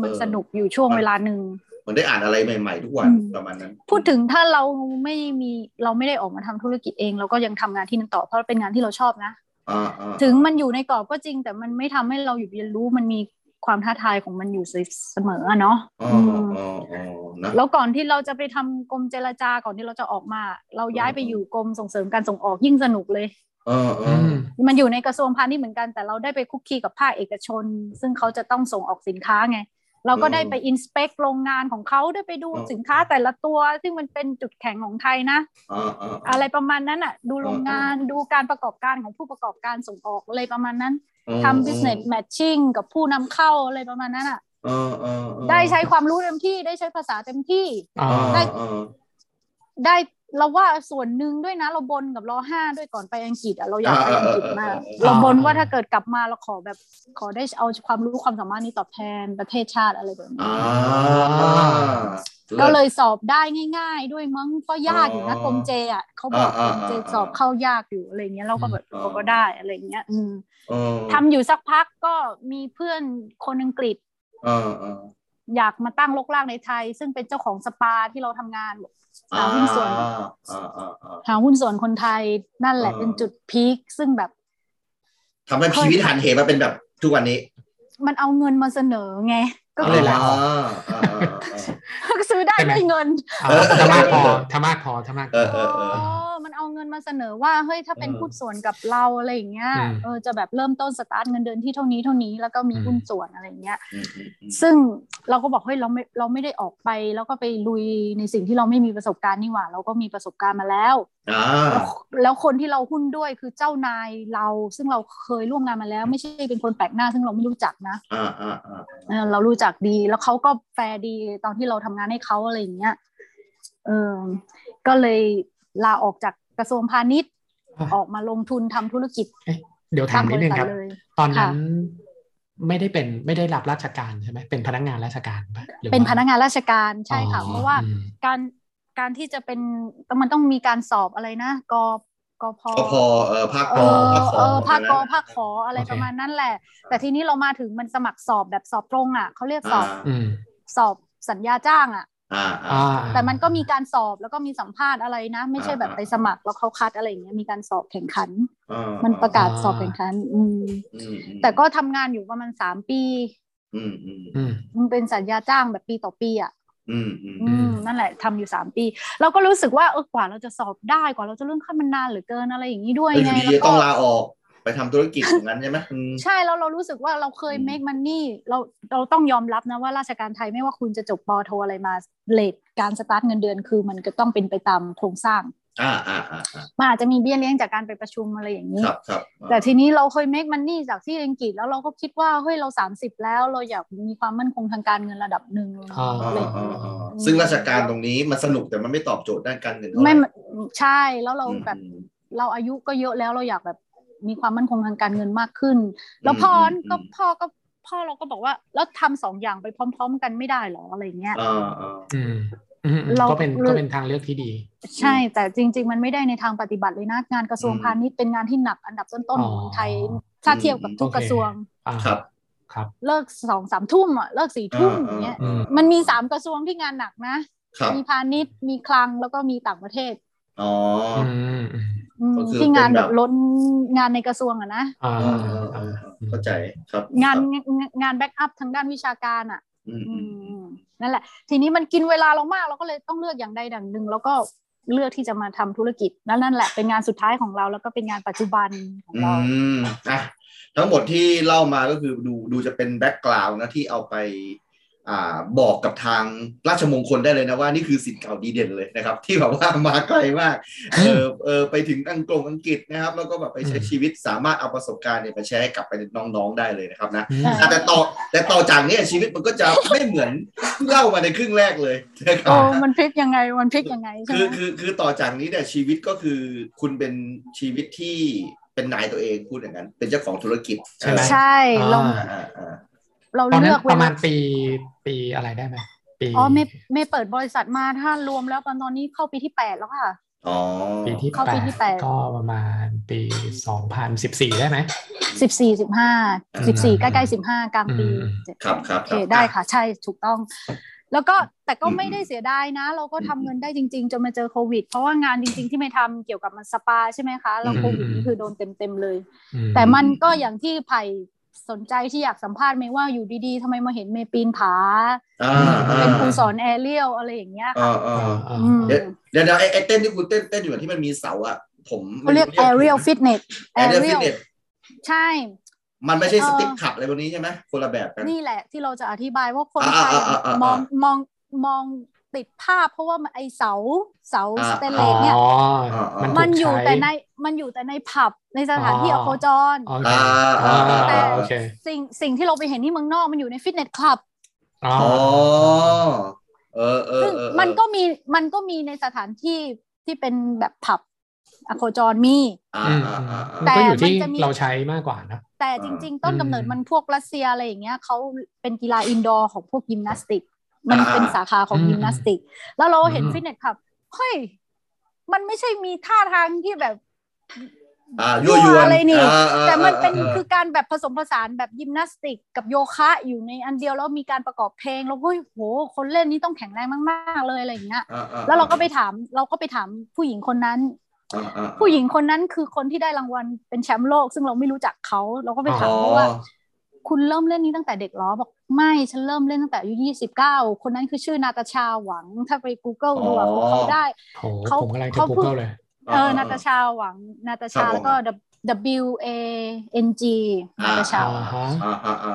มัน
เออ
สนุกอยู่ช่วงเวลาหนึ่ง
มันได้อ่านอะไรใหม่ ๆ ทุกวัน
อืม
ประมาณนั้น
พูดถึงถ้าเราไม่มีเราไม่ได้ออกมาทำธุรกิจเอง เราก็ยังทำงานที่นั่นต่อเพราะเป็นงานที่เราชอบนะ
อ่าอ่า
ถึงมันอยู่ในกรอบก็จริง แต่มันไม่ทำให้เราหยุดเรียนรู้มันมีความท้าทายของมันอยู่เสมออะเนาะ
อ๋อ
อืม
อ๋ออ๋อนะ
แล้วก่อนที่เราจะไปทำกรมเจรจาก่อนที่เราจะออกมา เราย้ายไปอยู่กรมส่งเสริมการส่งออกยิ่งสนุกเลย
เออเอ
อื
อ
ม
มันอยู่ในกระทรวงพาณิชย์เหมือนกันแต่เราได้ไปคุกคีกับภาคเอกชน ซึ่งเขาจะต้องส่งออกสินค้าไง เราก็ได้ไปอินสเปกโรงงานของเขาได้ไปดูสินค้าแต่ละตัว ซึ่งมันเป็นจุดแข็งของไทยนะ
อ่าอ่าอ่า
อะไรประมาณนั้นอ่ะ ดูโรงงานดูการประกอบการของผู้ประกอบการส่งออกอะไรประมาณนั้นทำ business matching กับผู้นำเข้าอะไรประมาณนั้นอ่ะ
เออเออเออ
ได้ใช้ความรู้เต็มที่ได้ใช้ภาษาเต็มที่
อ่า
อ่า
ได้
อ่า
ได้เราว่าส่วนหนึ่งด้วยนะเราบนกับรอห้าด้วยก่อนไปอังกฤษอ่ะเราอยากไปอังกฤษมาก
อ่าอ่าอ่า
เราบนว่าถ้าเกิดกลับมาเราขอแบบขอได้เอาความรู้ความสามารถนี้ตอบแทนประเทศชาติอะไรแบบนี้
อ่า
ก็
ศ
เลยสอบได้ง่าย ๆ ด้วยมั้งก็ยากอยู่นะ
อ๋อก
รมเจอ่ะเขาบอก
อ่าก
รมเจ
อ่าอ่า
สอบเข้ายากอยู่อะไรเงี้ยเราก็แบบ
อืม
เราก็ได้อะไรเงี้ย อืม
เออ
ทำอยู่สักพักก็มีเพื่อนคนอังกฤษ
เออเออ
อยากมาตั้งลกลากในไทย ซึ่งเป็นเจ้าของสปาที่เราทำงานบอกหาหุ้นส่วน
อ่าอ่าอ่า
หาหุ้นส่วนคนไทยนั่นแหละ
เออ
เป็นจุดพีคซึ่งแบบ
ทำให้ชีวิตหันเหมาเป็นแบบทุกวันนี้
มันเอาเงินมาเสนอไง ก็
เา
คือ
เย
อ
ละ
อ่าอ่าอ่าอ่า
ซื้อได้
ใช่ไหม
ด้วยเงิน
อ่าถ้ามากพอถ้ามากพอถ้ามากพ
เอ
อ
อเออเออ
โอ้มันเอาเงินมาเสนอว่าเฮ้ยถ้าเป็น
เออ
หุ้นส่วนกับเราอะไรอย่างเงี้ย
อืม
เออจะแบบเริ่มต้นสตาร์ทเงินเดือนที่เท่านี้เท่านี้แล้วก็มี
อืม
หุ้นส่วนอะไรอย่างเงี้ย
อืมอืมอืม
ซึ่งเราก็บอกเฮ้ยเราไม่เราไม่ได้ออกไป แล้วก็ไปลุยในสิ่งที่เราไม่มีประสบการณ์นี่หว่า เราก็มีประสบการณ์มาแล้ว
อ่า
แล้วคนที่เราหุ้นด้วยคือเจ้านายเรา ซึ่งเราเคยร่วมงานมาแล้ว ไม่ใช่เป็นคนแปลกหน้าซึ่งเราไม่รู้จักนะ
อ่าอ่าอ่า
เออเรารู้จักดีแล้วเขาก็แฟร์ดีตอนที่เราทำงานให้เขาอะไรอย่างเงี้ยเออก็เลยลาออกจากกระทรวงพาณิชย์
อ่ะ
ออกมาลงทุนทำธุรกิจ
เดี๋ยวถามนิดนึงครับ
เลย
ตอนนั้นไม่ได้เป็นไม่ได้รับราชการใช่ไหมเป็นพนักงานราชการปะหรือว่า
เป็นพนักงานราชการใช่ค่ะ
อ๋อ
เพราะว่า
อืม
การการที่จะเป็นต้องมันต้องมีการสอบอะไรนะกกพ
ก็พอเออภาค
เอ
พอ
อ
ภาคส
เอ
อง
อภาคกอ
นะ
ภาคขออะไร
โอเค
ประมาณนั้นแหละ แต่ทีนี้เรามาถึงมันสมัครสอบแบบสอบตรงอ่ะเขาเรียกสอบ
อ่า
อืม
สอบสัญญาจ้างอ่ะ
อ่าอ่า
อ่า
แต่มันก็มีการสอบแล้วก็มีสัมภาษณ์อะไรนะ ไม่ใช่แบบ
อ่า
ไปสมัครแล้วเขาคัดอะไรอย่างเงี้ยมีการสอบแข่งขัน
อ่า
มันประกาศ
อ่า
สอบแข่งขัน อืม
อืมอืม
แต่ก็ทำงานอยู่ประมาณสามปี
อืมอืม
อืม
มันเป็นสัญญาจ้างแบบปีต่อปีอ่ะ
อืมอืม
อื
อื
ม
ม
นั่นแหละทำอยู่สามปี เราก็รู้สึกว่าเออกว่าเราจะสอบได้กว่าเราจะเรื่องขั้นมันนานเหลือเกินอะไรอย่างนี้ด้วย
แล้วอ
ไง
ยู่ดี
แล้ว
ๆต้
ก็
องลาออกไปทำธุรกิจอย่างนั้นใช่ไหมอืม
ใช่แล้วเรารู้สึกว่าเราเคย
อืม
make money เราเราต้องยอมรับนะว่าราชการไทยไม่ว่าคุณจะจบปอโทอะไรมาเลทการสตาร์ทเงินเดือนคือมันก็ต้องเป็นไปตามโครงสร้าง
อ่าอ่าอ่าอ่า
มันอาจจะมีเบี้ยเลี้ยงจากการไปประชุมอะไรอย่างนี้
ครับครับ
แต่ทีนี้เราเคย make money จากที่อังกฤษแล้วเราก็คิดว่าเฮ้ยเราสามสิบแล้วเราอยากมีความมั่นคงทางการเงินระดับหนึ่ง
อ๋อ
อ่า
อะไรอย่าง
อ่า
เงี้ย
อ่าซึ่งราชการตรงนี้มันสนุกแต่มันไม่ตอบโจทย์ด้านการเงินเท่าหร่
ไม่ใช่แล้วเรา
อืม
แบบ
อืม
เราอายุก็เยอะแล้วเราอยากแบบมีความมั่นคงทางการเงินมากขึ้น แล้วพ่ออ
มอืม
ก็พ่อก็พ่อเราก็บอกว่าแล้วทำสองอย่างไปพร้อม ๆ กันไม่ได้หรออะไรอย่างเงี้ย
อ่าอ่า
อืมอืมอืม
เรา
ก็เป็น
เรา
ก็เป็นทางเลือกที่ดี
ใช่แต่จริง ๆ มันไม่ได้ในทางปฏิบัติเลยนะงานกระทรวง
อืม
พาณิชย์เป็นงานที่หนักอันดับต้นๆของเมืองไทย
อ๋อ
ถ้าเทียบกับทุกกระทรวง
อ่า
ครับ
ครับ
เลิกสองสามทุ่มอ่ะเลิกสี่ทุ่มอย่างเงี้ย
อ่า
มันมีสามกระทรวงที่งานหนักนะ
ครับ
มีพาณิชย์มีคลังแล้วก็มีต่างประเทศ
อ๋อ
อืมอืม
อืม
ก็คือ
ที่งาน
เป็น
แบ
แบบ
บล้นงานในกระทรวงอะนะ
อ่า
อ่าอ่าอ่าเข้าใจครับ
งาน
ครับ
งานแบ็กอัพทางด้านวิชาการอ่ะ
อืม
อืม
อืมอืม
นั่นแหละ ทีนี้มันกินเวลาเรามาก เราก็เลยต้องเลือกอย่างใดอย่างหนึ่ง แล้วก็เลือกที่จะมาทำธุรกิจนั่นนั่นแหละเป็นงานสุดท้ายของเราแล้วก็เป็นงานปัจจุบันของ
อื
เรา
มอ่ะทั้งหมดที่เล่ามาก็คือดูดูจะเป็นแบ็กกราวน์นะที่เอาไป อ่าบอกกับทางราชมงคลได้เลยนะว่านี่คือสินเก่าดีเด่นเลยนะครับ ที่แบบว่ามาไกลมาก เออเออไปถึงอังกฤษอังกฤษนะครับ แล้วก็แบบไปใช้ชีวิตสามารถเอาประสบการณ์เนี่ยไปแชร์ให้กับไปน้องๆได้เลยนะครับนะ
อืม
อ่า
อ่ะแต่ต่อแต่ต่อจากเนี้ชีวิตมันก็จะไม่เหมือนเล่ามาในครึ่งแรกเลยนะครั
โอ้
บ
มันพลิกยังไงมันพลิกยังไงใช่
คื
ไหม
อคือคือต่อจากนี้เนี่ยชีวิตก็คือคุณเป็นชีวิตที่เป็นนายตัวเองพูดอย่างนั้น เป็นเจ้าของธุรกิจ
ใช่ไหม
ใช่เรา
อ่
อ่าอ่าอ่า
เรา
ตอนนั้
เลื
น
อกเว
ประมา
ลา
ณปีปีอะไรได้ไหมปี
อ๋อไม่ไม่เปิดบริษัทมาถ้ารวมแล้วตอนนี้เข้าปีที่แปดแล้วค่ะ
อ๋อ
ปีที่
เข้า
แป
ปี
ด
ที่แปด
ก็ประมาณปีสองพันสิบสี่ได้ไหม
สิบสี่สิบห้าสิบสี่ใกล้ๆสิบห้ากลางปี
อืม
เจ็ด
ครับครับ
โอ
ค
เครับ ได้
อ่
ค่ะใช่ถูกต้อง แล้วก็แต่ก็
อืม
ไม่ได้เสียดายนะ เราก็ทำ
อืม
เงินได้จริง ๆ จนมาเจอโควิด เพราะว่างานจริง ๆ ที่ไม่ทำเกี่ยวกับมันสปาใช่ไหมคะแล้วโควิด
อืม
นี่คือโดนเต็มๆเลย
อืม
แต่มันก็อย่างที่ไผ่สนใจที่อยากสัมภาษณ์เมย์ว่าอยู่ดีๆทำไมมาเห็นเมย์ปีนผา
าอ่า
เป็นครูสอนแอเรียลอะไรอย่างเงี้ยค่ะ
อ่าอ่า
อ่าอ่า
อืม
เดี๋ยวเดี๋ยวไอ้ไอ้เต้นที่คุณเต้นเต้นอยู่อะที่มันมีเสาอ่ะผม
เขาเรียกแอเรียลฟิตเนส
แอ
แอ
เรี
เรีย
ยลฟิต
ล
เนส
ใช่
มันไม่ใช่
เอ่อ
สติ๊กขับอะไรพวกนี้ใช่ไหมคนละแบบกัน
นี่แหละที่เราจะอธิบายว่าคน
อ่า
ไทย
อ่าอ่าอ่าม ม
องมองมองติดภาพ เพราะว่ามันไอเสาเสา
อ่า
สเตนเล
อ๋อ
สเนี่ย
มัน
มันอยู่
ถูกช้
แต่ในมันอยู่แต่ในผับในสถานที่
อ๋
อ
อ
โคจร
โอเค
อ่าอ่า
อ่า
อ่า
โอเค
สิ่งสิ่งที่เราไปเห็นที่เมืองนอกมันอยู่ในฟิตเนสคลับ
อ๋อ
อ๋อเออเออ
ซึ่ง
เออ
มันก็มีมันก็มีในสถานที่ที่เป็นแบบผับอโคจรมี
อ่า
อืม
อ่าอ่า
อืม
แต่
อ่า
ก็อยู่ที่
มันจะมี
เราใช้มากกว่านะ
แต่
อ่า
จริง ๆ ต้นกำเนิด
อืม
มันพวกรัสเซียอะไรอย่างเงี้ยเขาเป็นกีฬาอินดอร์ของพวกยิมนาสติก มันเป็นสาขาของยิมนาสติก แล้วเราเห็นฟิตเนสคลับเฮ้ยมันไม่ใช่มีท่าทางที่แบบ
อ่ายั่วยวน
อะไรนี่
อ่าอ่า
แต่มันเป็น
อ่า
คือการแบบผสมผสานแบบยิมนาสติก กับโยคะอยู่ในอันเดียวแล้วมีการประกอบเพลงแล้วเฮ้ยโห คนเล่นนี่ต้องแข็งแรงมากๆเลยอะไรอย่างเงี้ย
อ่าอ่
แล้วเราก็ไปถามเราก็ไปถามผู้หญิงคนนั้น
อ่าอ่า
ผู้หญิงคนนั้นคือคนที่ได้รางวัลเป็นแชมป์โลก ซึ่งเราไม่รู้จักเขาเราก็ไปถาม
อ๋อ
เขาว่า คุณเริ่มเล่นนี้ตั้งแต่เด็กเหรอบอกไม่ฉันเริ่มเล่นตั้งแต่อายุยี่สิบเก้าคนนั้นคือชื่อนาตาชาหวังถ้าไป Google ดูอะเขาได้
โห
เขา
ผมกำลังจะ
เขา
Google เลย
เออนา
อ่
ตาชาหวังนาตา
ครั
ชา
บผม
แล้วก็ W A N G นาตาชา
อ่า
อ่าอ่าอ่า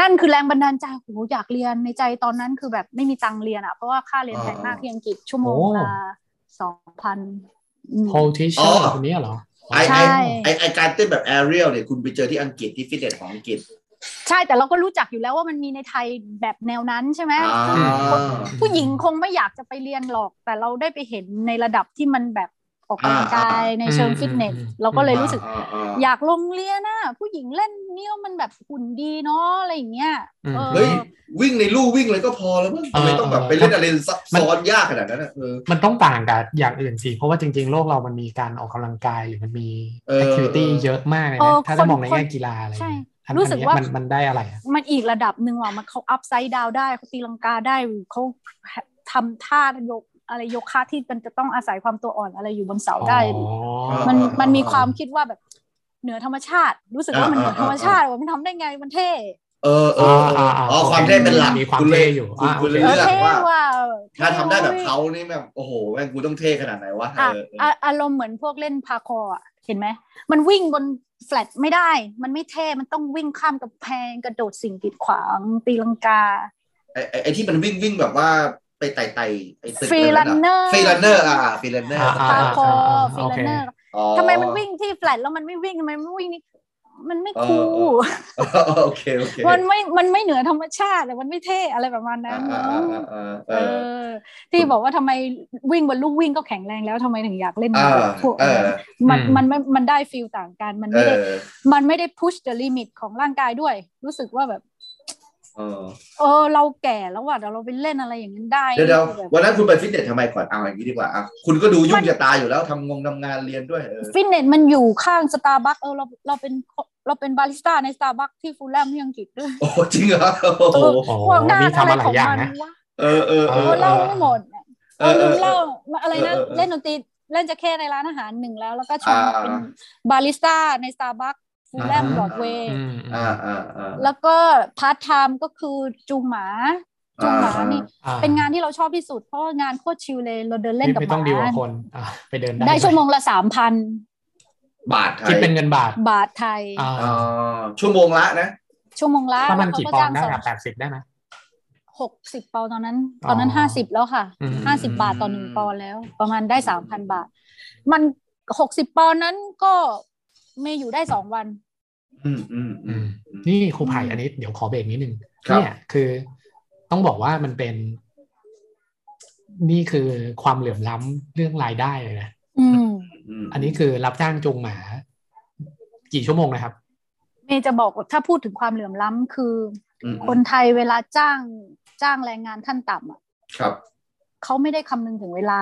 นั่นคือแรงบันดาลใจโหอยากเรียนในใจตอนนั้นคือแบบไม่มีตังค์เรียนอ่ะ เพราะว่าค่าเรียนแพงมาก
อ๋อ
ที่อังกฤษชั่วโมงละสองพัน
โพลทิเชอ
อ๋
ร์
อ
คนนี้เหรอ
ไอ
ใช่
ไอไอไอการเต้นแบบแอเรียลเนี่ยคุณไปเจอที่อังกฤษที่ฟิตเนสของอังกฤษ
ใช่แต่เราก็รู้จักอยู่แล้วว่ามันมีในไทยแบบแนวนั้นใช่ไหม
อ่า
ซึ่งผู้หญิงคงไม่อยากจะไปเรียนหรอก แต่เราได้ไปเห็นในระดับที่มันแบบออกกำลังกายในเชิงฟิตเนสเราก็เลยรู้สึก
อ่าอ่า
อ
อ่า
ยากลงเรียนน่ะผู้หญิงเล่นเนี่ยมันแบบหุ่นดีเนาะอะไรอย่างเงี้ย
อืม
เออ
เฮ้ย วิ่งในลู่วิ่งเลยก็พอแล้วมั้งทำไมต้องแบบไปเล่นอะไรซับซ้อนยากขนาดนั้นอะเออ
มันต้องต่างกับอย่างอื่นสิ เพราะว่าจริง ๆ โลกเรามันมีการออกกำลังกายหรือมันมี
เออ
แอคทิวิตี้
เออ
เยอะมากเลย
เอ
นะ
อ
ถ้าจะ
คน
มองใน
คน
แง่กีฬาอะไร
ใช่
อัน
รู้สึก
อันเนี้ย
ว่า
มันมันได้อะไรอะ
มันอีกระดับหนึ่งว่ะมันเขาอัพไซด์ดาวได้เขาตีลังกาได้เขาทำท่ายกอะไรยกค่าที่มันจะต้องอาศัยความตัวอ่อนอะไรอยู่บนเสาได้
อ๋อ
มัน
เออเออ
มันมีความคิดว่าแบบเหนือธรรมชาติ รู้สึกว่ามันเหนือธรรมชาติว่ามันทำได้ไงมันเท่
เออเออเอออ๋อความเท่เป็นหลัก
มีความ
ณล
เท่อยู่
คุณ
อ่า
คุณเลย
เออ
เลือก
เท่
ว่า
ว่า
ถ้าทำได้แบบเขานี่แบบโอ้โหแม่งกูต้องเท่ขนาดไหนวะ
อ่ะ
เออเออ
อ่ะอารมณ์เหมือนพวกเล่นพาคอร์อะเห็นไหมมันวิ่งบนแฟลตไม่ได้ มันไม่เท่มันต้องวิ่งข้ามกำแพงกระโดดสิ่งกีดขวางตีลังกา
ไอไอ้ไอที่มันวิ่งวิ่งแบบว่า ไปไต่ไต่ไอ้ตึก
Freerunner
ฟรีลันเนอร์อ่าฟรีลันเนอร์
อ่า
ปาโค
ๆๆ
ฟิ
โอ
ล
เค
เนอร์ทำไมมันวิ่งที่แฟลตแล้วมันไม่วิ่งทำไมมันวิ่งนี่มันไม่คูล
เออ โอเคโอเค
มันไม่มันไม่เหนือธรรมชาติอะมันไม่เท่อะไรประมาณนั้น
อ่าอ่า
เนาะ
อ่าอ่า
เอ
เออ
อที่บอกว่าทำไมวิ่งบนลูกวิ่งก็แข็งแรงแล้วทำไมถึงอยากเล่น
เออ
พวก
เออ
มัน
อืม
มันไม่มันได้ฟิลต่างกันมัน
เอ
ไม่ได้
อ
มันไม่ได้ push the limit ของร่างกายด้วย รู้สึกว่าแบบ
เออ
เออ เราแก่แล้วว่ะเดี๋ยวเราไปเล่นอะไรอย่างนั้นได้
เดี๋ยวเดี๋ยว
แบบ
วันนั้นคุณไปฟิตเนสทำไมก่อนเอาอย่างนี้ดีกว่าอ่ะคุณก็ดูยุ่งจะตายอยู่แล้วทำงงทำงานเรียนด้วยเออ
ฟิตเนสมันอยู่ข้างสตาร์บัคเออเราเราเป็นเราเป็นบาริสต้าในสตาร์บัคที่ฟูลแลมที่อังกฤษด้วย
โอ้จริงเหรอ โอ้โห
โอ้โห
ความน่า
นี่
อะ
ทำ
ไร
มาหลา
ข
ย
อง
อย่าง
มัน
นะ
วะ
เออเออเอ
เอ
อ
อ
เอ
เล่า
อ
ไม่หมดอะ
เอ
เออ
อเอ
ลื
อ
มเล่าอะไรนะ
เออเออ
เล่นดนตรีเล่นจะแค่ในร้านอาหารหนึ่งแล้ว แล้วก็ชว
อ
มา
่าน
เป็น บาริสต้าในสตาร์บัคฟูลแลมบ
อ่า
รอดเวย์
อืมอื
อ่าม อ่าอ่า
แล้วก็พาร์ทไทม์ก็คือจูงหมา จูงหมานี่
อ่
เป็นงานที่เราชอบที่สุด เพราะว่างานโคตรชิลเลย เราเดินเล่นกับ
ไม่
ห
ต้องดีล
มา
กับคนอ่ะไปเดินได้
ได้ชั่วโมงละสามพัน
บาทไท
คิด
ย
เป็นเงินบาท
บาทไทย
อ่า
อ่าชั่วโมงละนะ
ชั่วโมงละ
ถ้ามัน
แล้ว
กี่
เขา
ปอนด์
จ้ง
ได้
สอง
อะแปดสิบได้ไหม
หกสิบปอนด์ตอนนั้น
อ๋อ
ตอนนั้นห้าสิบแล้วค่ะ
อืม
ห้าสิบบาทต่อหนึ่งปอนด์แล้ว ประมาณได้สามพันบาท มันหกสิบปอนด์นั้นก็ไม่อยู่ได้สองวัน
อืมอืมอืม
นี่ครูไผ่อันนี้เดี๋ยวขอเบรกนิดนึง
ครับ
เนี่ยคือต้องบอกว่ามันเป็น นี่คือความเหลื่อมล้ำเรื่องรายได้เลยนะ
อืม
ม
อันนี้คือรับจ้างจูงหมา กี่ชั่วโมงนะครับ
เมย์จะบอกว่าถ้าพูดถึงความเหลื่อมล้ำคือ
อืม
คนไทยเวลาจ้างจ้างแรงงานขั้นต่ำอ่ะ
ครับ
เขาไม่ได้คำนึงถึงเวลา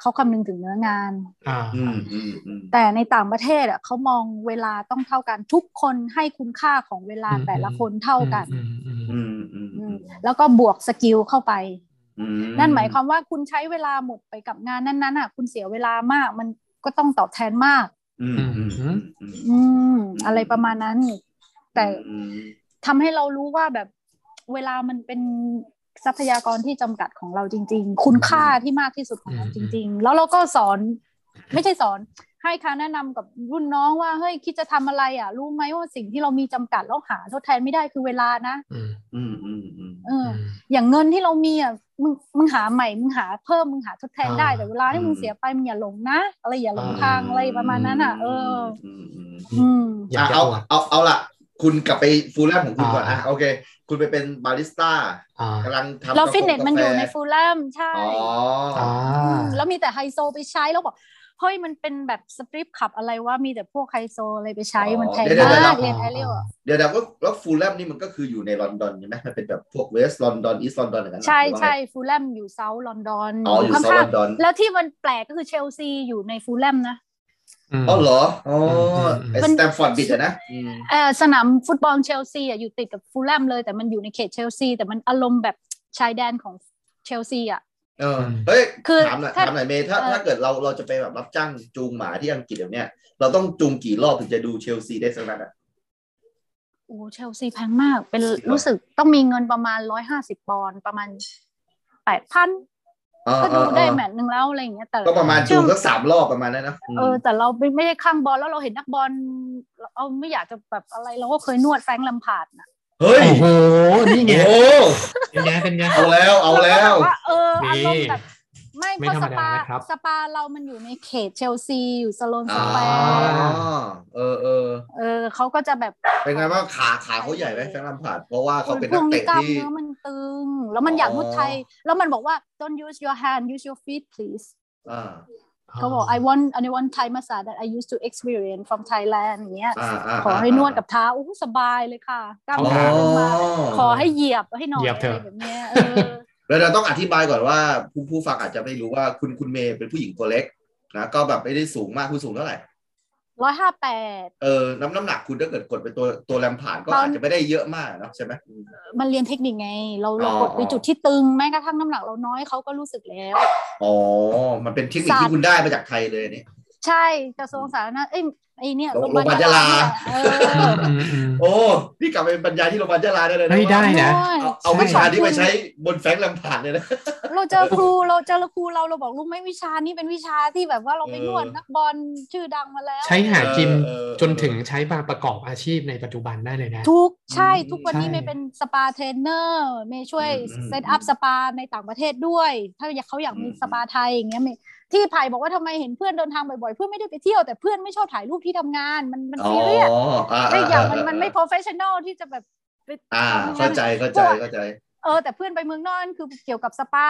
เขาคำนึงถึงเนื้องาน
อ่า
อืมอืมอืม
แต่ในต่างประเทศอ่ะเขามองเวลาต้องเท่ากันทุกคนให้คุณค่าของเวลา
อืม
แต่ละคนเท่ากัน
อืมอืมอื
อื
ม
มอืม
อืมแล้วก็บวกสกิลเข้าไป
อืม
นั่นหมายความว่าคุณใช้เวลาหมดไปกับงานนั้นๆอ่ะ คุณเสียเวลามาก มันก็ต้องตอบแทนมาก
อืมอืมอืมอืม
อืม อะไรประมาณนั้น แต่
อืม
ทำให้เรารู้ว่าแบบเวลามันเป็นทรัพยากรที่จำกัดของเราจริง ๆ คุณค่าที่มากที่สุดของเราจริง ๆ แล้วเราก็สอน ไม่ใช่สอน ให้คำแนะนำกับรุ่นน้องว่าเฮ้ยคิดจะทำอะไรอ่ะ รู้ไหมว่าสิ่งที่เรามีจำกัดแล้วหาทดแทนไม่ได้คือเวลานะ
อืม
อืมอืมอืม
เอ
อื
ออ
ม
อย่างเงินที่เรามีอ่ะมึงมึงหาใหม่มึงหาเพิ่มมึงหาทดแทนได้
อ่า
แต่เวลาที่มึงเสียไปมึงอย่าหลงนะอะไรอย่าหลงทางอะไรประมาณนั้นอ่ะ เออ
มอืม
อืม
อยา
อ่ะ
กจะ
เอา
อวด
เอาเอาล่ะ คุณกลับไปฟูลแลมของคุณก่อน
อ่า
อ่ะโอเค คุณไปเป็นบาริสต้า
อ่าก
ำลังทำ
เรา
กาแฟ
ฟิตเนสมันอยู่ในฟูลแลมใช่
อ๋อ
อ่า
อืมแล้วมีแต่ไฮโซไปใช้แล้วบอกเฮ้ยมันเป็นแบบสตรีปขับอะไรว่ามีแต่พวกไฮโซอะไรไปใช้มันแพงมากเรียนแอเรียลอะ
เดี๋ยวเดี๋ยวก็แล้วฟูลแลมนี่มันก็คืออยู่ในลอนดอนใช่ไหมมันเป็นแบบพวกเวสต์ลอนดอนอีสต์ลอนดอนอย่างนั้นเหรอ
ใช่
หรือว่าไง
ใช่ฟูลแลมอยู่เซาท์ลอนดอน
อ๋ออยู่เซาท์ลอนดอน
แล้วที่มันแปลกก็คือเชลซีอยู่ในฟูลแลมนะ
อ๋อเหรออ๋อ
มั
ไอ้
น
สแตมฟอร์ดบิดอะนะอืม
เออสนามฟุตบอลเชลซีอะอยู่ติดกับฟูลแลมเลยแต่มันอยู่ในเขตเชลซีแต่มันอารมณ์แบบชายแดนของเชลซีอะ
เออเฮ้ย
คือ
ถามหน่อย
ถ้า
ถามหน่อยเมย์ถ้า
เออ
ถ้าเกิดเราเราจะไปแบบรับจ้างจูงหมาที่อังกฤษแบบเนี้ยเราต้องจูงกี่รอบถึงจะดูเชลซีได้สักนัดอ่ะ
โอ้เชลซีแพงมาก เป็นรู้สึกต้องมีเงินประมาณร้อยห้าสิบปอนด์ประมาณแปดพันก็ดูได้แมตช์หนึ่งแล้วอะไรอย่างเงี้ยแต่
ก็ประมาณ
เชื่
จู
อ
งสักสามรอบประมาณนั้นนะ
เออแต่เราไม่ไม่ได้ข้างบอลแล้วเราเห็นนักบอลเราเอาไม่อยากจะแบบอะไรเราก็เคยนวดแฟรงค์ลำพาร์ดนะ
เฮ้ย
โอ้โห นี่ไง
โอ้
เป็นไงเป็นไง
เอาแล้วเอาแล้
ก็
ว
บบว่าเอออารมณ์แบบ
นี่
ไม่
ไม่
เพราะส
ธรรมดา
ปา
นะครับ
สปาเรามันอยู่ในเขตเชลซีอยู่สโลนส
อ๋อ
แควร์
เออเออ
เออเขาก็จะแบบ
เป็นไงบ้างขาขาเขาใหญ่ไหมแฟรงค์ลัมพาร์ดเพราะว่าเขาเป็น
พ
นั
ว
ก
กนี้
เตะ
กล้าม
ที่
เนื้อมันตึง แล้วมันอยากนวดไทย แล้วมันบอกว่า don't use your hand use your feet please
อ่า
เขาบอก I want I want Thai massage that I used to experience from Thailand อย่างเงี้ย
อ่าาา
ขอให้นวดกับเท้าโอ้โหสบายเลยค่ะกล้าม
อ๋อ
เนื้อมันมา ขอให้เหยียบให้หน่อย
เหยียบ
อะ
เถ
ไร
อะ
แบบเนี้ยเออ
แล้วเราต้องอธิบายก่อนว่าผู้ผู้ฟังอาจจะไม่รู้ว่าคุณคุณเมย์เป็นผู้หญิงตัวเล็กนะก็แบบไม่ได้สูงมากคุณสูงเท่าไหร่
ร้อยห้าแปด
เออน้ำน้ำหนักคุณถ้าเกิดกดเป็นตัวตัวแรมผ่านก็อาจจะไม่ได้เยอะมากเนาะใช่ไหม
มันเรียนเทคนิคไง เรา
อ๋อ
เรากดไปจุดที่ตึงแม้กระทั่งน้ำหนักเราน้อยเขาก็รู้สึกแล้ว
อ๋อ มันเป็นเทคนิคที่คุณได้มาจากไทยเลยอันนี่
ใช่กระทรวงสาธารณะเอ้ย ไอ้เนี่ย
โรงพยาบาลยะลา
เออ
อืมอืม
โอ้นี่กลับไปบรรยายที่โรงพยาบาลยะลาได้เลยนะ
ไม่ได้
ว่า
นะ
เอาเอา
ใช่
วิชานี้ไปใช้บนแฟกซ์ลำผ่านเลยนะ
เราเจอครูเราเจอครูเราเราบอกลูกไหม่วิชานี้เป็นวิชาที่แบบว่าเราไปนวด
เออ
นักบอลชื่อดังมาแล้ว
ใช้หากิน
เออเออ
จนถึงใช้มาประกอบอาชีพในปัจจุบันได้เลยนะ
ทุกใช่
อืม
ทุกวันนี้
ใช่
เมย์เป็นสปาเทรนเนอร์เมย์ช่วย
อืม
เซตอัพสปาในต่างประเทศด้วย ถ้าอยากเขาอยากมี
อืม
สปาไทยอย่างเงี้ยเมย์ที่ไผ่บอกว่าทำไมเห็นเพื่อนเดินทางบ่อยๆ เพื่อนไม่ได้ไปเที่ยวแต่เพื่อนไม่ชอบถ่ายรูปที่ทำงานมันมัน
อ๋อ
ซีเรียส
อ่า
ไอ้อย่างมันมันไม่ professional ที่จะแบบ
อ่าเข้าใจเข้าใจเข้าใจ
เออแต่เพื่อนไปเมืองนอกนั่นคือเกี่ยวกับสปา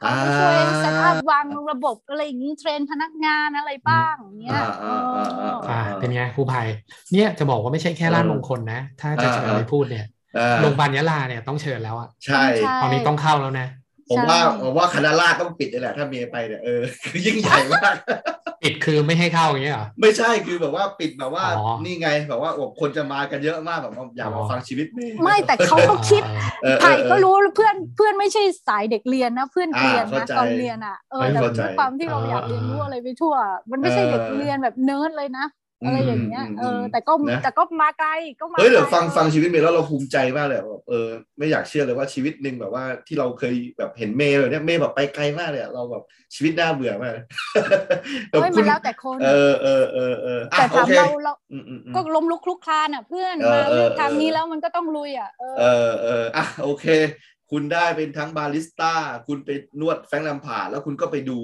เขา
อ่า
ก็ช่วยเซตอัพวางระบบอะไรอย่างนี้เทรนพนักงานอะไรบ้างอย่างเงี้ย
อ่าอ่าอ่าอ่า
เออ
อ่าเป็นไงครูภัยเนี่ยจะบอกว่าไม่ใช่แค่ร้าน
เออ
มงคลนะ ถ้าจะเชิญ
อ่า
ไปพูดเนี่ย
เออ
โรงพยาบาลยะลาเนี่ยต้องเชิญแล้วอะ
ใช่
ใช่
ตอนนี้ต้องเข้าแล้วนะ
ผมว่า
ใช่
ผมว่าคณะราษฎรต้องปิดเลยแหละถ้าเมย์ไปเนี่ยเออคือยิ่งใหญ่มาก
ปิดคือไม่ให้เข้าอย่างเงี้ยเหรอ
ไม่ใช่คือแบบว่าปิดแบบว่า
อ๋อ
นี่ไงแบบว่าโอ้คนจะมากันเยอะมากแบบว่าอยากมาฟังชีวิตเมย์
ไม่แต่เขาก็คิด
เออเออ
ไผ่ก็
เออ
รู้เพื่อนเพื่อนไม่ใช่สายเด็กเรียนนะ เพื่อนเกรียนนะ
อ่าเข้าใจ
ตอนเรียนอ่ะเออ
เออ
แต่
เข้าใจ
ด้วยความที่เราอยากเรียนรู้อะไรไปทั่ว มันไม่ใช่เด็กเรียนแบบเนิร์ดเลยนะอะไรอย่างเงี้ยเออแต่ก็
นะ
แต่ก็มาไกลก็มา
เฮ้ยเดี๋ยว
ไกล
ฟังฟังชีวิตเมย์แล้วเราภูมิใจมากเลยแบบเออไม่อยากเชื่อเลยว่าชีวิตหนึ่งแบบว่าที่เราเคยแบบเห็นเมย์เลยเนี่ยเมย์แบบไปไกลมากเลยอะเราแบบชีวิตน่าเบื่อมาก
เฮ้ย
แบบ
มั
คุณ
นแล้วแต่คน
เออเออเออเอออ่ะ
แต่
โอ
ถาม
เค
เราเรา
อืมอืมอืม
ก็ล้มลุกคลุกคลานอ่ะเพื่อน
เออ
มา
เออ
เลือกทาง
เออ
นี้แล้วมันก็ต้องลุยอ่ะเออ
เออเอออ่ะโอเค คุณได้เป็นทั้งบาริสต้า คุณไปนวดแฟรงค์ลำผ่าร์ดแล้วคุณก็ไปดู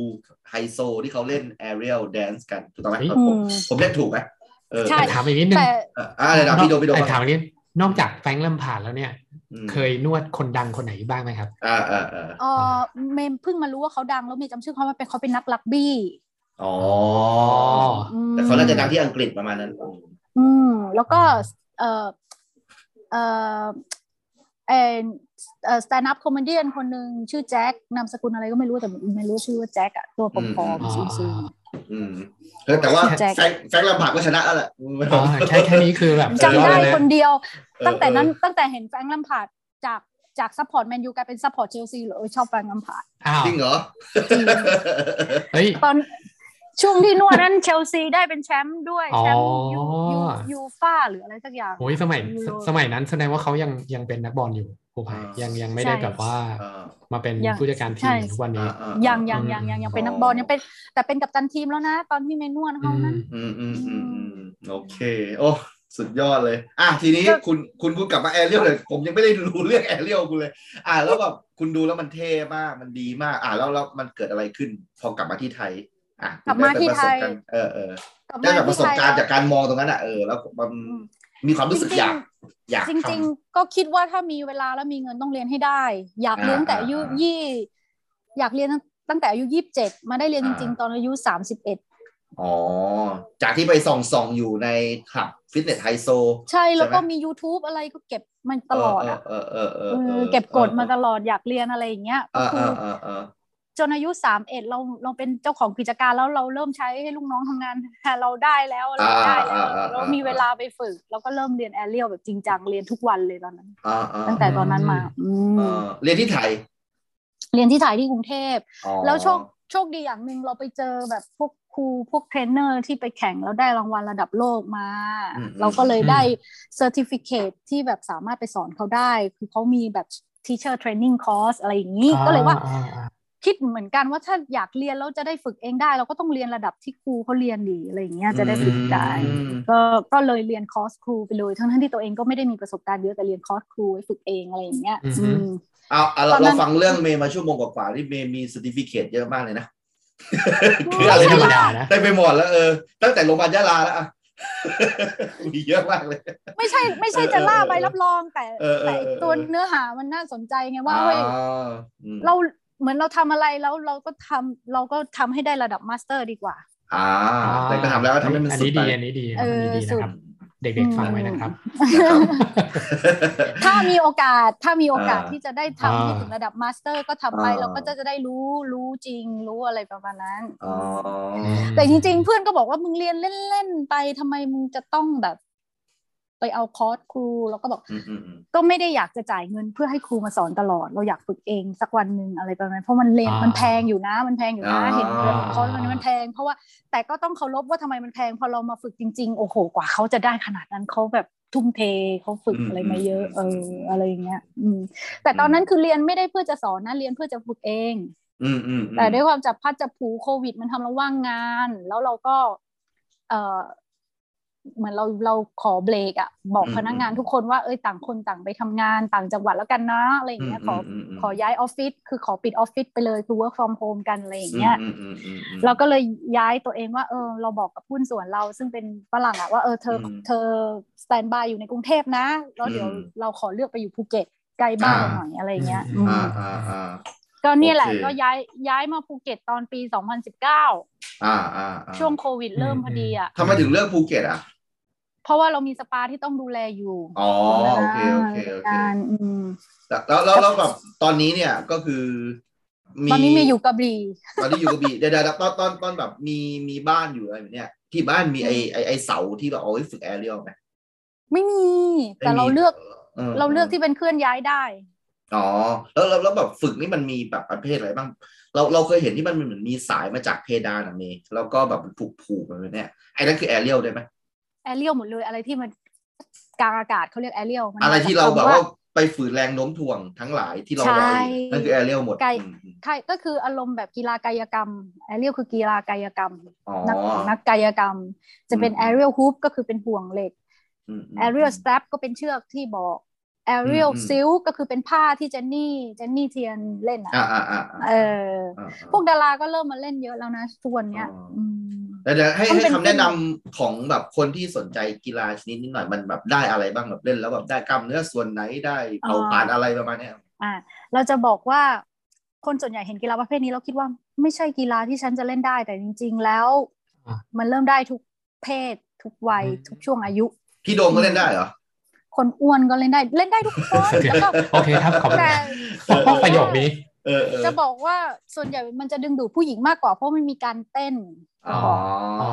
ไฮโซที่เขาเล่นแอเรียลแดนซ์กันถูกต้องไหม
อืม
ผม
ม
ผมเล่นถูกไหมเออ
ใช่
แต่ถามอีกนิดนึง
แต่
อ่ะอ่ะอะไรนะพี่โดพี่โด
แต่ถามอีกนิดนอกจากแฟรงค์เริ่มผ่านแล้วเนี่ย
อืม
เคยนวดคนดังคนไหนบ้างไหมครับ
อ่าอ่าอ่า
เออเมมเพิ่งมารู้ว่าเขาดังแล้วเมย์จำชื่อเขาไม่เป็นเขาเป็นนักรักบี้
อ๋อ
อืม
แต่เขาน่าจะดังที่อังกฤษประมาณนั้น
อืมแล้วก็เออเออเออเออสแตนด์อัพคอมเมดี้คนหนึ่งชื่อแจ็คนามสกุลอะไรก็ไม่รู้แต่ไม่รู้ชื่อว่าแจ็คอะตัวผอมๆ
อืม
สูง
อืมเออแต่ว่า
แจ็ค
แฟรงค์แฟรงค์ลำผ่าร์ดก็ชนะแล้วแหละไม่ต้
อ๋
อ
อง แค่แค่นี้คือแบบ
ๆ
เออ
จำได้
เลยะ
คนเดียว ตั้งแต่นั้น
เออ
ตั้งแต่เห็นแฟรงค์ลัมพาร์ดจากจากซัพพอร์ตแมนยูกลายเป็นซัพพอร์ตเชลซีเลยเออชอบแฟรงค์ลัมพาร์ด
อ้า
เออจ
ว
ริงเหรอ
จริง
เฮ้ย
ตอนช่วงที่นวดนั้นเชลซีได้เป็นแชมป์ด้วย
อ๋อ
แชมป์ยูยูยูฟ่าหรืออะไรสักอย่าง
โอ้ยสมัย
ยูโร
สมัยนั้นแสดงว่าเขายังยังเป็นนักบอลอยู่ครูภัย
อ่ายั
ยังยังไม่ได้
ใช่
แบบว่า
อ่า
มาเป็น
ยัง
ผู้จัดการที
ใช่
มเหมือนทุกวันนี้
อ่าอ่า
ยังยังยังยังยังเป็นนักบอลยังเป็นแต่เป็นกัปตันทีมแล้วนะ ตอนที่เมนวดห้องนั้น
อืมอืมอืมอืมโอเค โอ้ สุดยอดเลย อ่ะทีนี้
ก็
คุณคุณคุณกลับมาแอเรียลเลย ผมยังไม่ได้รู้เรื่องแอเรียลคุณเลย อ่ะแล้วแบบคุณดูแล้วมันเท่มากมันดีมาก อ่ะแล้วแล้วมันเกิดอะไรขึ้น พอกลับมาที่ไทย อ่ะคุณด้เป็นประสบการณ์เออเออก
ลับ
ได้แบบประสบการณ์
แล้
จาว กการมองตรงนั้นอ่ะเออแล้วมัน
อืม
มีความรู้สึกอยากอยาก
จ
ทำ
ริง ๆ ก็คิดว่าถ้ามีเวลาแล้วมีเงินต้องเรียนให้ได้ อยากเรียนตั้งแต่อายุ
อ่า
ยี่อยากเรียนตั้งแต่อายุยี่สิบเจ็ดมาได้เรียนจ
อ่า
ริง ๆ ตอนอายุสามสิบเอ็ด
อ๋อ จากที่ไปส่องส่องๆอยู่ในขับฟิตเนสไฮโซ
ใช่แล้วก็
ใช่ไหม
มี YouTube อะไรก็เก็บมันตลอดอ่ะ
เออเออเออ
เอ
เอ
อ
อ
เก็บกดมาตลอดอยากเรียนอะไรอย่างเงี้ย
เอ
ก็
อ
คื
เอ
อ
อเออเออ
จนอายุสามเอ็ดเราเราเป็นเจ้าของกิจการแล้วเราเริ่มใช้ให้ลูกน้องทำงาน แทนเราได้แล้วอะไร
อ่า
ได้แล้ว
อ่าอ่า
เรามีเวลาไปฝึกเราก็เริ่มเรียนแอเรียลแบบจริงจังเรียนทุกวันเลยตอนนั้น
เออเออ
ตั้งแต่ตอนนั้นมา
เอ
อืม
อเรียนที่ไทย
เรียนที่ไทยที่กรุงเทพ
อ๋อ
แล้วโชคโชคดีอย่างหนึ่งเราไปเจอแบบพวกครูพวกเทรนเนอร์ที่ไปแข่งแล้วได้รางวัลระดับโลกมา เราก็เลยได้เซอร์ติฟิเคที่แบบสามารถไปสอนเขาได้ คือเขามีแบบ teacher training course อะไรอย่างนี้ก็เลยว่า
อ่อ่า
คิดเหมือนกันว่าถ้าอยากเรียนแล้วจะได้ฝึกเองได้ เราก็ต้องเรียนระดับที่ครูเขาเรียนดีอะไรอย่างเงี้ยจะได้ฝึกได้
อืม
ก็ก็เลยเรียนคอร์สครูไปเลยทั้งทที่ตัวเองก็ไม่ได้มีประสบการณ์เยอะแต่เรียนคอร์สครูไว้ฝึกเองอะไรอย่างเงี้ยอืม
เอาเอา
ตอ
เรา
นนั้น
เราฟังเรื่องเมย์มาชั่วโมงกว่าๆที่เมย์มีสติฟิเคตเยอะมากเลยนะ คืออะไร
ไม่ธรรม
นะ
ดานะ
ได้ไปหมดแล้วเออ ตั้งแต่โรงพยาบาลยะลาแล้วอ่ะ มีเยอะมากเลย
ไม่ใช่ไม่ใช่จะล่าใบรับรองแต่
เออเออ
แต่
เออ
ตัวเนื้อหามันน่าสนใจไงว่าเฮ้ย
อ่าอืม
เราเหมือนเราทำอะไรแล้วเราก็ทำเราก็ทำให้ได้ระดับมาสเตอร์ดีกว่า
อ่าแต่ก็ทำแล้วทำให้มัน
อัน
สุด
นี้
ไป
ดีอันนี้ดี
เอ
อัน
อ
นี้ดี
สุ
นะ
ด
ครับ เด็กๆฟังไว้นะครับ
นะครับ
ถ้ามีโอกาสถ้ามีโอกาส
อ่า
ที่จะได้ทำให้
อ่า
ถึงระดับมาสเตอร์ก็ทำไป
อ่า
เราก็จะจะได้รู้รู้จริงรู้อะไรประมาณนั้น
อ๋อ
แต่จริงๆ เพื่อนก็บอกว่ามึงเรียนเล่น ๆ ไปทำไมมึงจะต้องแบบ ไปเอาคอร์สครูแล้วก็บอก
อืมอืมอืม
ก็ไม่ได้อยากจะจ่ายเงินเพื่อให้ครูมาสอนตลอด เราอยากฝึกเองสักวันหนึ่งอะไรประมาณนั้นเพราะมันเลน
อ่ามั
มันแพงอยู่นะมันแพงอยู่นะ
อ่า
เห็นเลยของเขามันมันแพง เพราะว่าแต่ก็ต้องเคารพว่าทำไมมันแพงพอเรามาฝึกจริง ๆ โอ้โหกว่าเขาจะได้ขนาดนั้นเขาแบบทุ่มเทเขาฝึกอะไรมาเยอะเอออะไรอย่างเงี้ยอืมแต่ตอนนั้นคือเรียนไม่ได้เพื่อจะสอนนะเรียนเพื่อจะฝึกเอง
อืมอืมอืม
แต่ด้วยความจับพลัดจับผลูโควิด มันทำเราว่างงาน แล้วเราก็เออเหมือนเราเราขอเบรกอะบอก
อืม
พนักงานทุกคนว่าเอ้ยต่างคนต่างไปทำงานต่างจังหวัดแล้วกันนะอะไรอย่างเงี้ยขออ
มอืม
ขอย้ายออฟฟิศคือขอปิดออฟฟิศไปเลยคือ work from home กันอะไรอย่างเงี้ย
อืมอืมอืมอืม
เราก็เลยย้ายตัวเองว่าเออเราบอกกับหุ้นส่วนเราซึ่งเป็นฝรั่งอะว่าเออเธอ
อืม
เธอสแตนบายอยู่ในกรุงเทพนะ แล้วเดี๋ยว
อืม
เราขอเลือกไปอยู่ภูเก็ตใกล้บ้าน
อ่า
หน่อยอะไรอย่างเงี้ย
อืม
อืม
อ่าอ่าอ่า
ก็เนี่ยแหละ
โอเค
ก็ย้ายย้ายมาภูเก็ตตอนปี 2019
อ่าอ่าอ่า
ช่วงโควิดเริ่ม
อืม
พอดีอ่ะ
ทำไมถึงเลือกภูเก็ตอ่ะ
เพราะว่าเรามีสปาที่ต้องดูแลอยู่
อ๋อโอเคโอเคโอเค
งานอืม
แล้วแล้วแล้วแบบตอนนี้เนี่ยก็คือ
ตอนนี้มีอยู่กระบี่
ตอนนี้อยู่กระบี่เดี๋ยวเดี๋ยวตอนตอนตอนแบบมีมีบ้านอยู่อะไรแบบเนี้ยที่บ้านมีไอไอไอเสาที่แบบเอาไว้ฝึกแอเรียลไหม
ไม่มี แต่
ไม่มี
เราเลือก
ม
เราเลือกที่เป็นเคลื่อนย้ายได้
อ๋อแล้วแล้วแล้วแบบฝึกนี่มันมีแบบประเภทอะไรบ้าง เราเราเคยเห็นที่มันเหมือนมีสายมาจากเพดานอะเมย์แล้วก็แบบผูกผูกอะไรแบบเนี้ยไอ้นั่นคือแอเรียลได้ไหม
แอเรียลหมดเลยอะไรที่มันกลางอากาศเขาเรียกแอเรียลมัน
อะไร
มจก
ที่เราแบบ
คำ
ว่าไปฝืนแรงโน้มถ่วงทั้งหลายที่เรา
ใช่
เราอยู่นั่นคือแอเรียลหมด
ไกล
อืมอืม
ใช่ก็คืออารมณ์แบบกีฬากายกรรมแอเรียลคือกีฬากายกรรม
อ๋อ
นักนักกายกรรม จะเป็น
อืม
แอเรียลฮูปก็คือเป็นห่วงเหล็ก
มม
a r i a l strap ก็เป็นเชือกที่บอก a r i a l
อืม
silk ก็คือเป็นผ้าที่เจนนี่เจนนี่เทียนเล่น
อ่า
อ่ะ
อ่าอ่า
เออ
อ่า
พวกดาราก็เริ่มมาเล่นเยอะแล้วนะทุกวันเนี้ย
อ๋ออื
ม
แล้วเดี๋ยวให้
มัน
ให้
เป็น
คำแนะนำของแบบคนที่สนใจกีฬาชนิดนี้หน่อยมันแบบได้อะไรบ้างแบบเล่นแล้วแบบได้กล้ามเนื้อส่วนไหนได้เผาผลาญอะไรประมาณเนี้ย
อ่าเราจะบอกว่าคนส่วนใหญ่เห็นกีฬาประเภทนี้แล้วคิดว่าไม่ใช่กีฬาที่ฉันจะเล่นได้แต่จริง ๆ แล้ว
อ่ะ
มันเริ่มได้ทุกเพศ ทุกวัย
อืม
ทุกช่วงอายุ
พี่โดมก็เล่นได้เหรอ
คนอ้วนก็เล่นได้เล่นได้ทุกคนแล้วก็
โอเคครับขอบคุณ
แต่
ขอบคุณประโยคนี้
เออเออ
จะบอกว่าส่วนใหญ่มันจะดึงดูดผู้หญิงมากกว่าเพราะมันมีการเต้น
อ๋ออ๋อ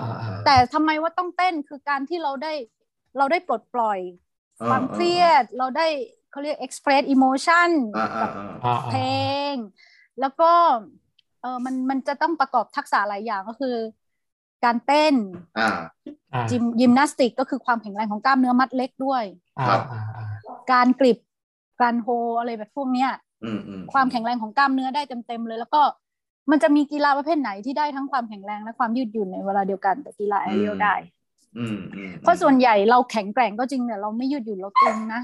อ๋อ
แต่ทำไมว่าต้องเต้นคือการที่เราได้เราได้ปลดปล่อยความเครียด เราได้เขาเรียก express emotion
อ่าอ่า
กับ
อ่า
อ่า
เพลง แล้วก็เออมันมันจะต้องประกอบทักษะหลายอย่างก็คือ การเต้น
อ่า
อ่า
ยิมยิมนาสติกก็คือความแข็งแรงของกล้ามเนื้อมัดเล็กด้วย
อ่า
ครับ
อ่าอ่า
การกริบการโฮอะไรแบบพวกเนี้ย
อืมอืม
ความแข็งแรงของกล้ามเนื้อได้เต็มๆเลย แล้วก็มันจะมีกีฬาประเภทไหนที่ได้ทั้งความแข็งแรงและความยืดหยุ่นในเวลาเดียวกันแต่กีฬาแอเรียลได้
อืมอืม
เพราะส่วนใหญ่เราแข็งแกร่งก็จริงแต่เราไม่ยืดหยุ่นเราตึงนะ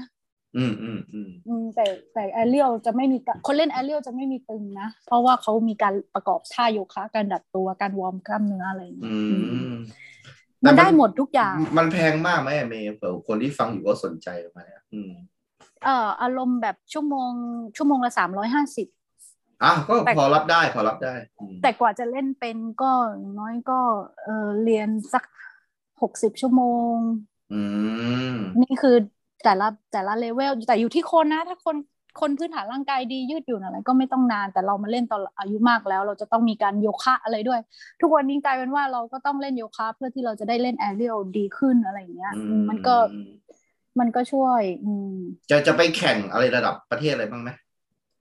อืมอืมอืม
อืมแต่แต่แอเรียลจะไม่มีกะคนเล่นแอเรียลจะไม่มีตึงนะ เพราะว่าเขามีการประกอบท่าโยคะการดัดตัวการวอร์มกล้ามเนื้ออะไรอย่าง
อื
เงี้ยอืม
ม
มันได้หมดทุกอย่าง
มันแพงมากไหมอะเมย์เผื่อคนที่ฟังอยู่ก็สนใจประมาณเนี้ยอืม
เอ่ออารมณ์แบบชั่วโมงชั่วโมงละสามร้อยห้าสิบ
อ่ะก็พอรับได้พอรับได้อืม
แต่กว่าจะเล่นเป็นก็อย่างน้อยก็เออเรียนสักหกสิบชั่วโมง
อืม
นี่คือแต่ละแต่ละเลเวลแต่อยู่ที่คนนะ ถ้าคนคนพื้นฐานร่างกายดียืดหยุ่นอะไรก็ไม่ต้องนาน แต่เรามาเล่นตอนอายุมากแล้ว เราจะต้องมีการโยคะอะไรด้วย ทุกวันนี้กลายเป็นว่าเราก็ต้องเล่นโยคะ เพื่อที่เราจะได้เล่นแอเรียลดีขึ้นอะไรอย่างเงี้ยอืมมันก็มันก็ช่วย อืม
จะจะไปแข่งอะไรระดับประเทศอะไรบ้างไหม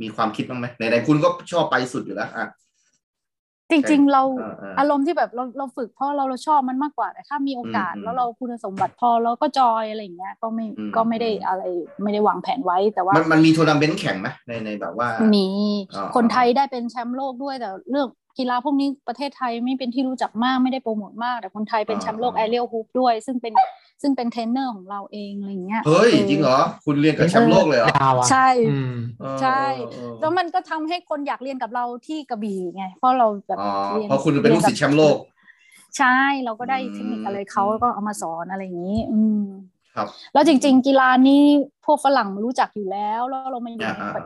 มีความคิดบ้างไหมไหนๆคุณก็ชอบไปสุดอยู่แล้วอ่ะ
จริงๆ เรา
เออเอออ
อารมณ์ที่แบบเราเราฝึกเพราะเราเราชอบมันมากกว่าแต่ถ้ามีโอกาส
อืม
แล้วเราคุณสมบัติพอเราก็จอยอะไรอย่างเงี้ยก็ไม่
อืม
ก็ไม่ได้อะไรไม่ได้วางแผนไว้แต่ว่า
มันมันมีทัวร์นาเมนต์แข่งไหมในในแบบว่า
มี
อ่า
คนไทยได้เป็นแชมป์โลกด้วยแต่เรื่องกีฬาพวกนี้ประเทศไทยไม่เป็นที่รู้จักมากไม่ได้โปรโมทมาก แต่คนไทยเป็นแชมป์โลกแอเรียลฮูปด้วย ซึ่งเป็นซึ่งเป็นเทรนเนอร์ของเราเองอะไรเงี้ย
เฮ้ย จริงเหรอ คุณเรียนกับแชมป์โลกเลยเหรอ
ดาวอ่ะ
ใช่
อืม
เออ
ใช่
เออเอ
แล้ว
อ
มันก็ทำให้คนอยากเรียนกับเราที่กระบี่ไงเพราะเราแบบ
อ๋อ
รียน
เพราะคุณเป็นลูกศิษย์แชมป์โลก
ใช่เราก็ได้
อืม
เทคนิคอะไรเขาแล้วก็เอามาสอนอะไรอย่างนี้ อืม
ครับ
แล้วจริง ๆ กีฬานี้พวกฝรั่งรู้จักอยู่แล้ว แล้วเรามาอยู่ใน
อ่าอ่า
แบบ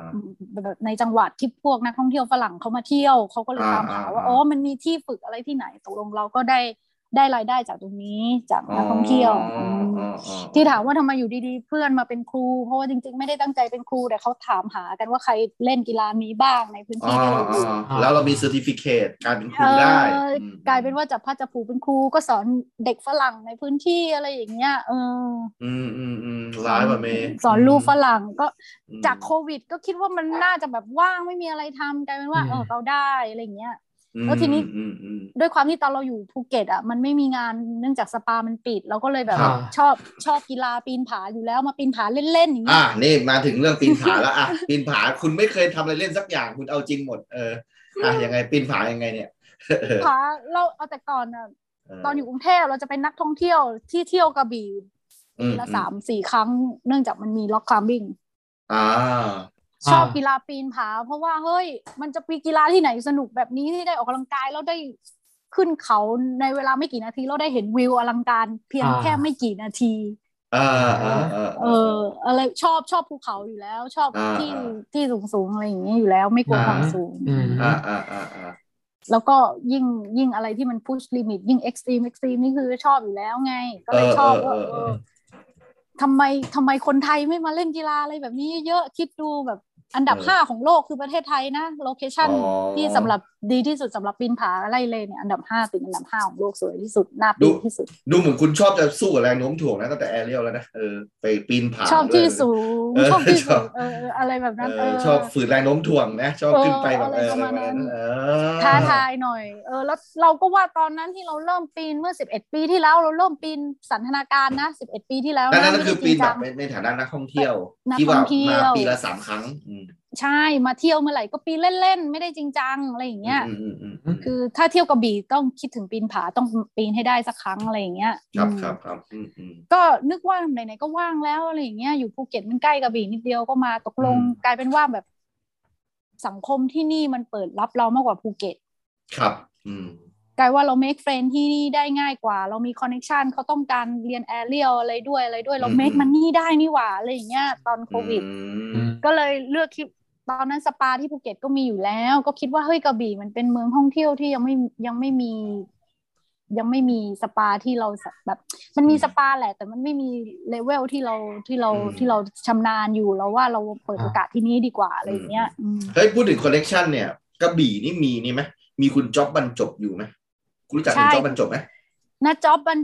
แบบในจังหวัดที่พวกนักท่องเที่ยวฝรั่งเขามาเที่ยวเขาก็เลย
อ่า
ตามหาว่า
อ่า
อ๋อมันมีที่ฝึกอะไรที่ไหนตกลงเราก็ได้ ได้รายได้จากตรงนี้จากนักท่องเที่ยว
อ๋อ
ม
อ๋ออ๋อ
ที่ถามว่าทำไมอยู่ดีๆ เพื่อนมาเป็นครู เพราะว่าจริงๆ ไม่ได้ตั้งใจเป็นครูแต่เขาถามหากันว่าใครเล่นกีฬานี้บ้างในพื้น
อ๋
ที่
อ
ที่เราอ
อ๋
ยู่
อแล้วเรามี certificate การเป็นครูได้
เออ
ม
กลายเป็นว่าจับพลัดจับผลูเป็นครูก็สอนเด็กฝรั่งในพื้นที่อะไรอย่างเงี้ยเออ
อืมอืมอืมร้ายว่ะเมย์
สอนลูกฝรั่งก็
อืม
จากโควิด ก็คิดว่ามันน่าจะแบบว่างไม่มีอะไรทำกลายเป็นว่า
อืม
เออเราได้อะไรอย่างเงี้ย
อืม
แล้วทีนี้
อืมอืม
ด้วยความที่ตอนเราอยู่ภูเก็ตอ่ะมันไม่มีงานเนื่องจากสปามันปิด เราก็เลยแบบ
ครับ
ชอบชอบกีฬาปีนผาอยู่แล้วมาปีนผาเล่นๆอย่างเงี้
อ่ะ
ย
นี่มาถึงเรื่องปีนผาแล้วอ่ะ ปีนผาคุณไม่เคยทำอะไรเล่นสักอย่างคุณเอาจริงหมด เอออ่ะยังไงปีนผายังไงเนี่ย
ผาเราเอาแต่ก่อนอ่ะ
เ
ตอนอยู่กรุงเทพเราจะเป็นนักท่องเที่ยวที่เที่ยวกระบี่
อื
ปีละสามสี่ครั้ง เนื่องจากมันมีล็อกคลัมบิ้ง
อ่า
ชอบ
อ่า
กีฬาปีนผา เพราะว่าเฮ้ย มันจะปีกีฬาที่ไหนสนุกแบบนี้ที่ได้ออกกำลังกายแล้วได้ขึ้นเขาในเวลาไม่กี่นาทีเราได้เห็นวิวอลังการเพียง
อ่า
แค่ไม่กี่นาที
อ่าอ่าอ่า
เออ อะไรชอบชอบภูเขาอยู่แล้ว ชอบที่ที่สูงสูงๆอะไรอย่างเงี้ยอยู่แล้ว ไม่กลัวความสูง
อืม
อ่าอ่าอ่าอ่า
แล้วก็ยิ่งยิ่งอะไรที่มันพุชลิมิตยิ่งเอ็กซ์ตรีมเอ็กซ์ตรีมนี่คือชอบอยู่แล้วไง ก็เลยชอบว่าเออ ทำไมทำไมคนไทยไม่มาเล่นกีฬาอะไรแบบนี้เยอะๆคิดดูแบบอันดับห้าของโลกคือประเทศไทยนะโลเคชั่น
อ๋อ
ที่สำหรับดีที่สุดสำหรับปีนผาไล่เลยเนี่ยอันดับห้าติดอันดับห้าของโลกสวยที่สุดน่าปีนที่สุด
ดูเหมือนคุณชอบจะสู้กับแรงโน้มถ่วงนะตั้งแต่แอเรียลแล้วนะเออไปปีนผา
ชอบ
ด้วย
ที่สูง
เออ
ชอบที่
ช
สู
อบ
งเออเอออะไรแบบนั้น
เอ
เอ
อ
อ
ชอบฝืนแรงโน้มถ่วงนะชอบขึ้นไปแบบ
เอออะไรประมาณนั้น
เออ
ท้าทายหน่อยเออแล้วเราก็ว่าตอนนั้นที่เราเริ่มปีนเมื่อ 11 ปีที่แล้วเราเริ่มปีนสันทนาการนะ 11 ปีที่แล้ว
นั่น
นะ
นั่นก็คือ
ไม่ได้จริ
ปีน
ง
แบ
จั
บ
ง
ในในฐานะนักท่องเที่ยว
นัก
ที่
ท่
ว่า
องเที่ยว
มาปีละสามครั้งอืม
ใช่มาเที่ยวเมื่อไหร่ก็ปีนเล่นๆไม่ได้จริงจังอะไรอย่างเงี้ย
อืมอืมอืมอืม
คือถ้าเที่ยวกระบี่ต้องคิดถึงปีนผาต้องปีนให้ได้สักครั้งอะไรอย่างเงี้ย
ครับ
อืม
ครับครับอืมอืม
ก็นึกว่าไหนๆก็ว่างแล้วอะไรอย่างเงี้ยอยู่ภูเก็ตมันใกล้กระบี่นิดเดียวก็มาตกลง
อืม
กลายเป็นว่าแบบ สังคมที่นี่มันเปิดรับเรามากกว่าภูเก็ต
ครับ อืม
กลายว่าเรา make friend ที่นี่ได้ง่ายกว่า เรามี connection เขาต้องการเรียนแอเรียลอะไรด้วยอะไรด้วยเรา
อืม
make มันนี่ได้นี่หว่าอะไรอย่างเงี้ยตอนโควิด
อืม
ก็เลยเลือกคิดตอนนั้นสปาที่ภูเก็ตก็มีอยู่แล้ว ก็คิดว่าเฮ้ยกระบี่มันเป็นเมืองท่องเที่ยวที่ยังไม่ยังไม่มี ยังไม่มีสปาที่เราสะแบบ มันมี
อืม
สปาแหละ แต่มันไม่มีเลเวลที่เราที่เรา
อืม
ที่เราชำนาญอยู่เราว่าเราเปิดโอกาสที่นี้ดีกว่าอะไรอย่างเงี้ยอืม
เฮ้ยพูดถึงคอนเน t ชันเนี่ยกระบี่นี่มีนี่ไหมมีคุณจ๊อบบรรจบอยู่ไหมคุณรู้จักคุณจ๊อบบรรจบไหม
นะจ๊อบมัน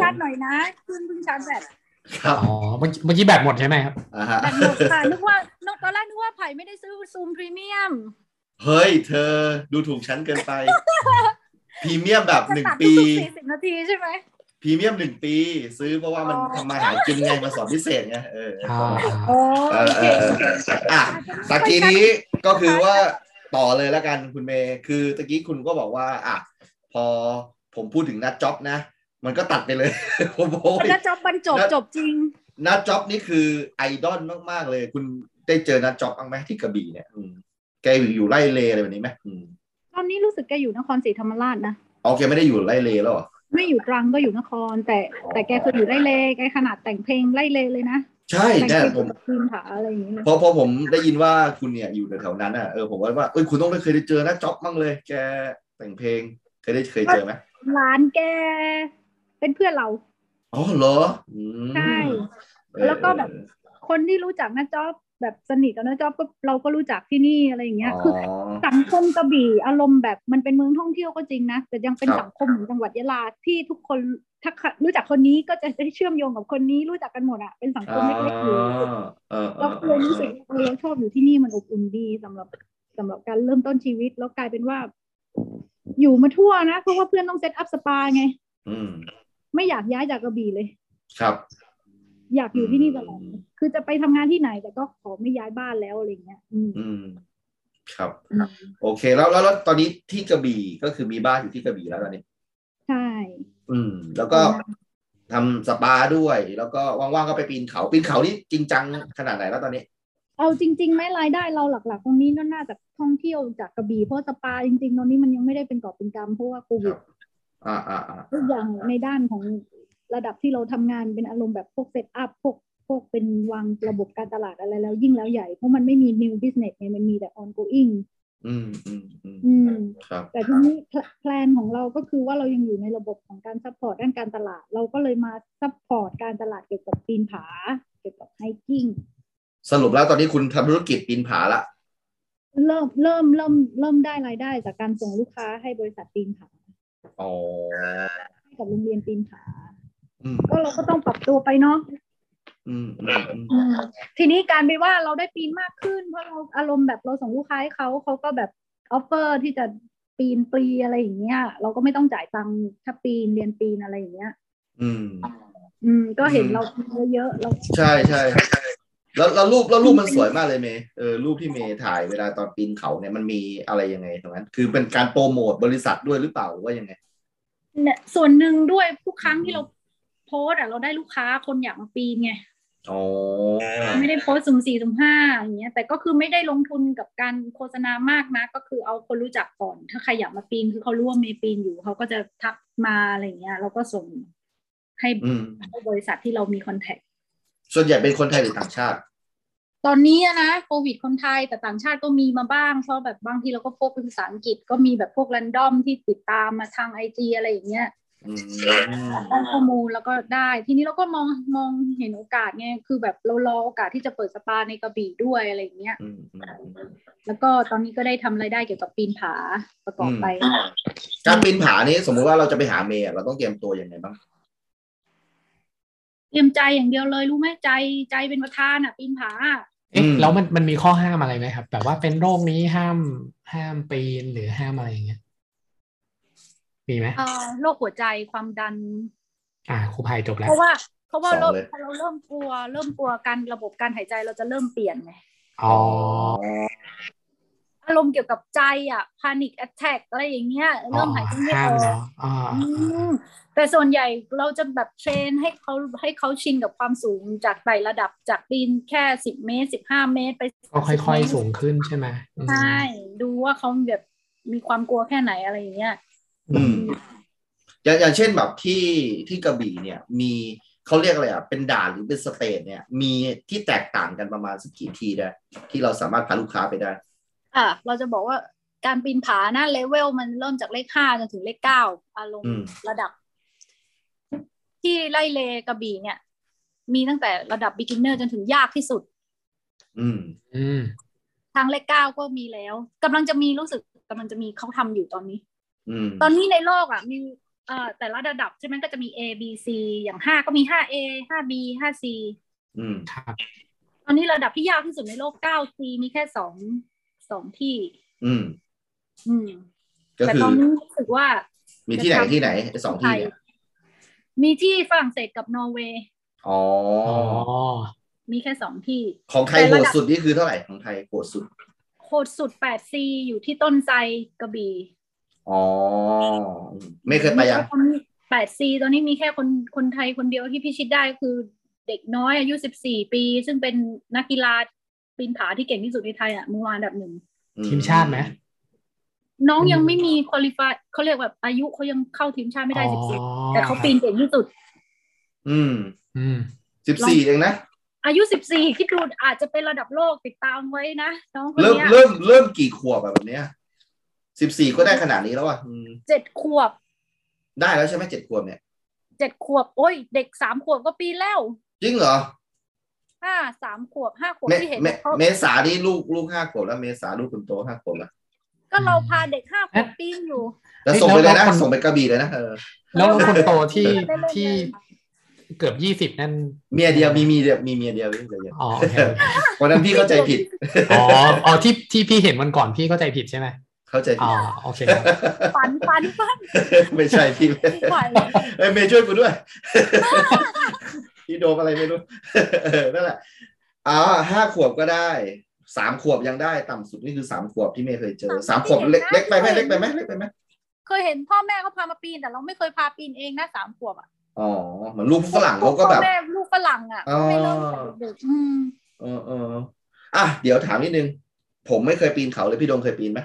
ชัดหน่อยนะขึ้นเพิ่งชาร์จแบต
ครับ
อ๋อเมื่อกี้เมื่อกี้แบบหมดใช่ไหมครับ
อ่าฮะ
แบตหมดค่ะนึกว่าตอนแรกนึกว่าไผ่ไม่ได้ซื้อซูมพรีเมียม
เฮ้ย เธอดูถูกฉันเกิน ไปพรีเมียมแบบ
จะ
หนึ่ง
ตัดทุ
ปี
กๆสี่สิบนาทีใช่ไหม
พรีเมียมหนึ่งปี ซื้อเพราะว่ามัน
อ๋อ
ทำมาหากินไงมาสอนพิเศษไงเออเอ
อ่า
อ
โอ้โอ
เออเอ
เค
อ
โอ
เอ
เค
ออ่ะตะกี้นี้ก็คือว่าต่อเลยแล้วกันคุณเมย์คือตะกี้คุณก็บอกว่าอ่ะพอผมพูดถึงนัดจ็อบนะ มันก็ตัดไปเลย ผมบอกว่า
คณะจอบบรรจบ
แล้ว
จบจริง
นัดจ็อบนี่คือไอดอลมาก ๆ เลย คุณได้เจอนัดจ็อบบ้างไหมที่กระบี่เนี่ยอืมแกอยู่ไร่เลอะไรแบบนี้ไหมอืม
ตอนนี้รู้สึกแกอยู่นครศรีธรรมราชนะ
อ๋อแกไม่ได้อยู่ไร่เลแล้วเหรอ
ไม่อยู่ตรังก็อยู่นคร แต่แต่แกเคยอยู่ไร่เลแกขนาดแต่งเพลงไร่เลเลยนะ
ใช่
แต่งเพ
เนี่ย
ลง
ผม
กับทีมผาอะไรอย่างเงี้เลย
พอพอผมได้ยินว่าคุณเนี่ยอยู่แถวๆนั้นอ่ะเออผมว่าว่าเอ้ยคุณต้องได้เคยได้เจอนัดจ็อบบ้างเลย แกแต่งเพลงเคยได้เคยเจอไหม
ร้านแกเป็นเพื่อนเรา
อ๋อเหรออืม
ใช่
เออ
แล้วก็แบบ คนที่รู้จักนะจ๊อบแบบสนิทกับนะจ๊อบก็เราก็รู้จักที่นี่อะไรอย่างเงี้ยคืออ
อ
สังคมกระบี่อารมณ์แบบมันเป็นเมืองท่องเที่ยวก็จริงนะแต่ยังเป็น
ครับ
สังคมของจังหวัดยะลาที่ทุกคนถ้ารู้จักคนนี้ก็จะได้เชื่อมโยงกับคนนี้รู้จักกันหมดอะเป็นสังคมเล็กๆอยู่
เออออ
เราก็เลยรู้สึกว่าเราชอบอยู่ที่นี่มันอบอุ่นดีสำหรับสำหรับการเริ่มต้นชีวิต แล้วกลายเป็นว่า อยู่มาทั่วนะเพราะว่าเพื่อนต้องเซตอัพสปาไง
อืม
ไม่อยากย้ายจากกระบี่เลย
ครับ
อยากอยู่ที่นี่ตลอดคือจะไปทำงานที่ไหนแต่ก็ขอไม่ย้ายบ้านแล้วอะไรเงี้ยอืม
อืมครับ
อืม
โอเคแล้วแล้วแล้วตอนนี้ที่กระบี่ก็คือมีบ้านอยู่ที่กระบี่แล้วตอนนี้
ใช่
อืม แล้วก็ทำสปาด้วย แล้วก็ว่างๆก็ไปปีนเขาปีนเขานี่จริงจังขนาดไหนแล้วตอนนี้
เอาจริงๆไหมรายได้เราหลัก ๆ ตรงนี้ก็น่าจะท่องเที่ยวจากกระบี่เพราะสปาจริงๆตอนนี้มันยังไม่ได้เป็นกอบเป็นกำเพราะว่าโควิด
อ่าอ่าอ่า
ทุกอย่างในด้านของระดับที่เราทำงานเป็นอารมณ์แบบพวกเซตอัพพวกพวกเป็นวางระบบการตลาดอะไรแล้วยิ่งแล้วใหญ่ เพราะมันไม่มี new business ไงมันมีแต่ ongoing
อืมอืมอืม
อืม
ครับ
แต่ทีนี้แพลนของเราก็คือว่าเรายังอยู่ในระบบของการซัพพอร์ตด้านการตลาด เราก็เลยมาซัพพอร์ตการตลาดเกี่ยวกับปีนผา เกี่ยวกับไฮกิ้ง
สรุปแล้วตอนนี้คุณทำธุรกิจปีนผาละ
เริ่มเริ่มเริ่มเริ่มได้รายได้จากการส่งลูกค้าให้บริษัทปีนผา
อ๋อ
ให้กับโรงเรียนปีนผา
อืม
ก็เราก็ต้องปรับตัวไปเนาะ
อืมอืมอืม
ทีนี้การไปว่าเราได้ปีนมากขึ้น เพราะเราอารมณ์แบบเราส่งลูกค้าให้เขาเขาก็แบบออฟเฟอร์ที่จะปีนปลีอะไรอย่างเงี้ย เราก็ไม่ต้องจ่ายตังค์ถ้าปีนเรียนปีนอะไรอย่างเงี้ย
อืม
อืม ก็เห็น
อืม
เราปีนเยอะๆเรา
ใช่ใช่ใช่แล้วแล้วรูปแล้วรูปมันสวยมากเลยเมย์เออรูปที่เมย์ถ่ายเวลาตอนปีนเขาเนี่ยมันมีอะไรยังไงตรงนั้น คือเป็นการโปรโมทบริษัทด้วยหรือเปล่าหรือว่ายังไง
เนี่ยส่วนหนึ่งด้วยทุกครั้งที่เราโพสต์อะเราได้ลูกค้าคนอยากมาปีนไง
อ๋อ
ไม่ได้โพสต์สุ่มสี่สุ่มห้าอย่างเงี้ยแต่ก็คือไม่ได้ลงทุนกับการโฆษณามากนะ ก็คือเอาคนรู้จักก่อน ถ้าใครอยากมาปีนคือเขารู้ว่ามีปีนอยู่เขาก็จะทักมาอะไรเงี้ยเราก็ส่งให้
อืม
ให้บริษัทที่เรามีคอนแทค
ส่วนใหญ่เป็นคนไทยหรือต่างชาติ
ตอนนี้อะนะโควิดคนไทยแต่ต่างชาติก็มีมาบ้างเพราะแบบบางทีเราก็พบเป็นภาษาอังกฤษก็มีแบบพวกรันดอมที่ติดตามมาทางไอจีอะไรอย่างเงี้ย
อืม
ได้ข้อมูลแล้วก็ได้ ทีนี้เราก็มองมองเห็นโอกาสไงคือแบบเรารอโอกาสที่จะเปิดสปาในกระบี่ด้วยอะไรอย่างเงี้ย
อืมอืมอืม
แล้วก็ตอนนี้ก็ได้ทำรายได้เกี่ยวกับปีนผาประกอบไป
การปีนผานี้สมมุติว่าเราจะไปหาเมย์อะเราต้องเตรียมตัวยังไงบ้าง
เตรียมใจอย่างเดียวเลยรู้ไหมใจใจเป็นประธานอ่ะ ปีนผาอะ
เอ๊ะ
อืม
แล้วมันมันมีข้อห้ามอะไรไหมครับ แบบว่าเป็นโรคนี้ห้ามห้ามปีนหรือห้ามอะไรอย่างเงี้ยมีไหม
เอ่อโรคหัวใจความดัน
อ่าครูภัยจบแล้
เพ
ว
ราะว่าเพราะว่า
ส
เรา
องเลย
พอเราเริ่มกลัว เริ่มกลัวการระบบการหายใจเราจะเริ่มเปลี่ยนไง
อ๋อ
อารมณ์เกี่ยวกับใจอ่ะ panic attack อะไรอย่างเงี้ยเริ่มหายใจไม่
ห้าม
ออก
เนาะอ๋อ
อืมแต่ส่วนใหญ่เราจะแบบเทรนให้เขาให้เขาชินกับความสูงจากไต่ระดับจากปีนแค่สิบเมตรสิบห้าเมตรไป
ก็ค่อยๆสู
10
งขึ้นใช่ไหมอืม
ใช่ ดูว่าเขาแบบมีความกลัวแค่ไหนอะไรอย่างเงี้ย
อืม อย่างอย่างเช่นแบบที่ที่กระบี่เนี่ย มีเขาเรียกอะไรอ่ะเป็นด่านหรือเป็นสเตจเนี่ย มีที่แตกต่างกันประมาณสักกี่ที่ได้ที่เราสามารถพาลูกค้าไปได้
อ่ะเราจะบอกว่าการปีนผานะเลเวลมันเริ่มจากเลขห้าจนถึงเลขเก้าอารม
อื
ณ์
ม
ระดับ ที่ไล่เลกระบี่เนี่ย มีตั้งแต่ระดับ beginner จนถึงยากที่สุด
อืม
อืม
ทางเลขเก้าก็มีแล้วกำลังจะมีรู้สึกกำลังจะมีเขาทำอยู่ตอนนี้
อืม
ตอนนี้ในโลกอ่ะมีเอ่อแต่ละระดับใช่ไหมก็จะมี A B C อย่างห้าก็มีห้า A ห้า B ห้า C
อืม
ครับ
ตอนนี้ระดับที่ยากที่สุดในโลกเก้า C มีแค่สองสองที่
อืม
อืม
ก็
แต่
คือ
ตอนนี้รู้สึกว่า
มีที่ไหน
จะทำ
ที่ไหนไอ้สองที่เนี่ย
มีที่ฝรั่งเศสกับนอร์เวย์
อ๋อ
อ๋อ
มีแค่สองที่
ของไทย
แต่
โห
ระดับ
ดสุดนี่คือเท่าไหร่ของไทยโหดสุด
โคตรสุดแปด C อยู่ที่ต้นไทรกระบี่
อ๋อไม่เคยไปยัง
แปด C ตอนนี้มีแค่คนคนไทยคนเดียวที่พิชิตได้คือเด็กน้อยอายุสิบสี่ปี ซึ่งเป็นนักกีฬาปีนผาที่เก่งที่สุดในไทยอ่ะมือวางอันดับหนึ่ง
ทีมชาติไหม
น้องยังไม่มีคุริฟายเขาเรียกแบบอายุเขายังเข้าทีมชาติไม่ได้
อ๋อ
สิบสี่แต่เขาปีนเก่งที่สุด
อืม
อืม
สิบสี่เองนะ
อายุสิบสี่คิดดูอาจจะเป็นระดับโลกติดตามไว้นะน้องคน
เริ่ม
เนี้ย
เริ่มเริ่มกี่ขวบอะแบบเนี้ยสิบสี่ก็ได้ขนาดนี้แล้วอ่ะอืม
เจ็ดขวบ
ได้แล้วใช่ไหมเจ็ดขวบเนี่ย
เจ็ดขวบ โอ้ย เด็กสามขวบก็ปีนแล้ว
จริงเหรอ
ห้าสามขวบห้าขวบ
เม
ที่เห็น
เม
เขา
เมษานี่ลูกลูกห้าขวบแล้วเมษาลูกคนโตห้าขวบแล้ว
ก็เราพาเด็กห้าขวบปีนอยู่
แล้ว
เฮ้ย
ส่งไปเลย
แล้ว
นะ
คน
ส่งไปกระบี่เลยนะเออ
แล้วคนโตที่
เล่นๆ
ที่เกือบยี่สิบนั่น
เมียเดียวมีมีเดียวมีเมียเดียวเรื่องเดียว
อ๋อโอเคโอเค
วันนั้นพี่เข้าใจผิด
อ๋ออ๋อที่ที่พี่เห็นวันก่อนพี่เข้าใจผิดใช่ไหม
เข้าใจ
อ๋
ผิ
อ
ด
โอเคครับ
ฝันฝันฝัน
ไม่ใช่พี่
ไหว
เอ้ยเมย์ช่วยกูด้วย พี่โดมอะไรไม่รู้ เออนั่นแหละอ๋อห้าขวบก็ได้สามขวบยังได้ต่ำสุดนี่คือสามขวบที่เมย์เคยเจอสามขวบเล็กเล็กไปไหมเล็กไปไหมเล็กไปไหม
เคยเห็นพ่อแม่เขาพามาปีนแต่เราไม่เคยพาปีนเองนะสามขวบอ่ะ
อ๋อเหมือนลูกฝรั่งเขาก็แบบ
พ่อแม่ลูกฝรั่งอ่ะ
อ๋อ
ไม่เริ่มตั้งแต่เด็กๆอืม
เออเอออ่ะเดี๋ยวถามนิดนึง ผมไม่เคยปีนเขาเลยพี่โดมเคยปีนไหม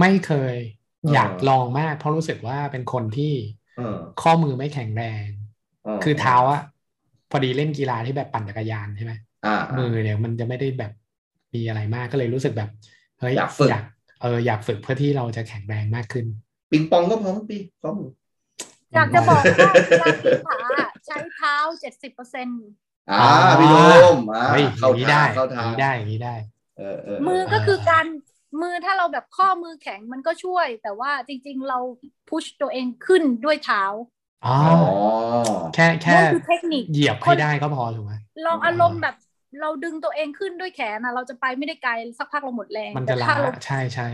ไม่เคย
เอออ
อยากลองมาก เพราะรู้สึกว่าเป็นคนที่
เออ
ข้อมือไม่แข็งแรง คือเท้าอะพอดีเล่นกีฬาที่แบบปั่นจักรยานใช่ไหม
อ่า
มือเนี่ยมันจะไม่ได้แบบมีอะไรมากก็เลยรู้สึกแบบ เฮ้ย
อยากฝึก
เอออยากฝึกเพื่อที่เราจะแข็งแรงมากขึ้น
ปิงปองก็พร้อมปีพร้อม
อยากจะ บอกว่ากีฬาปีนผาใช้เท้าเจ็ดสิบเปอร์เซ็น
อ่าพี่โดมอ่า
เฮ้ย
เข้า
นี้
ทา
ได้
งเข้า
อย่
ทาง
นี้ได้อย่างนี้ได้
เออเออ
มือก็คือการมือถ้าเราแบบข้อมือแข็งมันก็ช่วย แต่ว่าจริง ๆ เราพุชตัวเองขึ้นด้วยเท้า
อ๋อ
อ๋อ
แค่แค่
นั่นคือเทคนิค
เหยียบให้ได้ก็พอถูกไหม
ลองอารมณ์แบบเราดึงตัวเองขึ้นด้วยแขนนะเราจะไปไม่ได้ไกลสักพักเราหมดแรง
มัน
แต่
จะล้า
ถ้าเรา
ใช่ใช่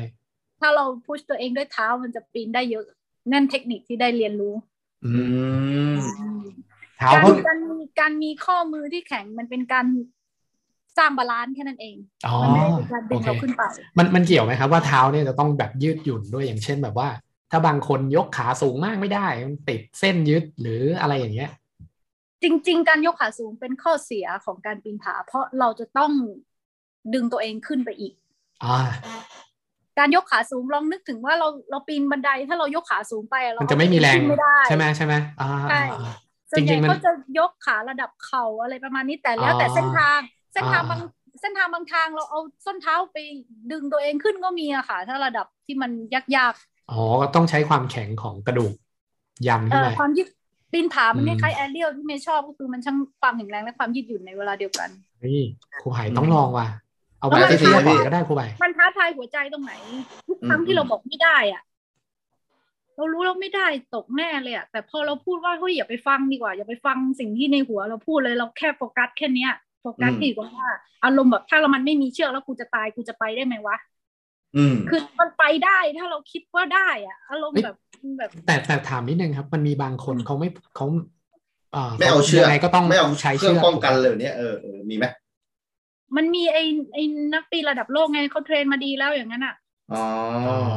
ถ้าเราพุชตัวเองด้วยเท้ามันจะปีนได้เยอะนั่นเทคนิคที่ได้เรียนรู้
อื
อื
ม
ม
เท้า
การ
ก็
การมีการมีข้อมือที่แข็งมันเป็นการสร้างบาลานซ์แค่นั้นเอง
อ๋อ
มัไม่ได้เป็นการดึ
โอง เค
เราขึ้นไป
มันมันเกี่ยวไหมครับว่าเท้าเนี่ยจะต้องแบบยืดหยุ่นด้วยอย่างเช่นแบบว่า ถ้าบางคนยกขาสูงมากไม่ได้มันติดเส้นยึดหรืออะไรอย่างเงี้ย
จริง ๆ การยกขาสูงเป็นข้อเสียของการปีนผา เพราะเราจะต้องดึงตัวเองขึ้นไปอีก
อ่า
การยกขาสูงลองนึกถึงว่าเราเราปีนบันได ถ้าเรายกขาสูงไปเรา
มันจะไม่มีแรง
ขึ้นไม่ได้
ใช่ไหมใช่ไหมอ่า
ใช่
อ่าอ่า
ส่วนใหญ่
จริงๆมัน
ก็จะยกขาระดับเข่าอะไรประมาณนี้แต่แล้ว
อ๋อ
แต่เส้นทางเส้นทาง
อ่า
บางเส้นทางบางทางเราเอาส้นเท้าไปดึงตัวเองขึ้นก็มีอะค่ะ ถ้าระดับที่มันยาก
อ๋อก็ต้องใช้ความแข็งของกระดูกยัน
ๆเอ่
ขึ้น
อ
มา
ความยืดปีนผามัน
อื
ค
ม
ล้ายๆแอเรียลที่เมย์ชอบก็คือมันช่างความแข็งแรงและความยืดหยุ่นในเวลาเดียวกัน
เฮ้ยครูไผ่ต้องลองว่ะ เอา
ต้องล
ไว้
อง
ที่ที่
ค่ะ
ก็ได้ครูไผ่
มันท้าทายหัวใจตรงไหนทุกครั้ง
อืม
ที่เราบอกไม่ได้อะเรารู้เราไม่ได้ตกแน่เลยอะแต่พอเราพูดว่าเฮ้ยอย่าไปฟังดีกว่า อย่าไปฟังสิ่งที่ในหัวเราพูดเลยเราแค่โฟกัสแค่เนี้ยโฟกัสดีกว่าว่าอารมณ์แบบถ้าเรามันไม่มีเชือกแล้วกูจะตายกูจะไปได้ไหมวะ
อืม
คือมันไปได้ถ้าเราคิดว่าได้อะอารมณ์แบบแบบ
แต่แต่ถามนิดนึงครับ มันมีบางคนเขาไม่เขาเอ่อ
ไม่เอาเชือก
ยังไงก็ต้อง
ไม่เอา
ใช้
เครื่อ
เชื
ง
อก
ป้องกันเลยเนี่ยเออเออมีไหม
มันมีไอ้ไอ้นักปีนระดับโลกไงเขาเทรนมาดีแล้วอย่างนั้นอะ
อ๋อ
อ๋อ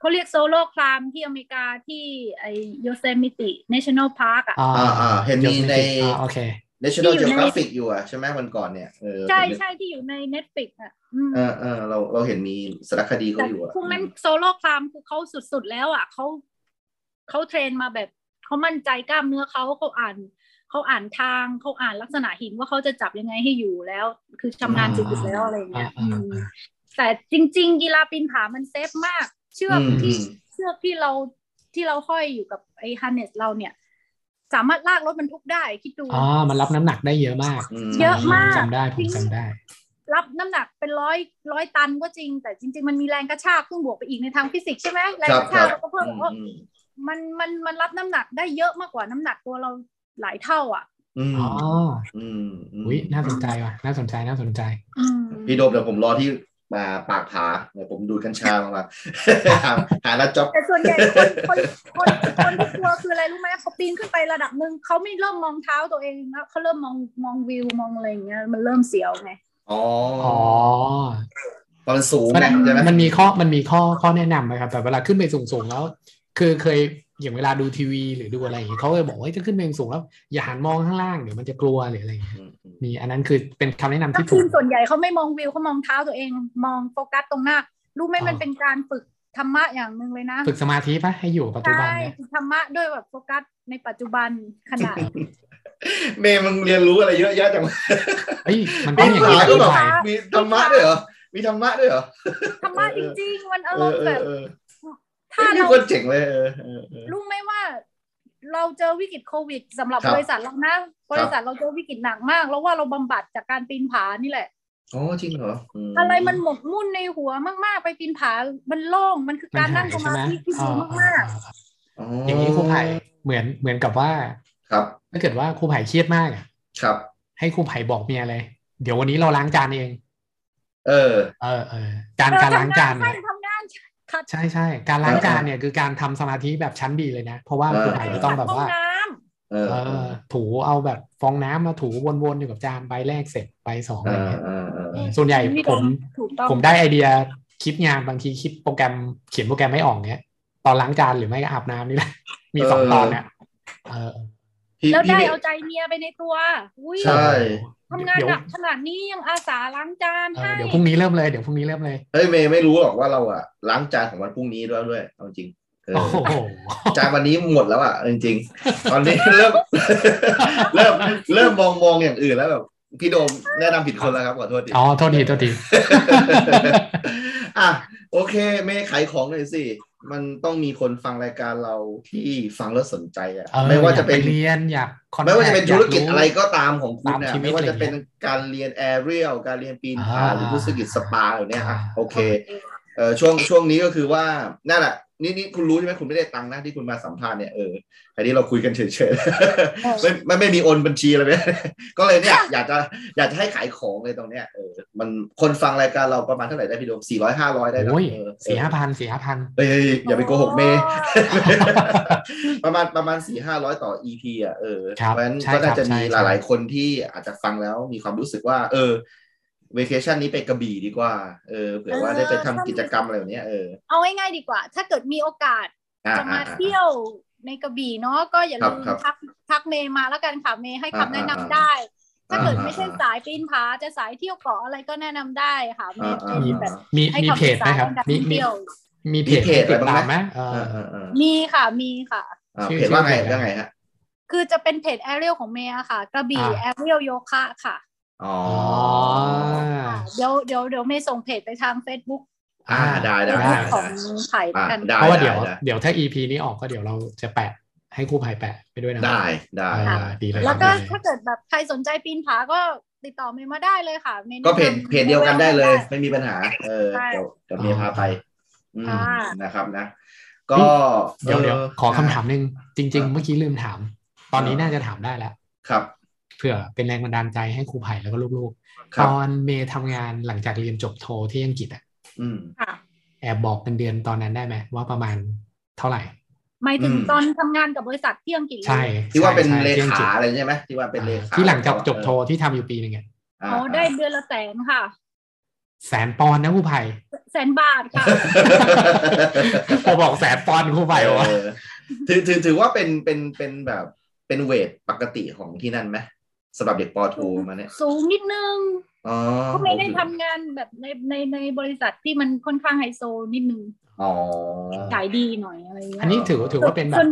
เขาเรียกโซโล่คลามที่อเมริกาที่ไอโยเซมิติ National Park อ่ะ
อ่า
อ่าอ่าเห็นมีใน
อ่าโอเค
National
ที่อยู่ใน
Geographic อยู่อะใช่ไหมวันก่อนเนี่ยเออ
ใช่
ผมเห็น
ใช่ที่อยู่ใน Netflix อ่ะอืม
เออเออเราเราเห็นมีสารคดีเขา
แต่
อยู่อะ
พวกนั้นโซโล่คลามคือเขาสุดๆแล้วอ่ะเขาเขาเทรนมาแบบเขามั่นใจกล้ามเนื้อเขาเขาอ่านเขาอ่านทางเขาอ่านลักษณะหินว่าเขาจะจับยังไงให้อยู่แล้ว คือชำนาญสุดๆแล้วอะไรอย่างเงี้ย
อ่าอ่าอ่า
อืมแต่จริง ๆ กีฬาปีนผามันเซฟมาก เชือก
ม
ที่ เชือกที่เราที่เราห้อยอยู่กับไอ้ฮันเนสเราเนี่ย สามารถลากรถบรรทุกได้คิดดู
อ๋อมันรับน้ำหนักได้เยอะมาก
ม
เยอะมาก
จำได้ผมจำได้
รับน้ำหนักเป็นร้อยร้อยตันก็จริง แต่จริง ๆ มันมีแรงกระชากขึ้นบวกไปอีกในทางฟิสิกส์ใช่ไหมแรง
ครั
ก
บ
ระ
ค
ชาก
รับ
เราก็เพิ่ม
อืม
เพราะ
อืม
มันมันมันรับน้ำหนักได้เยอะมากกว่าน้ำหนักตัวเราหลายเท่าอ่ะ
อืม
อ๋อ
อืมอืม
อุ้ยน่าสนใจว่ะ น่าสนใจน่าสนใจ
อืม
พี่โดมเดี๋ยวผมรอที่มาปากผาเดี๋ยวผมดูดกัญชามามา หาหาลัดจ็อบ
แต่ส่วนใหญ่ คนคนคนคนที่กลัวคืออะไรรู้ไหมเขาปีนขึ้นไประดับหนึ่งเขาไม่เริ่มมองเท้าตัวเองแล้วเขาเริ่มมองมองวิวมองอะไรอย่างเงี้ยมันเริ่มเสียวไง
อ๋อ
อ๋อ
ตอนสูง
มัน
นะใช่ไหม
มันมีข้อมันมีข้อข้อแนะนำไหมครับแบบเวลาขึ้นไปสูงๆแล้ว คือเคยอย่างเวลาดูทีวีหรือดูอะไรอย่างงี้เขาเลยบอกว่าจะขึ้นไปสูงแล้ว อย่าหันมองข้างล่างเดี๋ยวมันจะกลัวหรืออะไรอย่างเงี้ยมีอันนั้นคือเป็นคำแนะนำ
นั
ที่
ก
ถู
ที
ก
มส่วนใหญ่เขาไม่มองวิวเขามองเท้าตัวเอง มองโฟกัสตรงหน้า รู้ไหม
อ๋อ
มันเป็นการฝึกธรรมะอย่างหนึ่งเลยนะ
ฝึกสมาธิปะให้อยู่กับปัจจุบัน
ใช่
เนี่ย
ฝึกธรรมะด้วยแบบโฟกัสในปัจจุบันขณะ
เมย์มึงเรียนรู้อะไรเยอะแยะจัง วะ
เอ้ยมัน
เอ้
ต้อย งอย่างนี้
หาก็
ครู
แบบ
ไผ่
มีธรรมะด้วยเหรอ มีธรรมะด้วยเหรอ
ธรรมะจริงๆ มันอารม
เออ
ณ์
เอ
แบ
อบ เออ
ถ้า
นี่
เรา
คนเจ๋งเลยเออเออเออ
รู้ไหมว่า เราเจอวิกฤตโควิดสำหรับ
ครับ
บริษัทเรานะ บริษัทเราเจอวิกฤตหนักมาก แล้วว่าเราบำบัดจากการปีนผานี่แหละ
๋อจริงเหรอม
อะไรมันหมกมุ่นในหัวมากๆ ไปปีนผามันโล่งมันคือ
มัน
การ
หา
นั่
ย
งสมา
ใช่ไหม
ธิที่
อ๋
ดี
อ
มาก
อย่างนี้ครูไผ่เหมือนเหมือนกับว่า
ครับ
ถ้าเกิดว่าครูไผ่เครียดมากอะ
ครับ
ให้ครูไผ่บอกเมียเลย เดี๋ยววันนี้เราล้างจานเอง
เออ
เออเออ
ๆ
การ
เออ
การล้างจาน
ทำ
เนี่
ใช่
ย
ทำงาน
ใช่ใช่การล้าง
เออ
จานเนี่ยคือการทำสมาธิแบบชั้นดีเลยนะ เพราะว่า
เออ
คุณไผ่จะต้องแบบว่า
ห้องน้
เอ
เอ
อเอ
อ
อ
ถูเอาแบบฟองน้ำมาถูวนๆอยู่กับจานใบแรกเสร็จใบสอง
เอ
อะไร
อ
เงี้ย
เออเออ
เออส่วนใหญ่ผม
ำถูกต้อง
ผมได้ไอเดียคิดงานบางทีคิดโปรแกรมเขียนโปรแกรมไม่ออกเนี้ย ตอนล้างจานหรือไม่ก็อาบน้ำนี่แหละ มีสองตอนเนี่ยเออ
พี่
แล้ว
พี่
ได้
ไม่
เอาใจเมียไปในตัวอุ้ย
ใช่
ทำงาน
เดี๋ยว
หนักขนาดนี้ยังอาสาล้างจาน
เอ
ให้
อเดี๋ยวพรุ่งนี้เริ่มเลยเดี๋ยวพรุ่งนี้เริ่มเลย
เฮ้ยเมย์ไม่รู้หรอกว่าเราอะล้างจานของวันพรุ่งนี้ด้วยด้วยเอาจริงเออ
โอ้โห
จานวันนี้หมดแล้ว อะเอาจริงๆตอนนี้เริ่ม เริ่มเริ่มมองมองอย่างอื่นแล้วแบบ พี่โดมแนะนำผิดคนแล้วครับขอโทษที
อ๋อโทษทีโทษ ที
อ่ะโอเคเมย์ขายของหน่อยสิ มันต้องมีคนฟังรายการเราที่ฟังแล้วสนใจอ่ะ
เออ
ไม่ว่าจะเป็น
อยกไเรียนอยาก contact
ไม่ว่าจะเป็นธุรกิจ
ยา
อะไรก็ตามของคุณเนี่ย
ตามชีวิต
ไม่ว่าจะเป็นการเรียนแอเรียลการเรียนปีนผา
อ่า
หรือธุรกิจสปาเหล่าเนี้ยอ่ะ
อ่า
โอเคเออช่วงช่วงนี้ก็คือว่านั่นแหละนี่นี่คุณรู้ใช่ไหมคุณไม่ได้ตังค์นะที่คุณมาสัมภาษณ์เนี่ยเอออันนี้เราคุยกันเฉยๆ ไม่ไม่ไม่มีโอนบัญชีอะไรไหม ก็เลย เนี่ย อยากจะอยากจะให้ขายของเลยตรงเนี้ยเออมันคนฟังรายการเราประมาณเท่าไหร่ได้พี่โดมสี่ร้อยห้าร้อยได้นะ
โอ้ย
เออ
สี่ห้าพันสี่ห้าพัน
เอ้ยอย่าไปโกหกเมย์ ประมาณประมาณสี่ห้าร้อยต่อ EP อ่ะเออ
ครับ
เพราะฉะนั้น
ใช่
ก็น่า
ครับ
จะมี
ใช่
ห
ใช่
ลายๆคนที่อาจจะฟังแล้วมีความรู้สึกว่า เออเวเคชันนี้ไปกระบี่ดีกว่าเออเผื่อว่าได้ไปทำกิจกรรมอะไรแบบเนี้ยเออ
เอาง่ายๆดีกว่า ถ้าเกิดมีโอกาส
อ่า
จะมา
อ่า
เที่ยวในกระบี่เนาะก็อย่า
ครั
ลื
บ
ม
ครับ
ทักทักเมย์มาแล้วกันค่ะเมย์ให้คำ
อ่า
แนะนำ
อ่า
ได้ ถ้าเกิด
อ่า
ไม่ใช่
อ่า
สายปีนผาจะสายเที่ยวเกาะอะไรก็แนะนำได้ค่ะเม
อ่า
ย์
อ่า
เป็นแบบ
อ่า
มี
ให้
มี
คำ
เพ
ปรึ
จ
กษา
ไหมครับ
ทางการ
มี
ท่อง
มี
เที่ยว
มี
มีเพจ
เพจ
ให้ติดตามไหมเอ
เอ
อ
อเออเออ
มีค่ะมีค่ะ
อ่า
ชื่อ
เพจว่าไง
ชื่อเพจ
ว่าไงฮะ
คือจะเป็นเพจแอเรียลของเมย์อะค่ะ กระบี่
อ่า
แอเรียลโยคะค่ะ
อ๋อ
อ๋อ
ค่ะเดี๋ยวเดี๋ยวเดี๋ยวเมย์ส่งเพจไปทาง Facebook
อ่าได้ได้
ได้
ได้
ข
ได้
องไผ่
อ่า
กัน
ได้
เพราะว่าเดี๋ยว
ได้
เดี๋ยวถ้า EP นี้ออกก็เดี๋ยวเราจะแปะให้ครูภัยแปะไปด้วยนะ
ได้ได้
อ่า
ได้
ดีเลย
แล้วก็
ได้
ถ้าเกิดแบบใครสนใจปีนผาก็ติดต่อเมย์มาได้เลยค่ะมย์แนะนำ
ก็เพจเพจเดียวกันได้เลย ไม่มีปัญหา เออ
ใช่
เดี๋ยวเดี๋ยวเมียพาไป อืม
ค่ะ
นะครับนะ ก็
เดี๋ยวเดี๋ยว
ออ
ขอคำถามหนึ่งจริง
ะ
ๆ เมื่อกี้ลืมถาม ตอนนี้น่าจะถามได้แล้ว
ครับ
เผื่อเป็นแรงบันดาลใจให้ครูภัยแล้วก็ลูก
ครั
ๆ ต
บ
อนเมย์ทำงานหลังจากเรียนจบโทที่อังกฤษอะ
อืม
ค่ะ
แอบบอกเงินเดือนตอนนั้นได้ไหมว่าประมาณเท่าไหร่
หมายถึง
อืม
ตอนทำงานกับบริษัทที่อังกฤษเลย
ใช่
ที่ว่าเป็น
ใช่
เล
ใช่ที่อังกฤ
ขา
ษ
อะไรใช่ไหมที่ว่าเป็นเลขา
ที่หลังจากจบโทที่ทำอยู่ปีหนึ่งอะ
า
เขาได้เดือนละแสนค่ะ
แสนปอนด์นะครู ภัย
แสนบาทค่ะ
ผมบอกแสนปอนด์ครูภัยว่า
เออถือถือถือว่าเป็นเป็นเป็นแบบเป็นเวทปกติของที่นั่นไหมสำหรับเด็กปอโทมาเนี่ย
สูงนิดนึง
อ๋อ
ก็ไม่ได้ทำงานแบบในในในบริษัทที่มันค่อนข้างไฮโซนิดนึง
อ๋อ
ขายดีหน่อยอะไรเงี้
อัน
ย
นี้ถือว่าถือว่าเป็นแบบ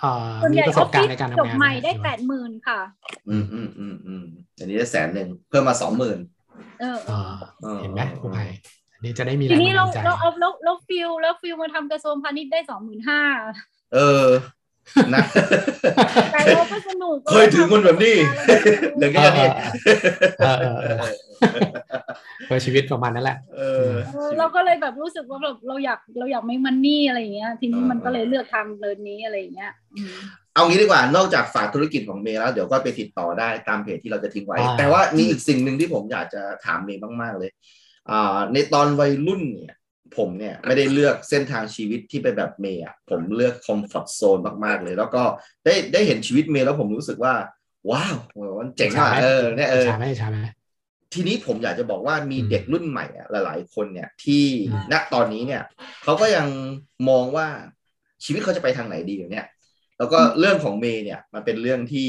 เอ่อ
ส่วน
มี
ใหญ่
ประ
อ
ส
อบ ฟ
การ
ฟิ
ณ์ใน
ศ
การทำ
จบ
งาน
ใหม่ได้แป
นะ
ดหมื่นค่ะ
อืมอืมอืมอืมอันนี้ได้แสนหนึ่งเพิ่มมาสองหมื่น
เออ
เออเห็นไหมครูไผ่อันนี้จะได้มีแร
ที
ง
นี้
บัน
เรา
ดาลใจ
เราเอาแล้วแล้วฟิลแล้วฟิลมาทำกระทรวงพาณิชย์ได้สองหมื่นห้า
เออ นะ
แต่เราก็สนุก
เคยถึงคนแบบนี้ เหลือ
เอ
แค่
อ
นี้
เออเออเออเออเออชีวิตประมาณนั้นแหละ
เออ
เออเราก็เลยแบบรู้สึกว่าแบบเราอยากเราอยากไม่มันนี่อะไรอย่างเงี้ย ทีนี้
เออ
มันก็เลยเลือกทางเดินนี้อะไรอย่างเงี้ยอืม
เอางี้ดีกว่า นอกจากฝากธุรกิจของเมย์แล้ว เดี๋ยวก็ไปติดต่อได้ตามเพจที่เราจะทิ้งไว้
อ่า
แต่ว่ามีอีกสิ่งหนึ่งที่ผมอยากจะถามเมย์มากๆเลย อ่า ในตอนวัยรุ่นเนี่ย ผมเนี่ยไม่ได้เลือกเส้นทางชีวิตที่ไปแบบเมย์อะผมเลือกคอมฟอร์ทโซนมากๆเลย แล้วก็ได้ได้เห็นชีวิตเมย์แล้วผมรู้สึกว่า ว้าวมันเจ๋งว่ะเออเนี่ยเออ
ช้าไหมช้าไหม
ทีนี้ผมอยากจะบอกว่ามี
อืม
เด็กรุ่นใหม่อะหลาย ๆ คนเนี่ยที่
อืม
ณตอนนี้เนี่ยเขาก็ยังมองว่าชีวิตเขาจะไปทางไหนดีอยู่เนี่ย แล้วก็เรื่องของเมย์เนี่ยมันเป็นเรื่องที่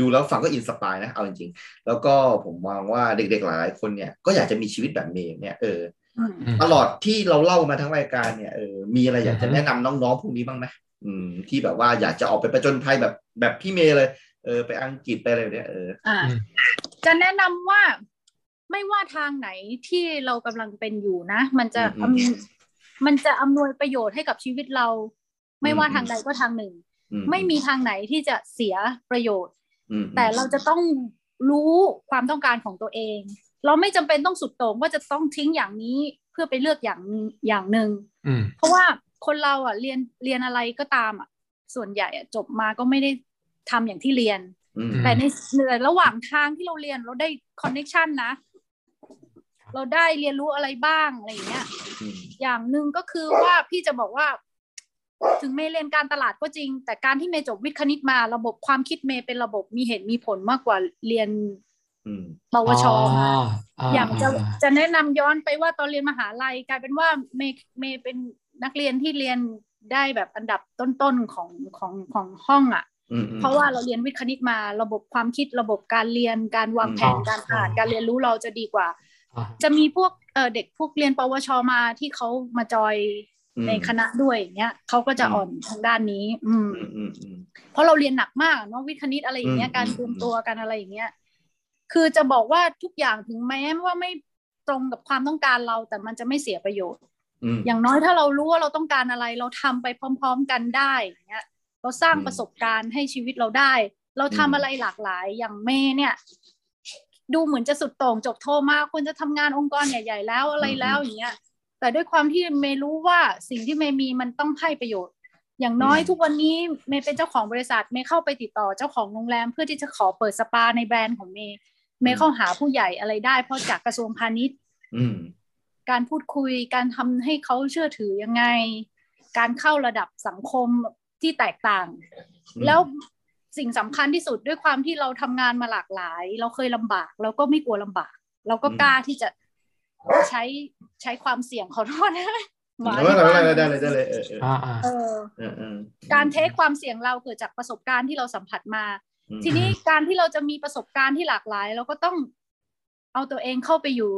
ดูแล้วฟังก็อินสปายนะเอาจริงๆแล้วก็ผมมองว่าเด็ก ๆ หลาย ๆ คนเนี่ยก็อยากจะมีชีวิตแบบเมย์เนี่ยเออ
อืม
อืม
ตลอดที่เราเล่ามาทั้งรายการเนี่ยเออมีอะไรอยากจะ
อือฮึ
แนะนำน้องๆพวกนี้บ้างไหมอืม ที่แบบว่าอยากจะออกไปประจนภัยแบบแบบพี่เมย์เลยเออไปอังกฤษไปอะไรแบบเนี่ยเออ
อ่า
อืม
จะแนะนำว่าไม่ว่าทางไหนที่เรากำลังเป็นอยู่นะ มันจะอำมันจะอำนวยประโยชน์ให้กับชีวิตเรา ไม่ว่าทางใดก็ทางหนึ่ง
อื
ไม่มีทางไหนที่จะเสียประโยชน์
อืม
แต่เราจะต้องรู้ความต้องการของตัวเอง เราไม่จำเป็นต้องสุดโต่งว่าจะต้องทิ้งอย่างนี้เพื่อไปเลือกอย่างอย่างหนึ่ง
อืม
เพราะว่าคนเราอ่ะเรียนเรียนอะไรก็ตามอ่ะส่วนใหญ่อ่ะจบมาก็ไม่ได้ทำอย่างที่เรียน
อืม
อืม
แต่ในแต่ระหว่างทางที่เราเรียนเราได้คอนเน็ชันนะ เราได้เรียนรู้อะไรบ้างอะไรอย่างเงี้ย
อืม
อย่างหนึ่งก็คือว่าพี่จะบอกว่า ถึงเมย์เรียนการตลาดก็จริง แต่การที่เมย์จบวิทย์คณิตมาระบบความคิดเมย์เป็นระบบมีเหตุมีผลมากกว่าเรียน
อืม
ปวชมาอ
อย่าง
จะ
า
จะแนะนำย้อนไปว่าตอนเรียนมหาลัยกลายเป็นว่าเมย์เมย์เป็นนักเรียนที่เรียนได้แบบอันดับต้นๆของของของห้องอะ่ะ
อืมอืม
เพราะว่าเราเรียนวิทย์คณิตมาระบบความคิดระบบการเรียนการวางแผนการอ่านการเรียนรู้เราจะดีกว่า
อ่า
จะมีพวกเอ่อเด็กพวกเรียนปวชมาที่เขามาจอย
อืม
ในคณะด้วยอย่างเงี้ยเขาก็จะ
อืม
อ่อนทางด้านนี้ อืม
อืมอืมอืม
เพราะเราเรียนหนักมากเนาะวิทย์คณิตอะไรอย่างเงี้ย
อืม
การเต
อืม
รียมตัวกันอะไรอย่างเงี้ย คือจะบอกว่าทุกอย่างถึงแม้ว่าไม่ตรงกับความต้องการเรา แต่มันจะไม่เสียประโยชน์
อืม
อย่างน้อยถ้าเรารู้ว่าเราต้องการอะไร เราทำไปพร้อม ๆ กันได้อย่างเงี้ยเราสร้าง
อืม
ประสบการณ์ให้ชีวิตเราได้ เราทำ
อืม
อะไรหลากหลาย อย่างเม่เนี่ย ดูเหมือนจะสุดโต่งจบโทมากควรจะทำงานองค์กรใหญ่ ๆ แล้วอะไรแล้วอย่างเงี้ย แต่ด้วยความที่เมย์รู้ว่าสิ่งที่เมย์มีมันต้องให้ประโยชน์ อย่างน้อย
อืม
ทุกวันนี้เมย์เป็นเจ้าของบริษัทเมย์เข้าไปติดต่อเจ้าของโรงแรม เพื่อที่จะขอเปิดสปาในแบรนด์ของเมย์เมย์เข้าหาผู้ใหญ่อะไรได้ เพราะจากกระทรวงพาณิชย์
อืม
การพูดคุยการทำให้เขาเชื่อถือยังไง การเข้าระดับสังคมที่แตกต่าง
อืม
แล้วสิ่งสำคัญที่สุดด้วยความที่เราทำงานมาหลากหลาย เราเคยลำบาก เราก็ไม่กลัวลำบาก เราก็กล้าที่จะใช้ใช้ความเสี่ยงขอโทษนะหมา
ได้
ที่
เลย
บ้าน
ได้เลยได้เลยเออ
อ่าอ่า
เออ
เออเออ
การเทคความเสี่ยงเราเกิดจากประสบการณ์ที่เราสัมผัสมา
อืม
ทีนี้การที่เราจะมีประสบการณ์ที่หลากหลาย เราก็ต้องเอาตัวเองเข้าไปอยู่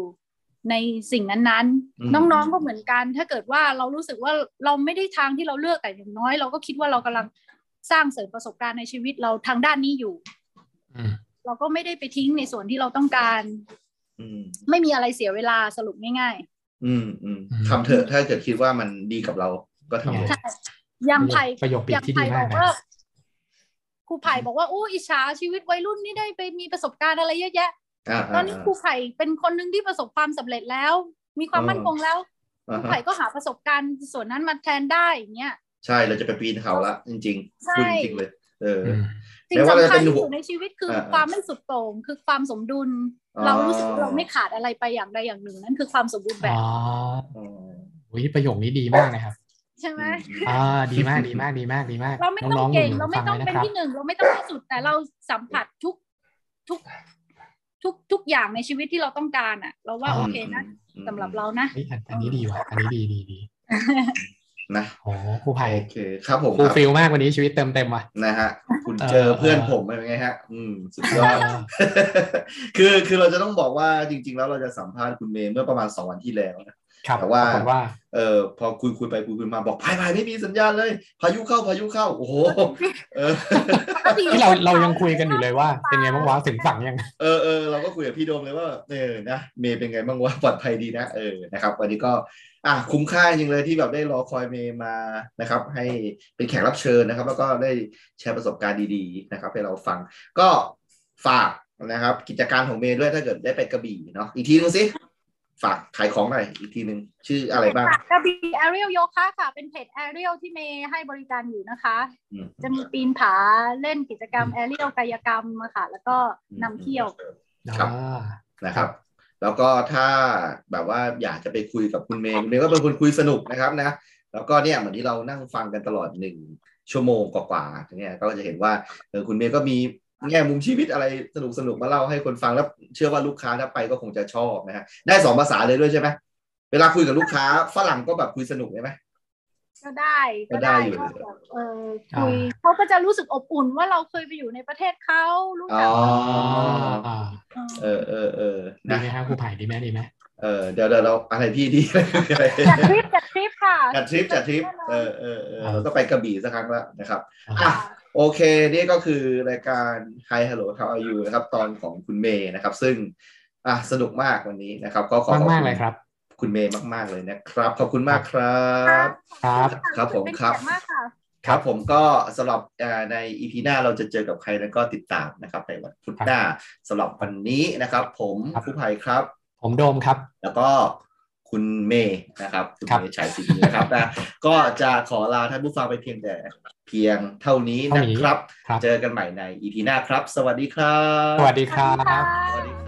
ในสิ่งนั้นๆ น้องๆก็เหมือนกัน ถ้าเกิดว่าเรารู้สึกว่าเราไม่ได้ทางที่เราเลือกแต่อย่างน้อย เราก็คิดว่าเรากำลังสร้างเสริมประสบการณ์ในชีวิตเราทางด้านนี้อยู่
อืม
เราก็ไม่ได้ไปทิ้งในส่วนที่เราต้องการ
อืม
ไม่มีอะไรเสียเวลาสรุปง่าย
อืมอืมทำเถอะถ้าเกิดคิดว่ามันดีกับเราก็ทำเลย
ๆอย่างไผ่
ประโยคปิด
อย่าง
ที่
ไผ่
ดี
บ
มา
อก ก
นะ
ว่าครูไผ่บอกว่าอู้อิจฉาชีวิตวัยรุ่นนี่ได้ไปมีประสบการณ์อะไรเยอะแยะ
อ่า
ตอนนี้ครูไผ่เป็นคนหนึ่งที่ประสบความสำเร็จแล้ว มีความมั่นคงแล้วค
อ่า
รู
ฮะ
ไผ่ก็หาประสบการณ์ส่วนนั้นมาแทนได้อย่างเงี้ย
ใช่เราจะไปปีนเขาละจริงๆ
ใช่
พูดจริงๆเลย เออ
อืม
สิ่ง
แม้ว่าเรา
สำคั
จะ
ญ
เป็น
ที่
หัว
สุดในชีวิตคืออา ความไม่สุดโต่งคือความสมดุล
อ๋อ
เรารู้สึกว่าเราไม่ขาดอะไรไปอย่างใดอย่างหนึ่งนั่นคือความสมบูรณ์แบบ
อ๋อ
อ๋อ
อุ๊ยประโยคนี้ดีมากนะครับ
ใช่ไหม
อ่า ดีมาก ดีมาก ดีมาก ดีมาก
เราไม่ต้อง
ๆ
เก่ง
หนูๆ
เราไม่ต้อง
ฟั
เป็น
ไว้ะครับ
ที่หนึ่งเราไม่ต้องที่สุดแต่เราสัมผัสทุกทุกทุกทุกอย่างในชีวิตที่เราต้องการอ่ะ เราว่าโอเคนะ
อืม
สำหรับเรานะ
เฮ้ยอันอันนี้ดีว่ะ อันนี้ดีดีดี
นะ
โอ้ครูไผ่
โอเคครับผม
ครู
ครับ
ฟิลมากวันนี้ชีวิตเต็มเต็มว่ะ
นะฮะ คุณ
เออ
เจอเพื่อนผมเป็นไงฮะ อืมสุดยอด คือคือเราจะต้องบอกว่าจริง ๆ แล้วเราจะสัมภาษณ์คุณเมย์เมื่อประมาณสองวันที่แล้วนะ
ครับ
แต่ว่า
ปรกฏว่า
เออพอคุยคุยไปคุยคุยมาบอกพายพายไม่มีสัญญาณเลย พายุเข้าพายุเข้า โอ้โหเออ
ที่เราเรายังคุยกันอยู่เลยว่า เป็นไงบ้างวะถึงฝั่งยัง
เออเออเราก็คุยกับพี่โดมเลยว่าเออนะเมย์เป็นไงบ้างวะปลอดภัยดีนะเออนะครับวันนี้ก็อ่ะคุ้มค่าจริงเลยที่แบบได้รอคอยเมย์มานะครับ ให้เป็นแขกรับเชิญนะครับ แล้วก็ได้แชร์ประสบการณ์ดีๆนะครับให้เราฟัง ก็ฝากนะครับ กิจการของเมย์ด้วยถ้าเกิดได้ไปกระบี่เนาะอีกทีนึงสิฝากขายของหน่อยอีกทีนึงชื่ออะไรบ้าง
กระบี่ Aerial Yoga ค่ะ เป็นเพจ Aerial ที่เมย์ให้บริการอยู่นะคะ
อืม
จะมีปีนผาเล่นกิจกรรม Aerial กายกรรมอะค่ะ แล้วก็นำเที่ยว
ครับ
อ่า
นะครับ แล้วก็ถ้าแบบว่าอยากจะไปคุยกับคุณเมย์คุณเมย์ก็เป็นคนคุยสนุกนะครับนะ แล้วก็เนี่ยเหมือนที่เรานั่งฟังกันตลอดหนึ่งชั่วโมงกว่าๆเนี่ยก็จะเห็นว่าเออคุณเมย์ก็มีแง่มุมชีวิตอะไรสนุกๆมาเล่าให้คนฟังแล้วเชื่อว่าลูกค้าถ้าไปก็คงจะชอบนะฮะได้สองภาษาเลยด้วยใช่ไหมเวลาคุยกับลูกค้าฝรั่งก็แบบคุยสนุกใช่ไหม
ก็ได้
ก็ได้อยู่
ก็แบบเออคุ
อ่า
ยเขาก็จะรู้สึกอบอุ่นว่าเราเคยไปอยู่ในประเทศเขารู้
อ๋
จั
อก
อ่า
เออเออเออ
ดี
นะ
ไหมครับครูไผ่ดีไหมดีไหม
เออเดี๋ยวเดี๋ยวเราอะไรพี่ ดี
จัดทริปจัดทริปค่ะ
จัดทริปจัดทริปเออเออเออเราต้องไปกระบี่สักครั้งแล้วนะครับ
อ่า
อ่ะ โอเค นี่ก็คือรายการ Hi Hello How Are You นะครับ ตอนของคุณเมย์นะครับ ซึ่งอ่ะสนุกมากวันนี้นะครับ ก็ขอขอ
มา
ก บคุ
มาก
ณ
เลยครับ
คุณเมย์มาก ๆ เลยนะครับ ขอบคุณมากครับ
ครับ
ครับผม
เป็น
ครับ
เกียติมากค่ะ
ครับผมก็สำหรับเอ่อในอีพีหน้าเราจะเจอกับใครแล้วก็ติดตามนะครับในวันพุธหน้าสำหรับวันนี้นะครับ ผม
ครับ
ผู้ภัยครับ
ผมโดมครับ
แล้วก็คุณเมย์นะครับคุณ
ครับ
เมย์ฉายสิงห์นะครับนะก็จะขอลาท่านผู้ฟังไปเพียงแต่เพียงเท่านี้
เท่า
นะ
นี้
ครับ
ครับ
เจอกันใหม่ในอีพีหน้าครับ สวัสดีครับ
สวัสดีครับ
สวัสดีครับ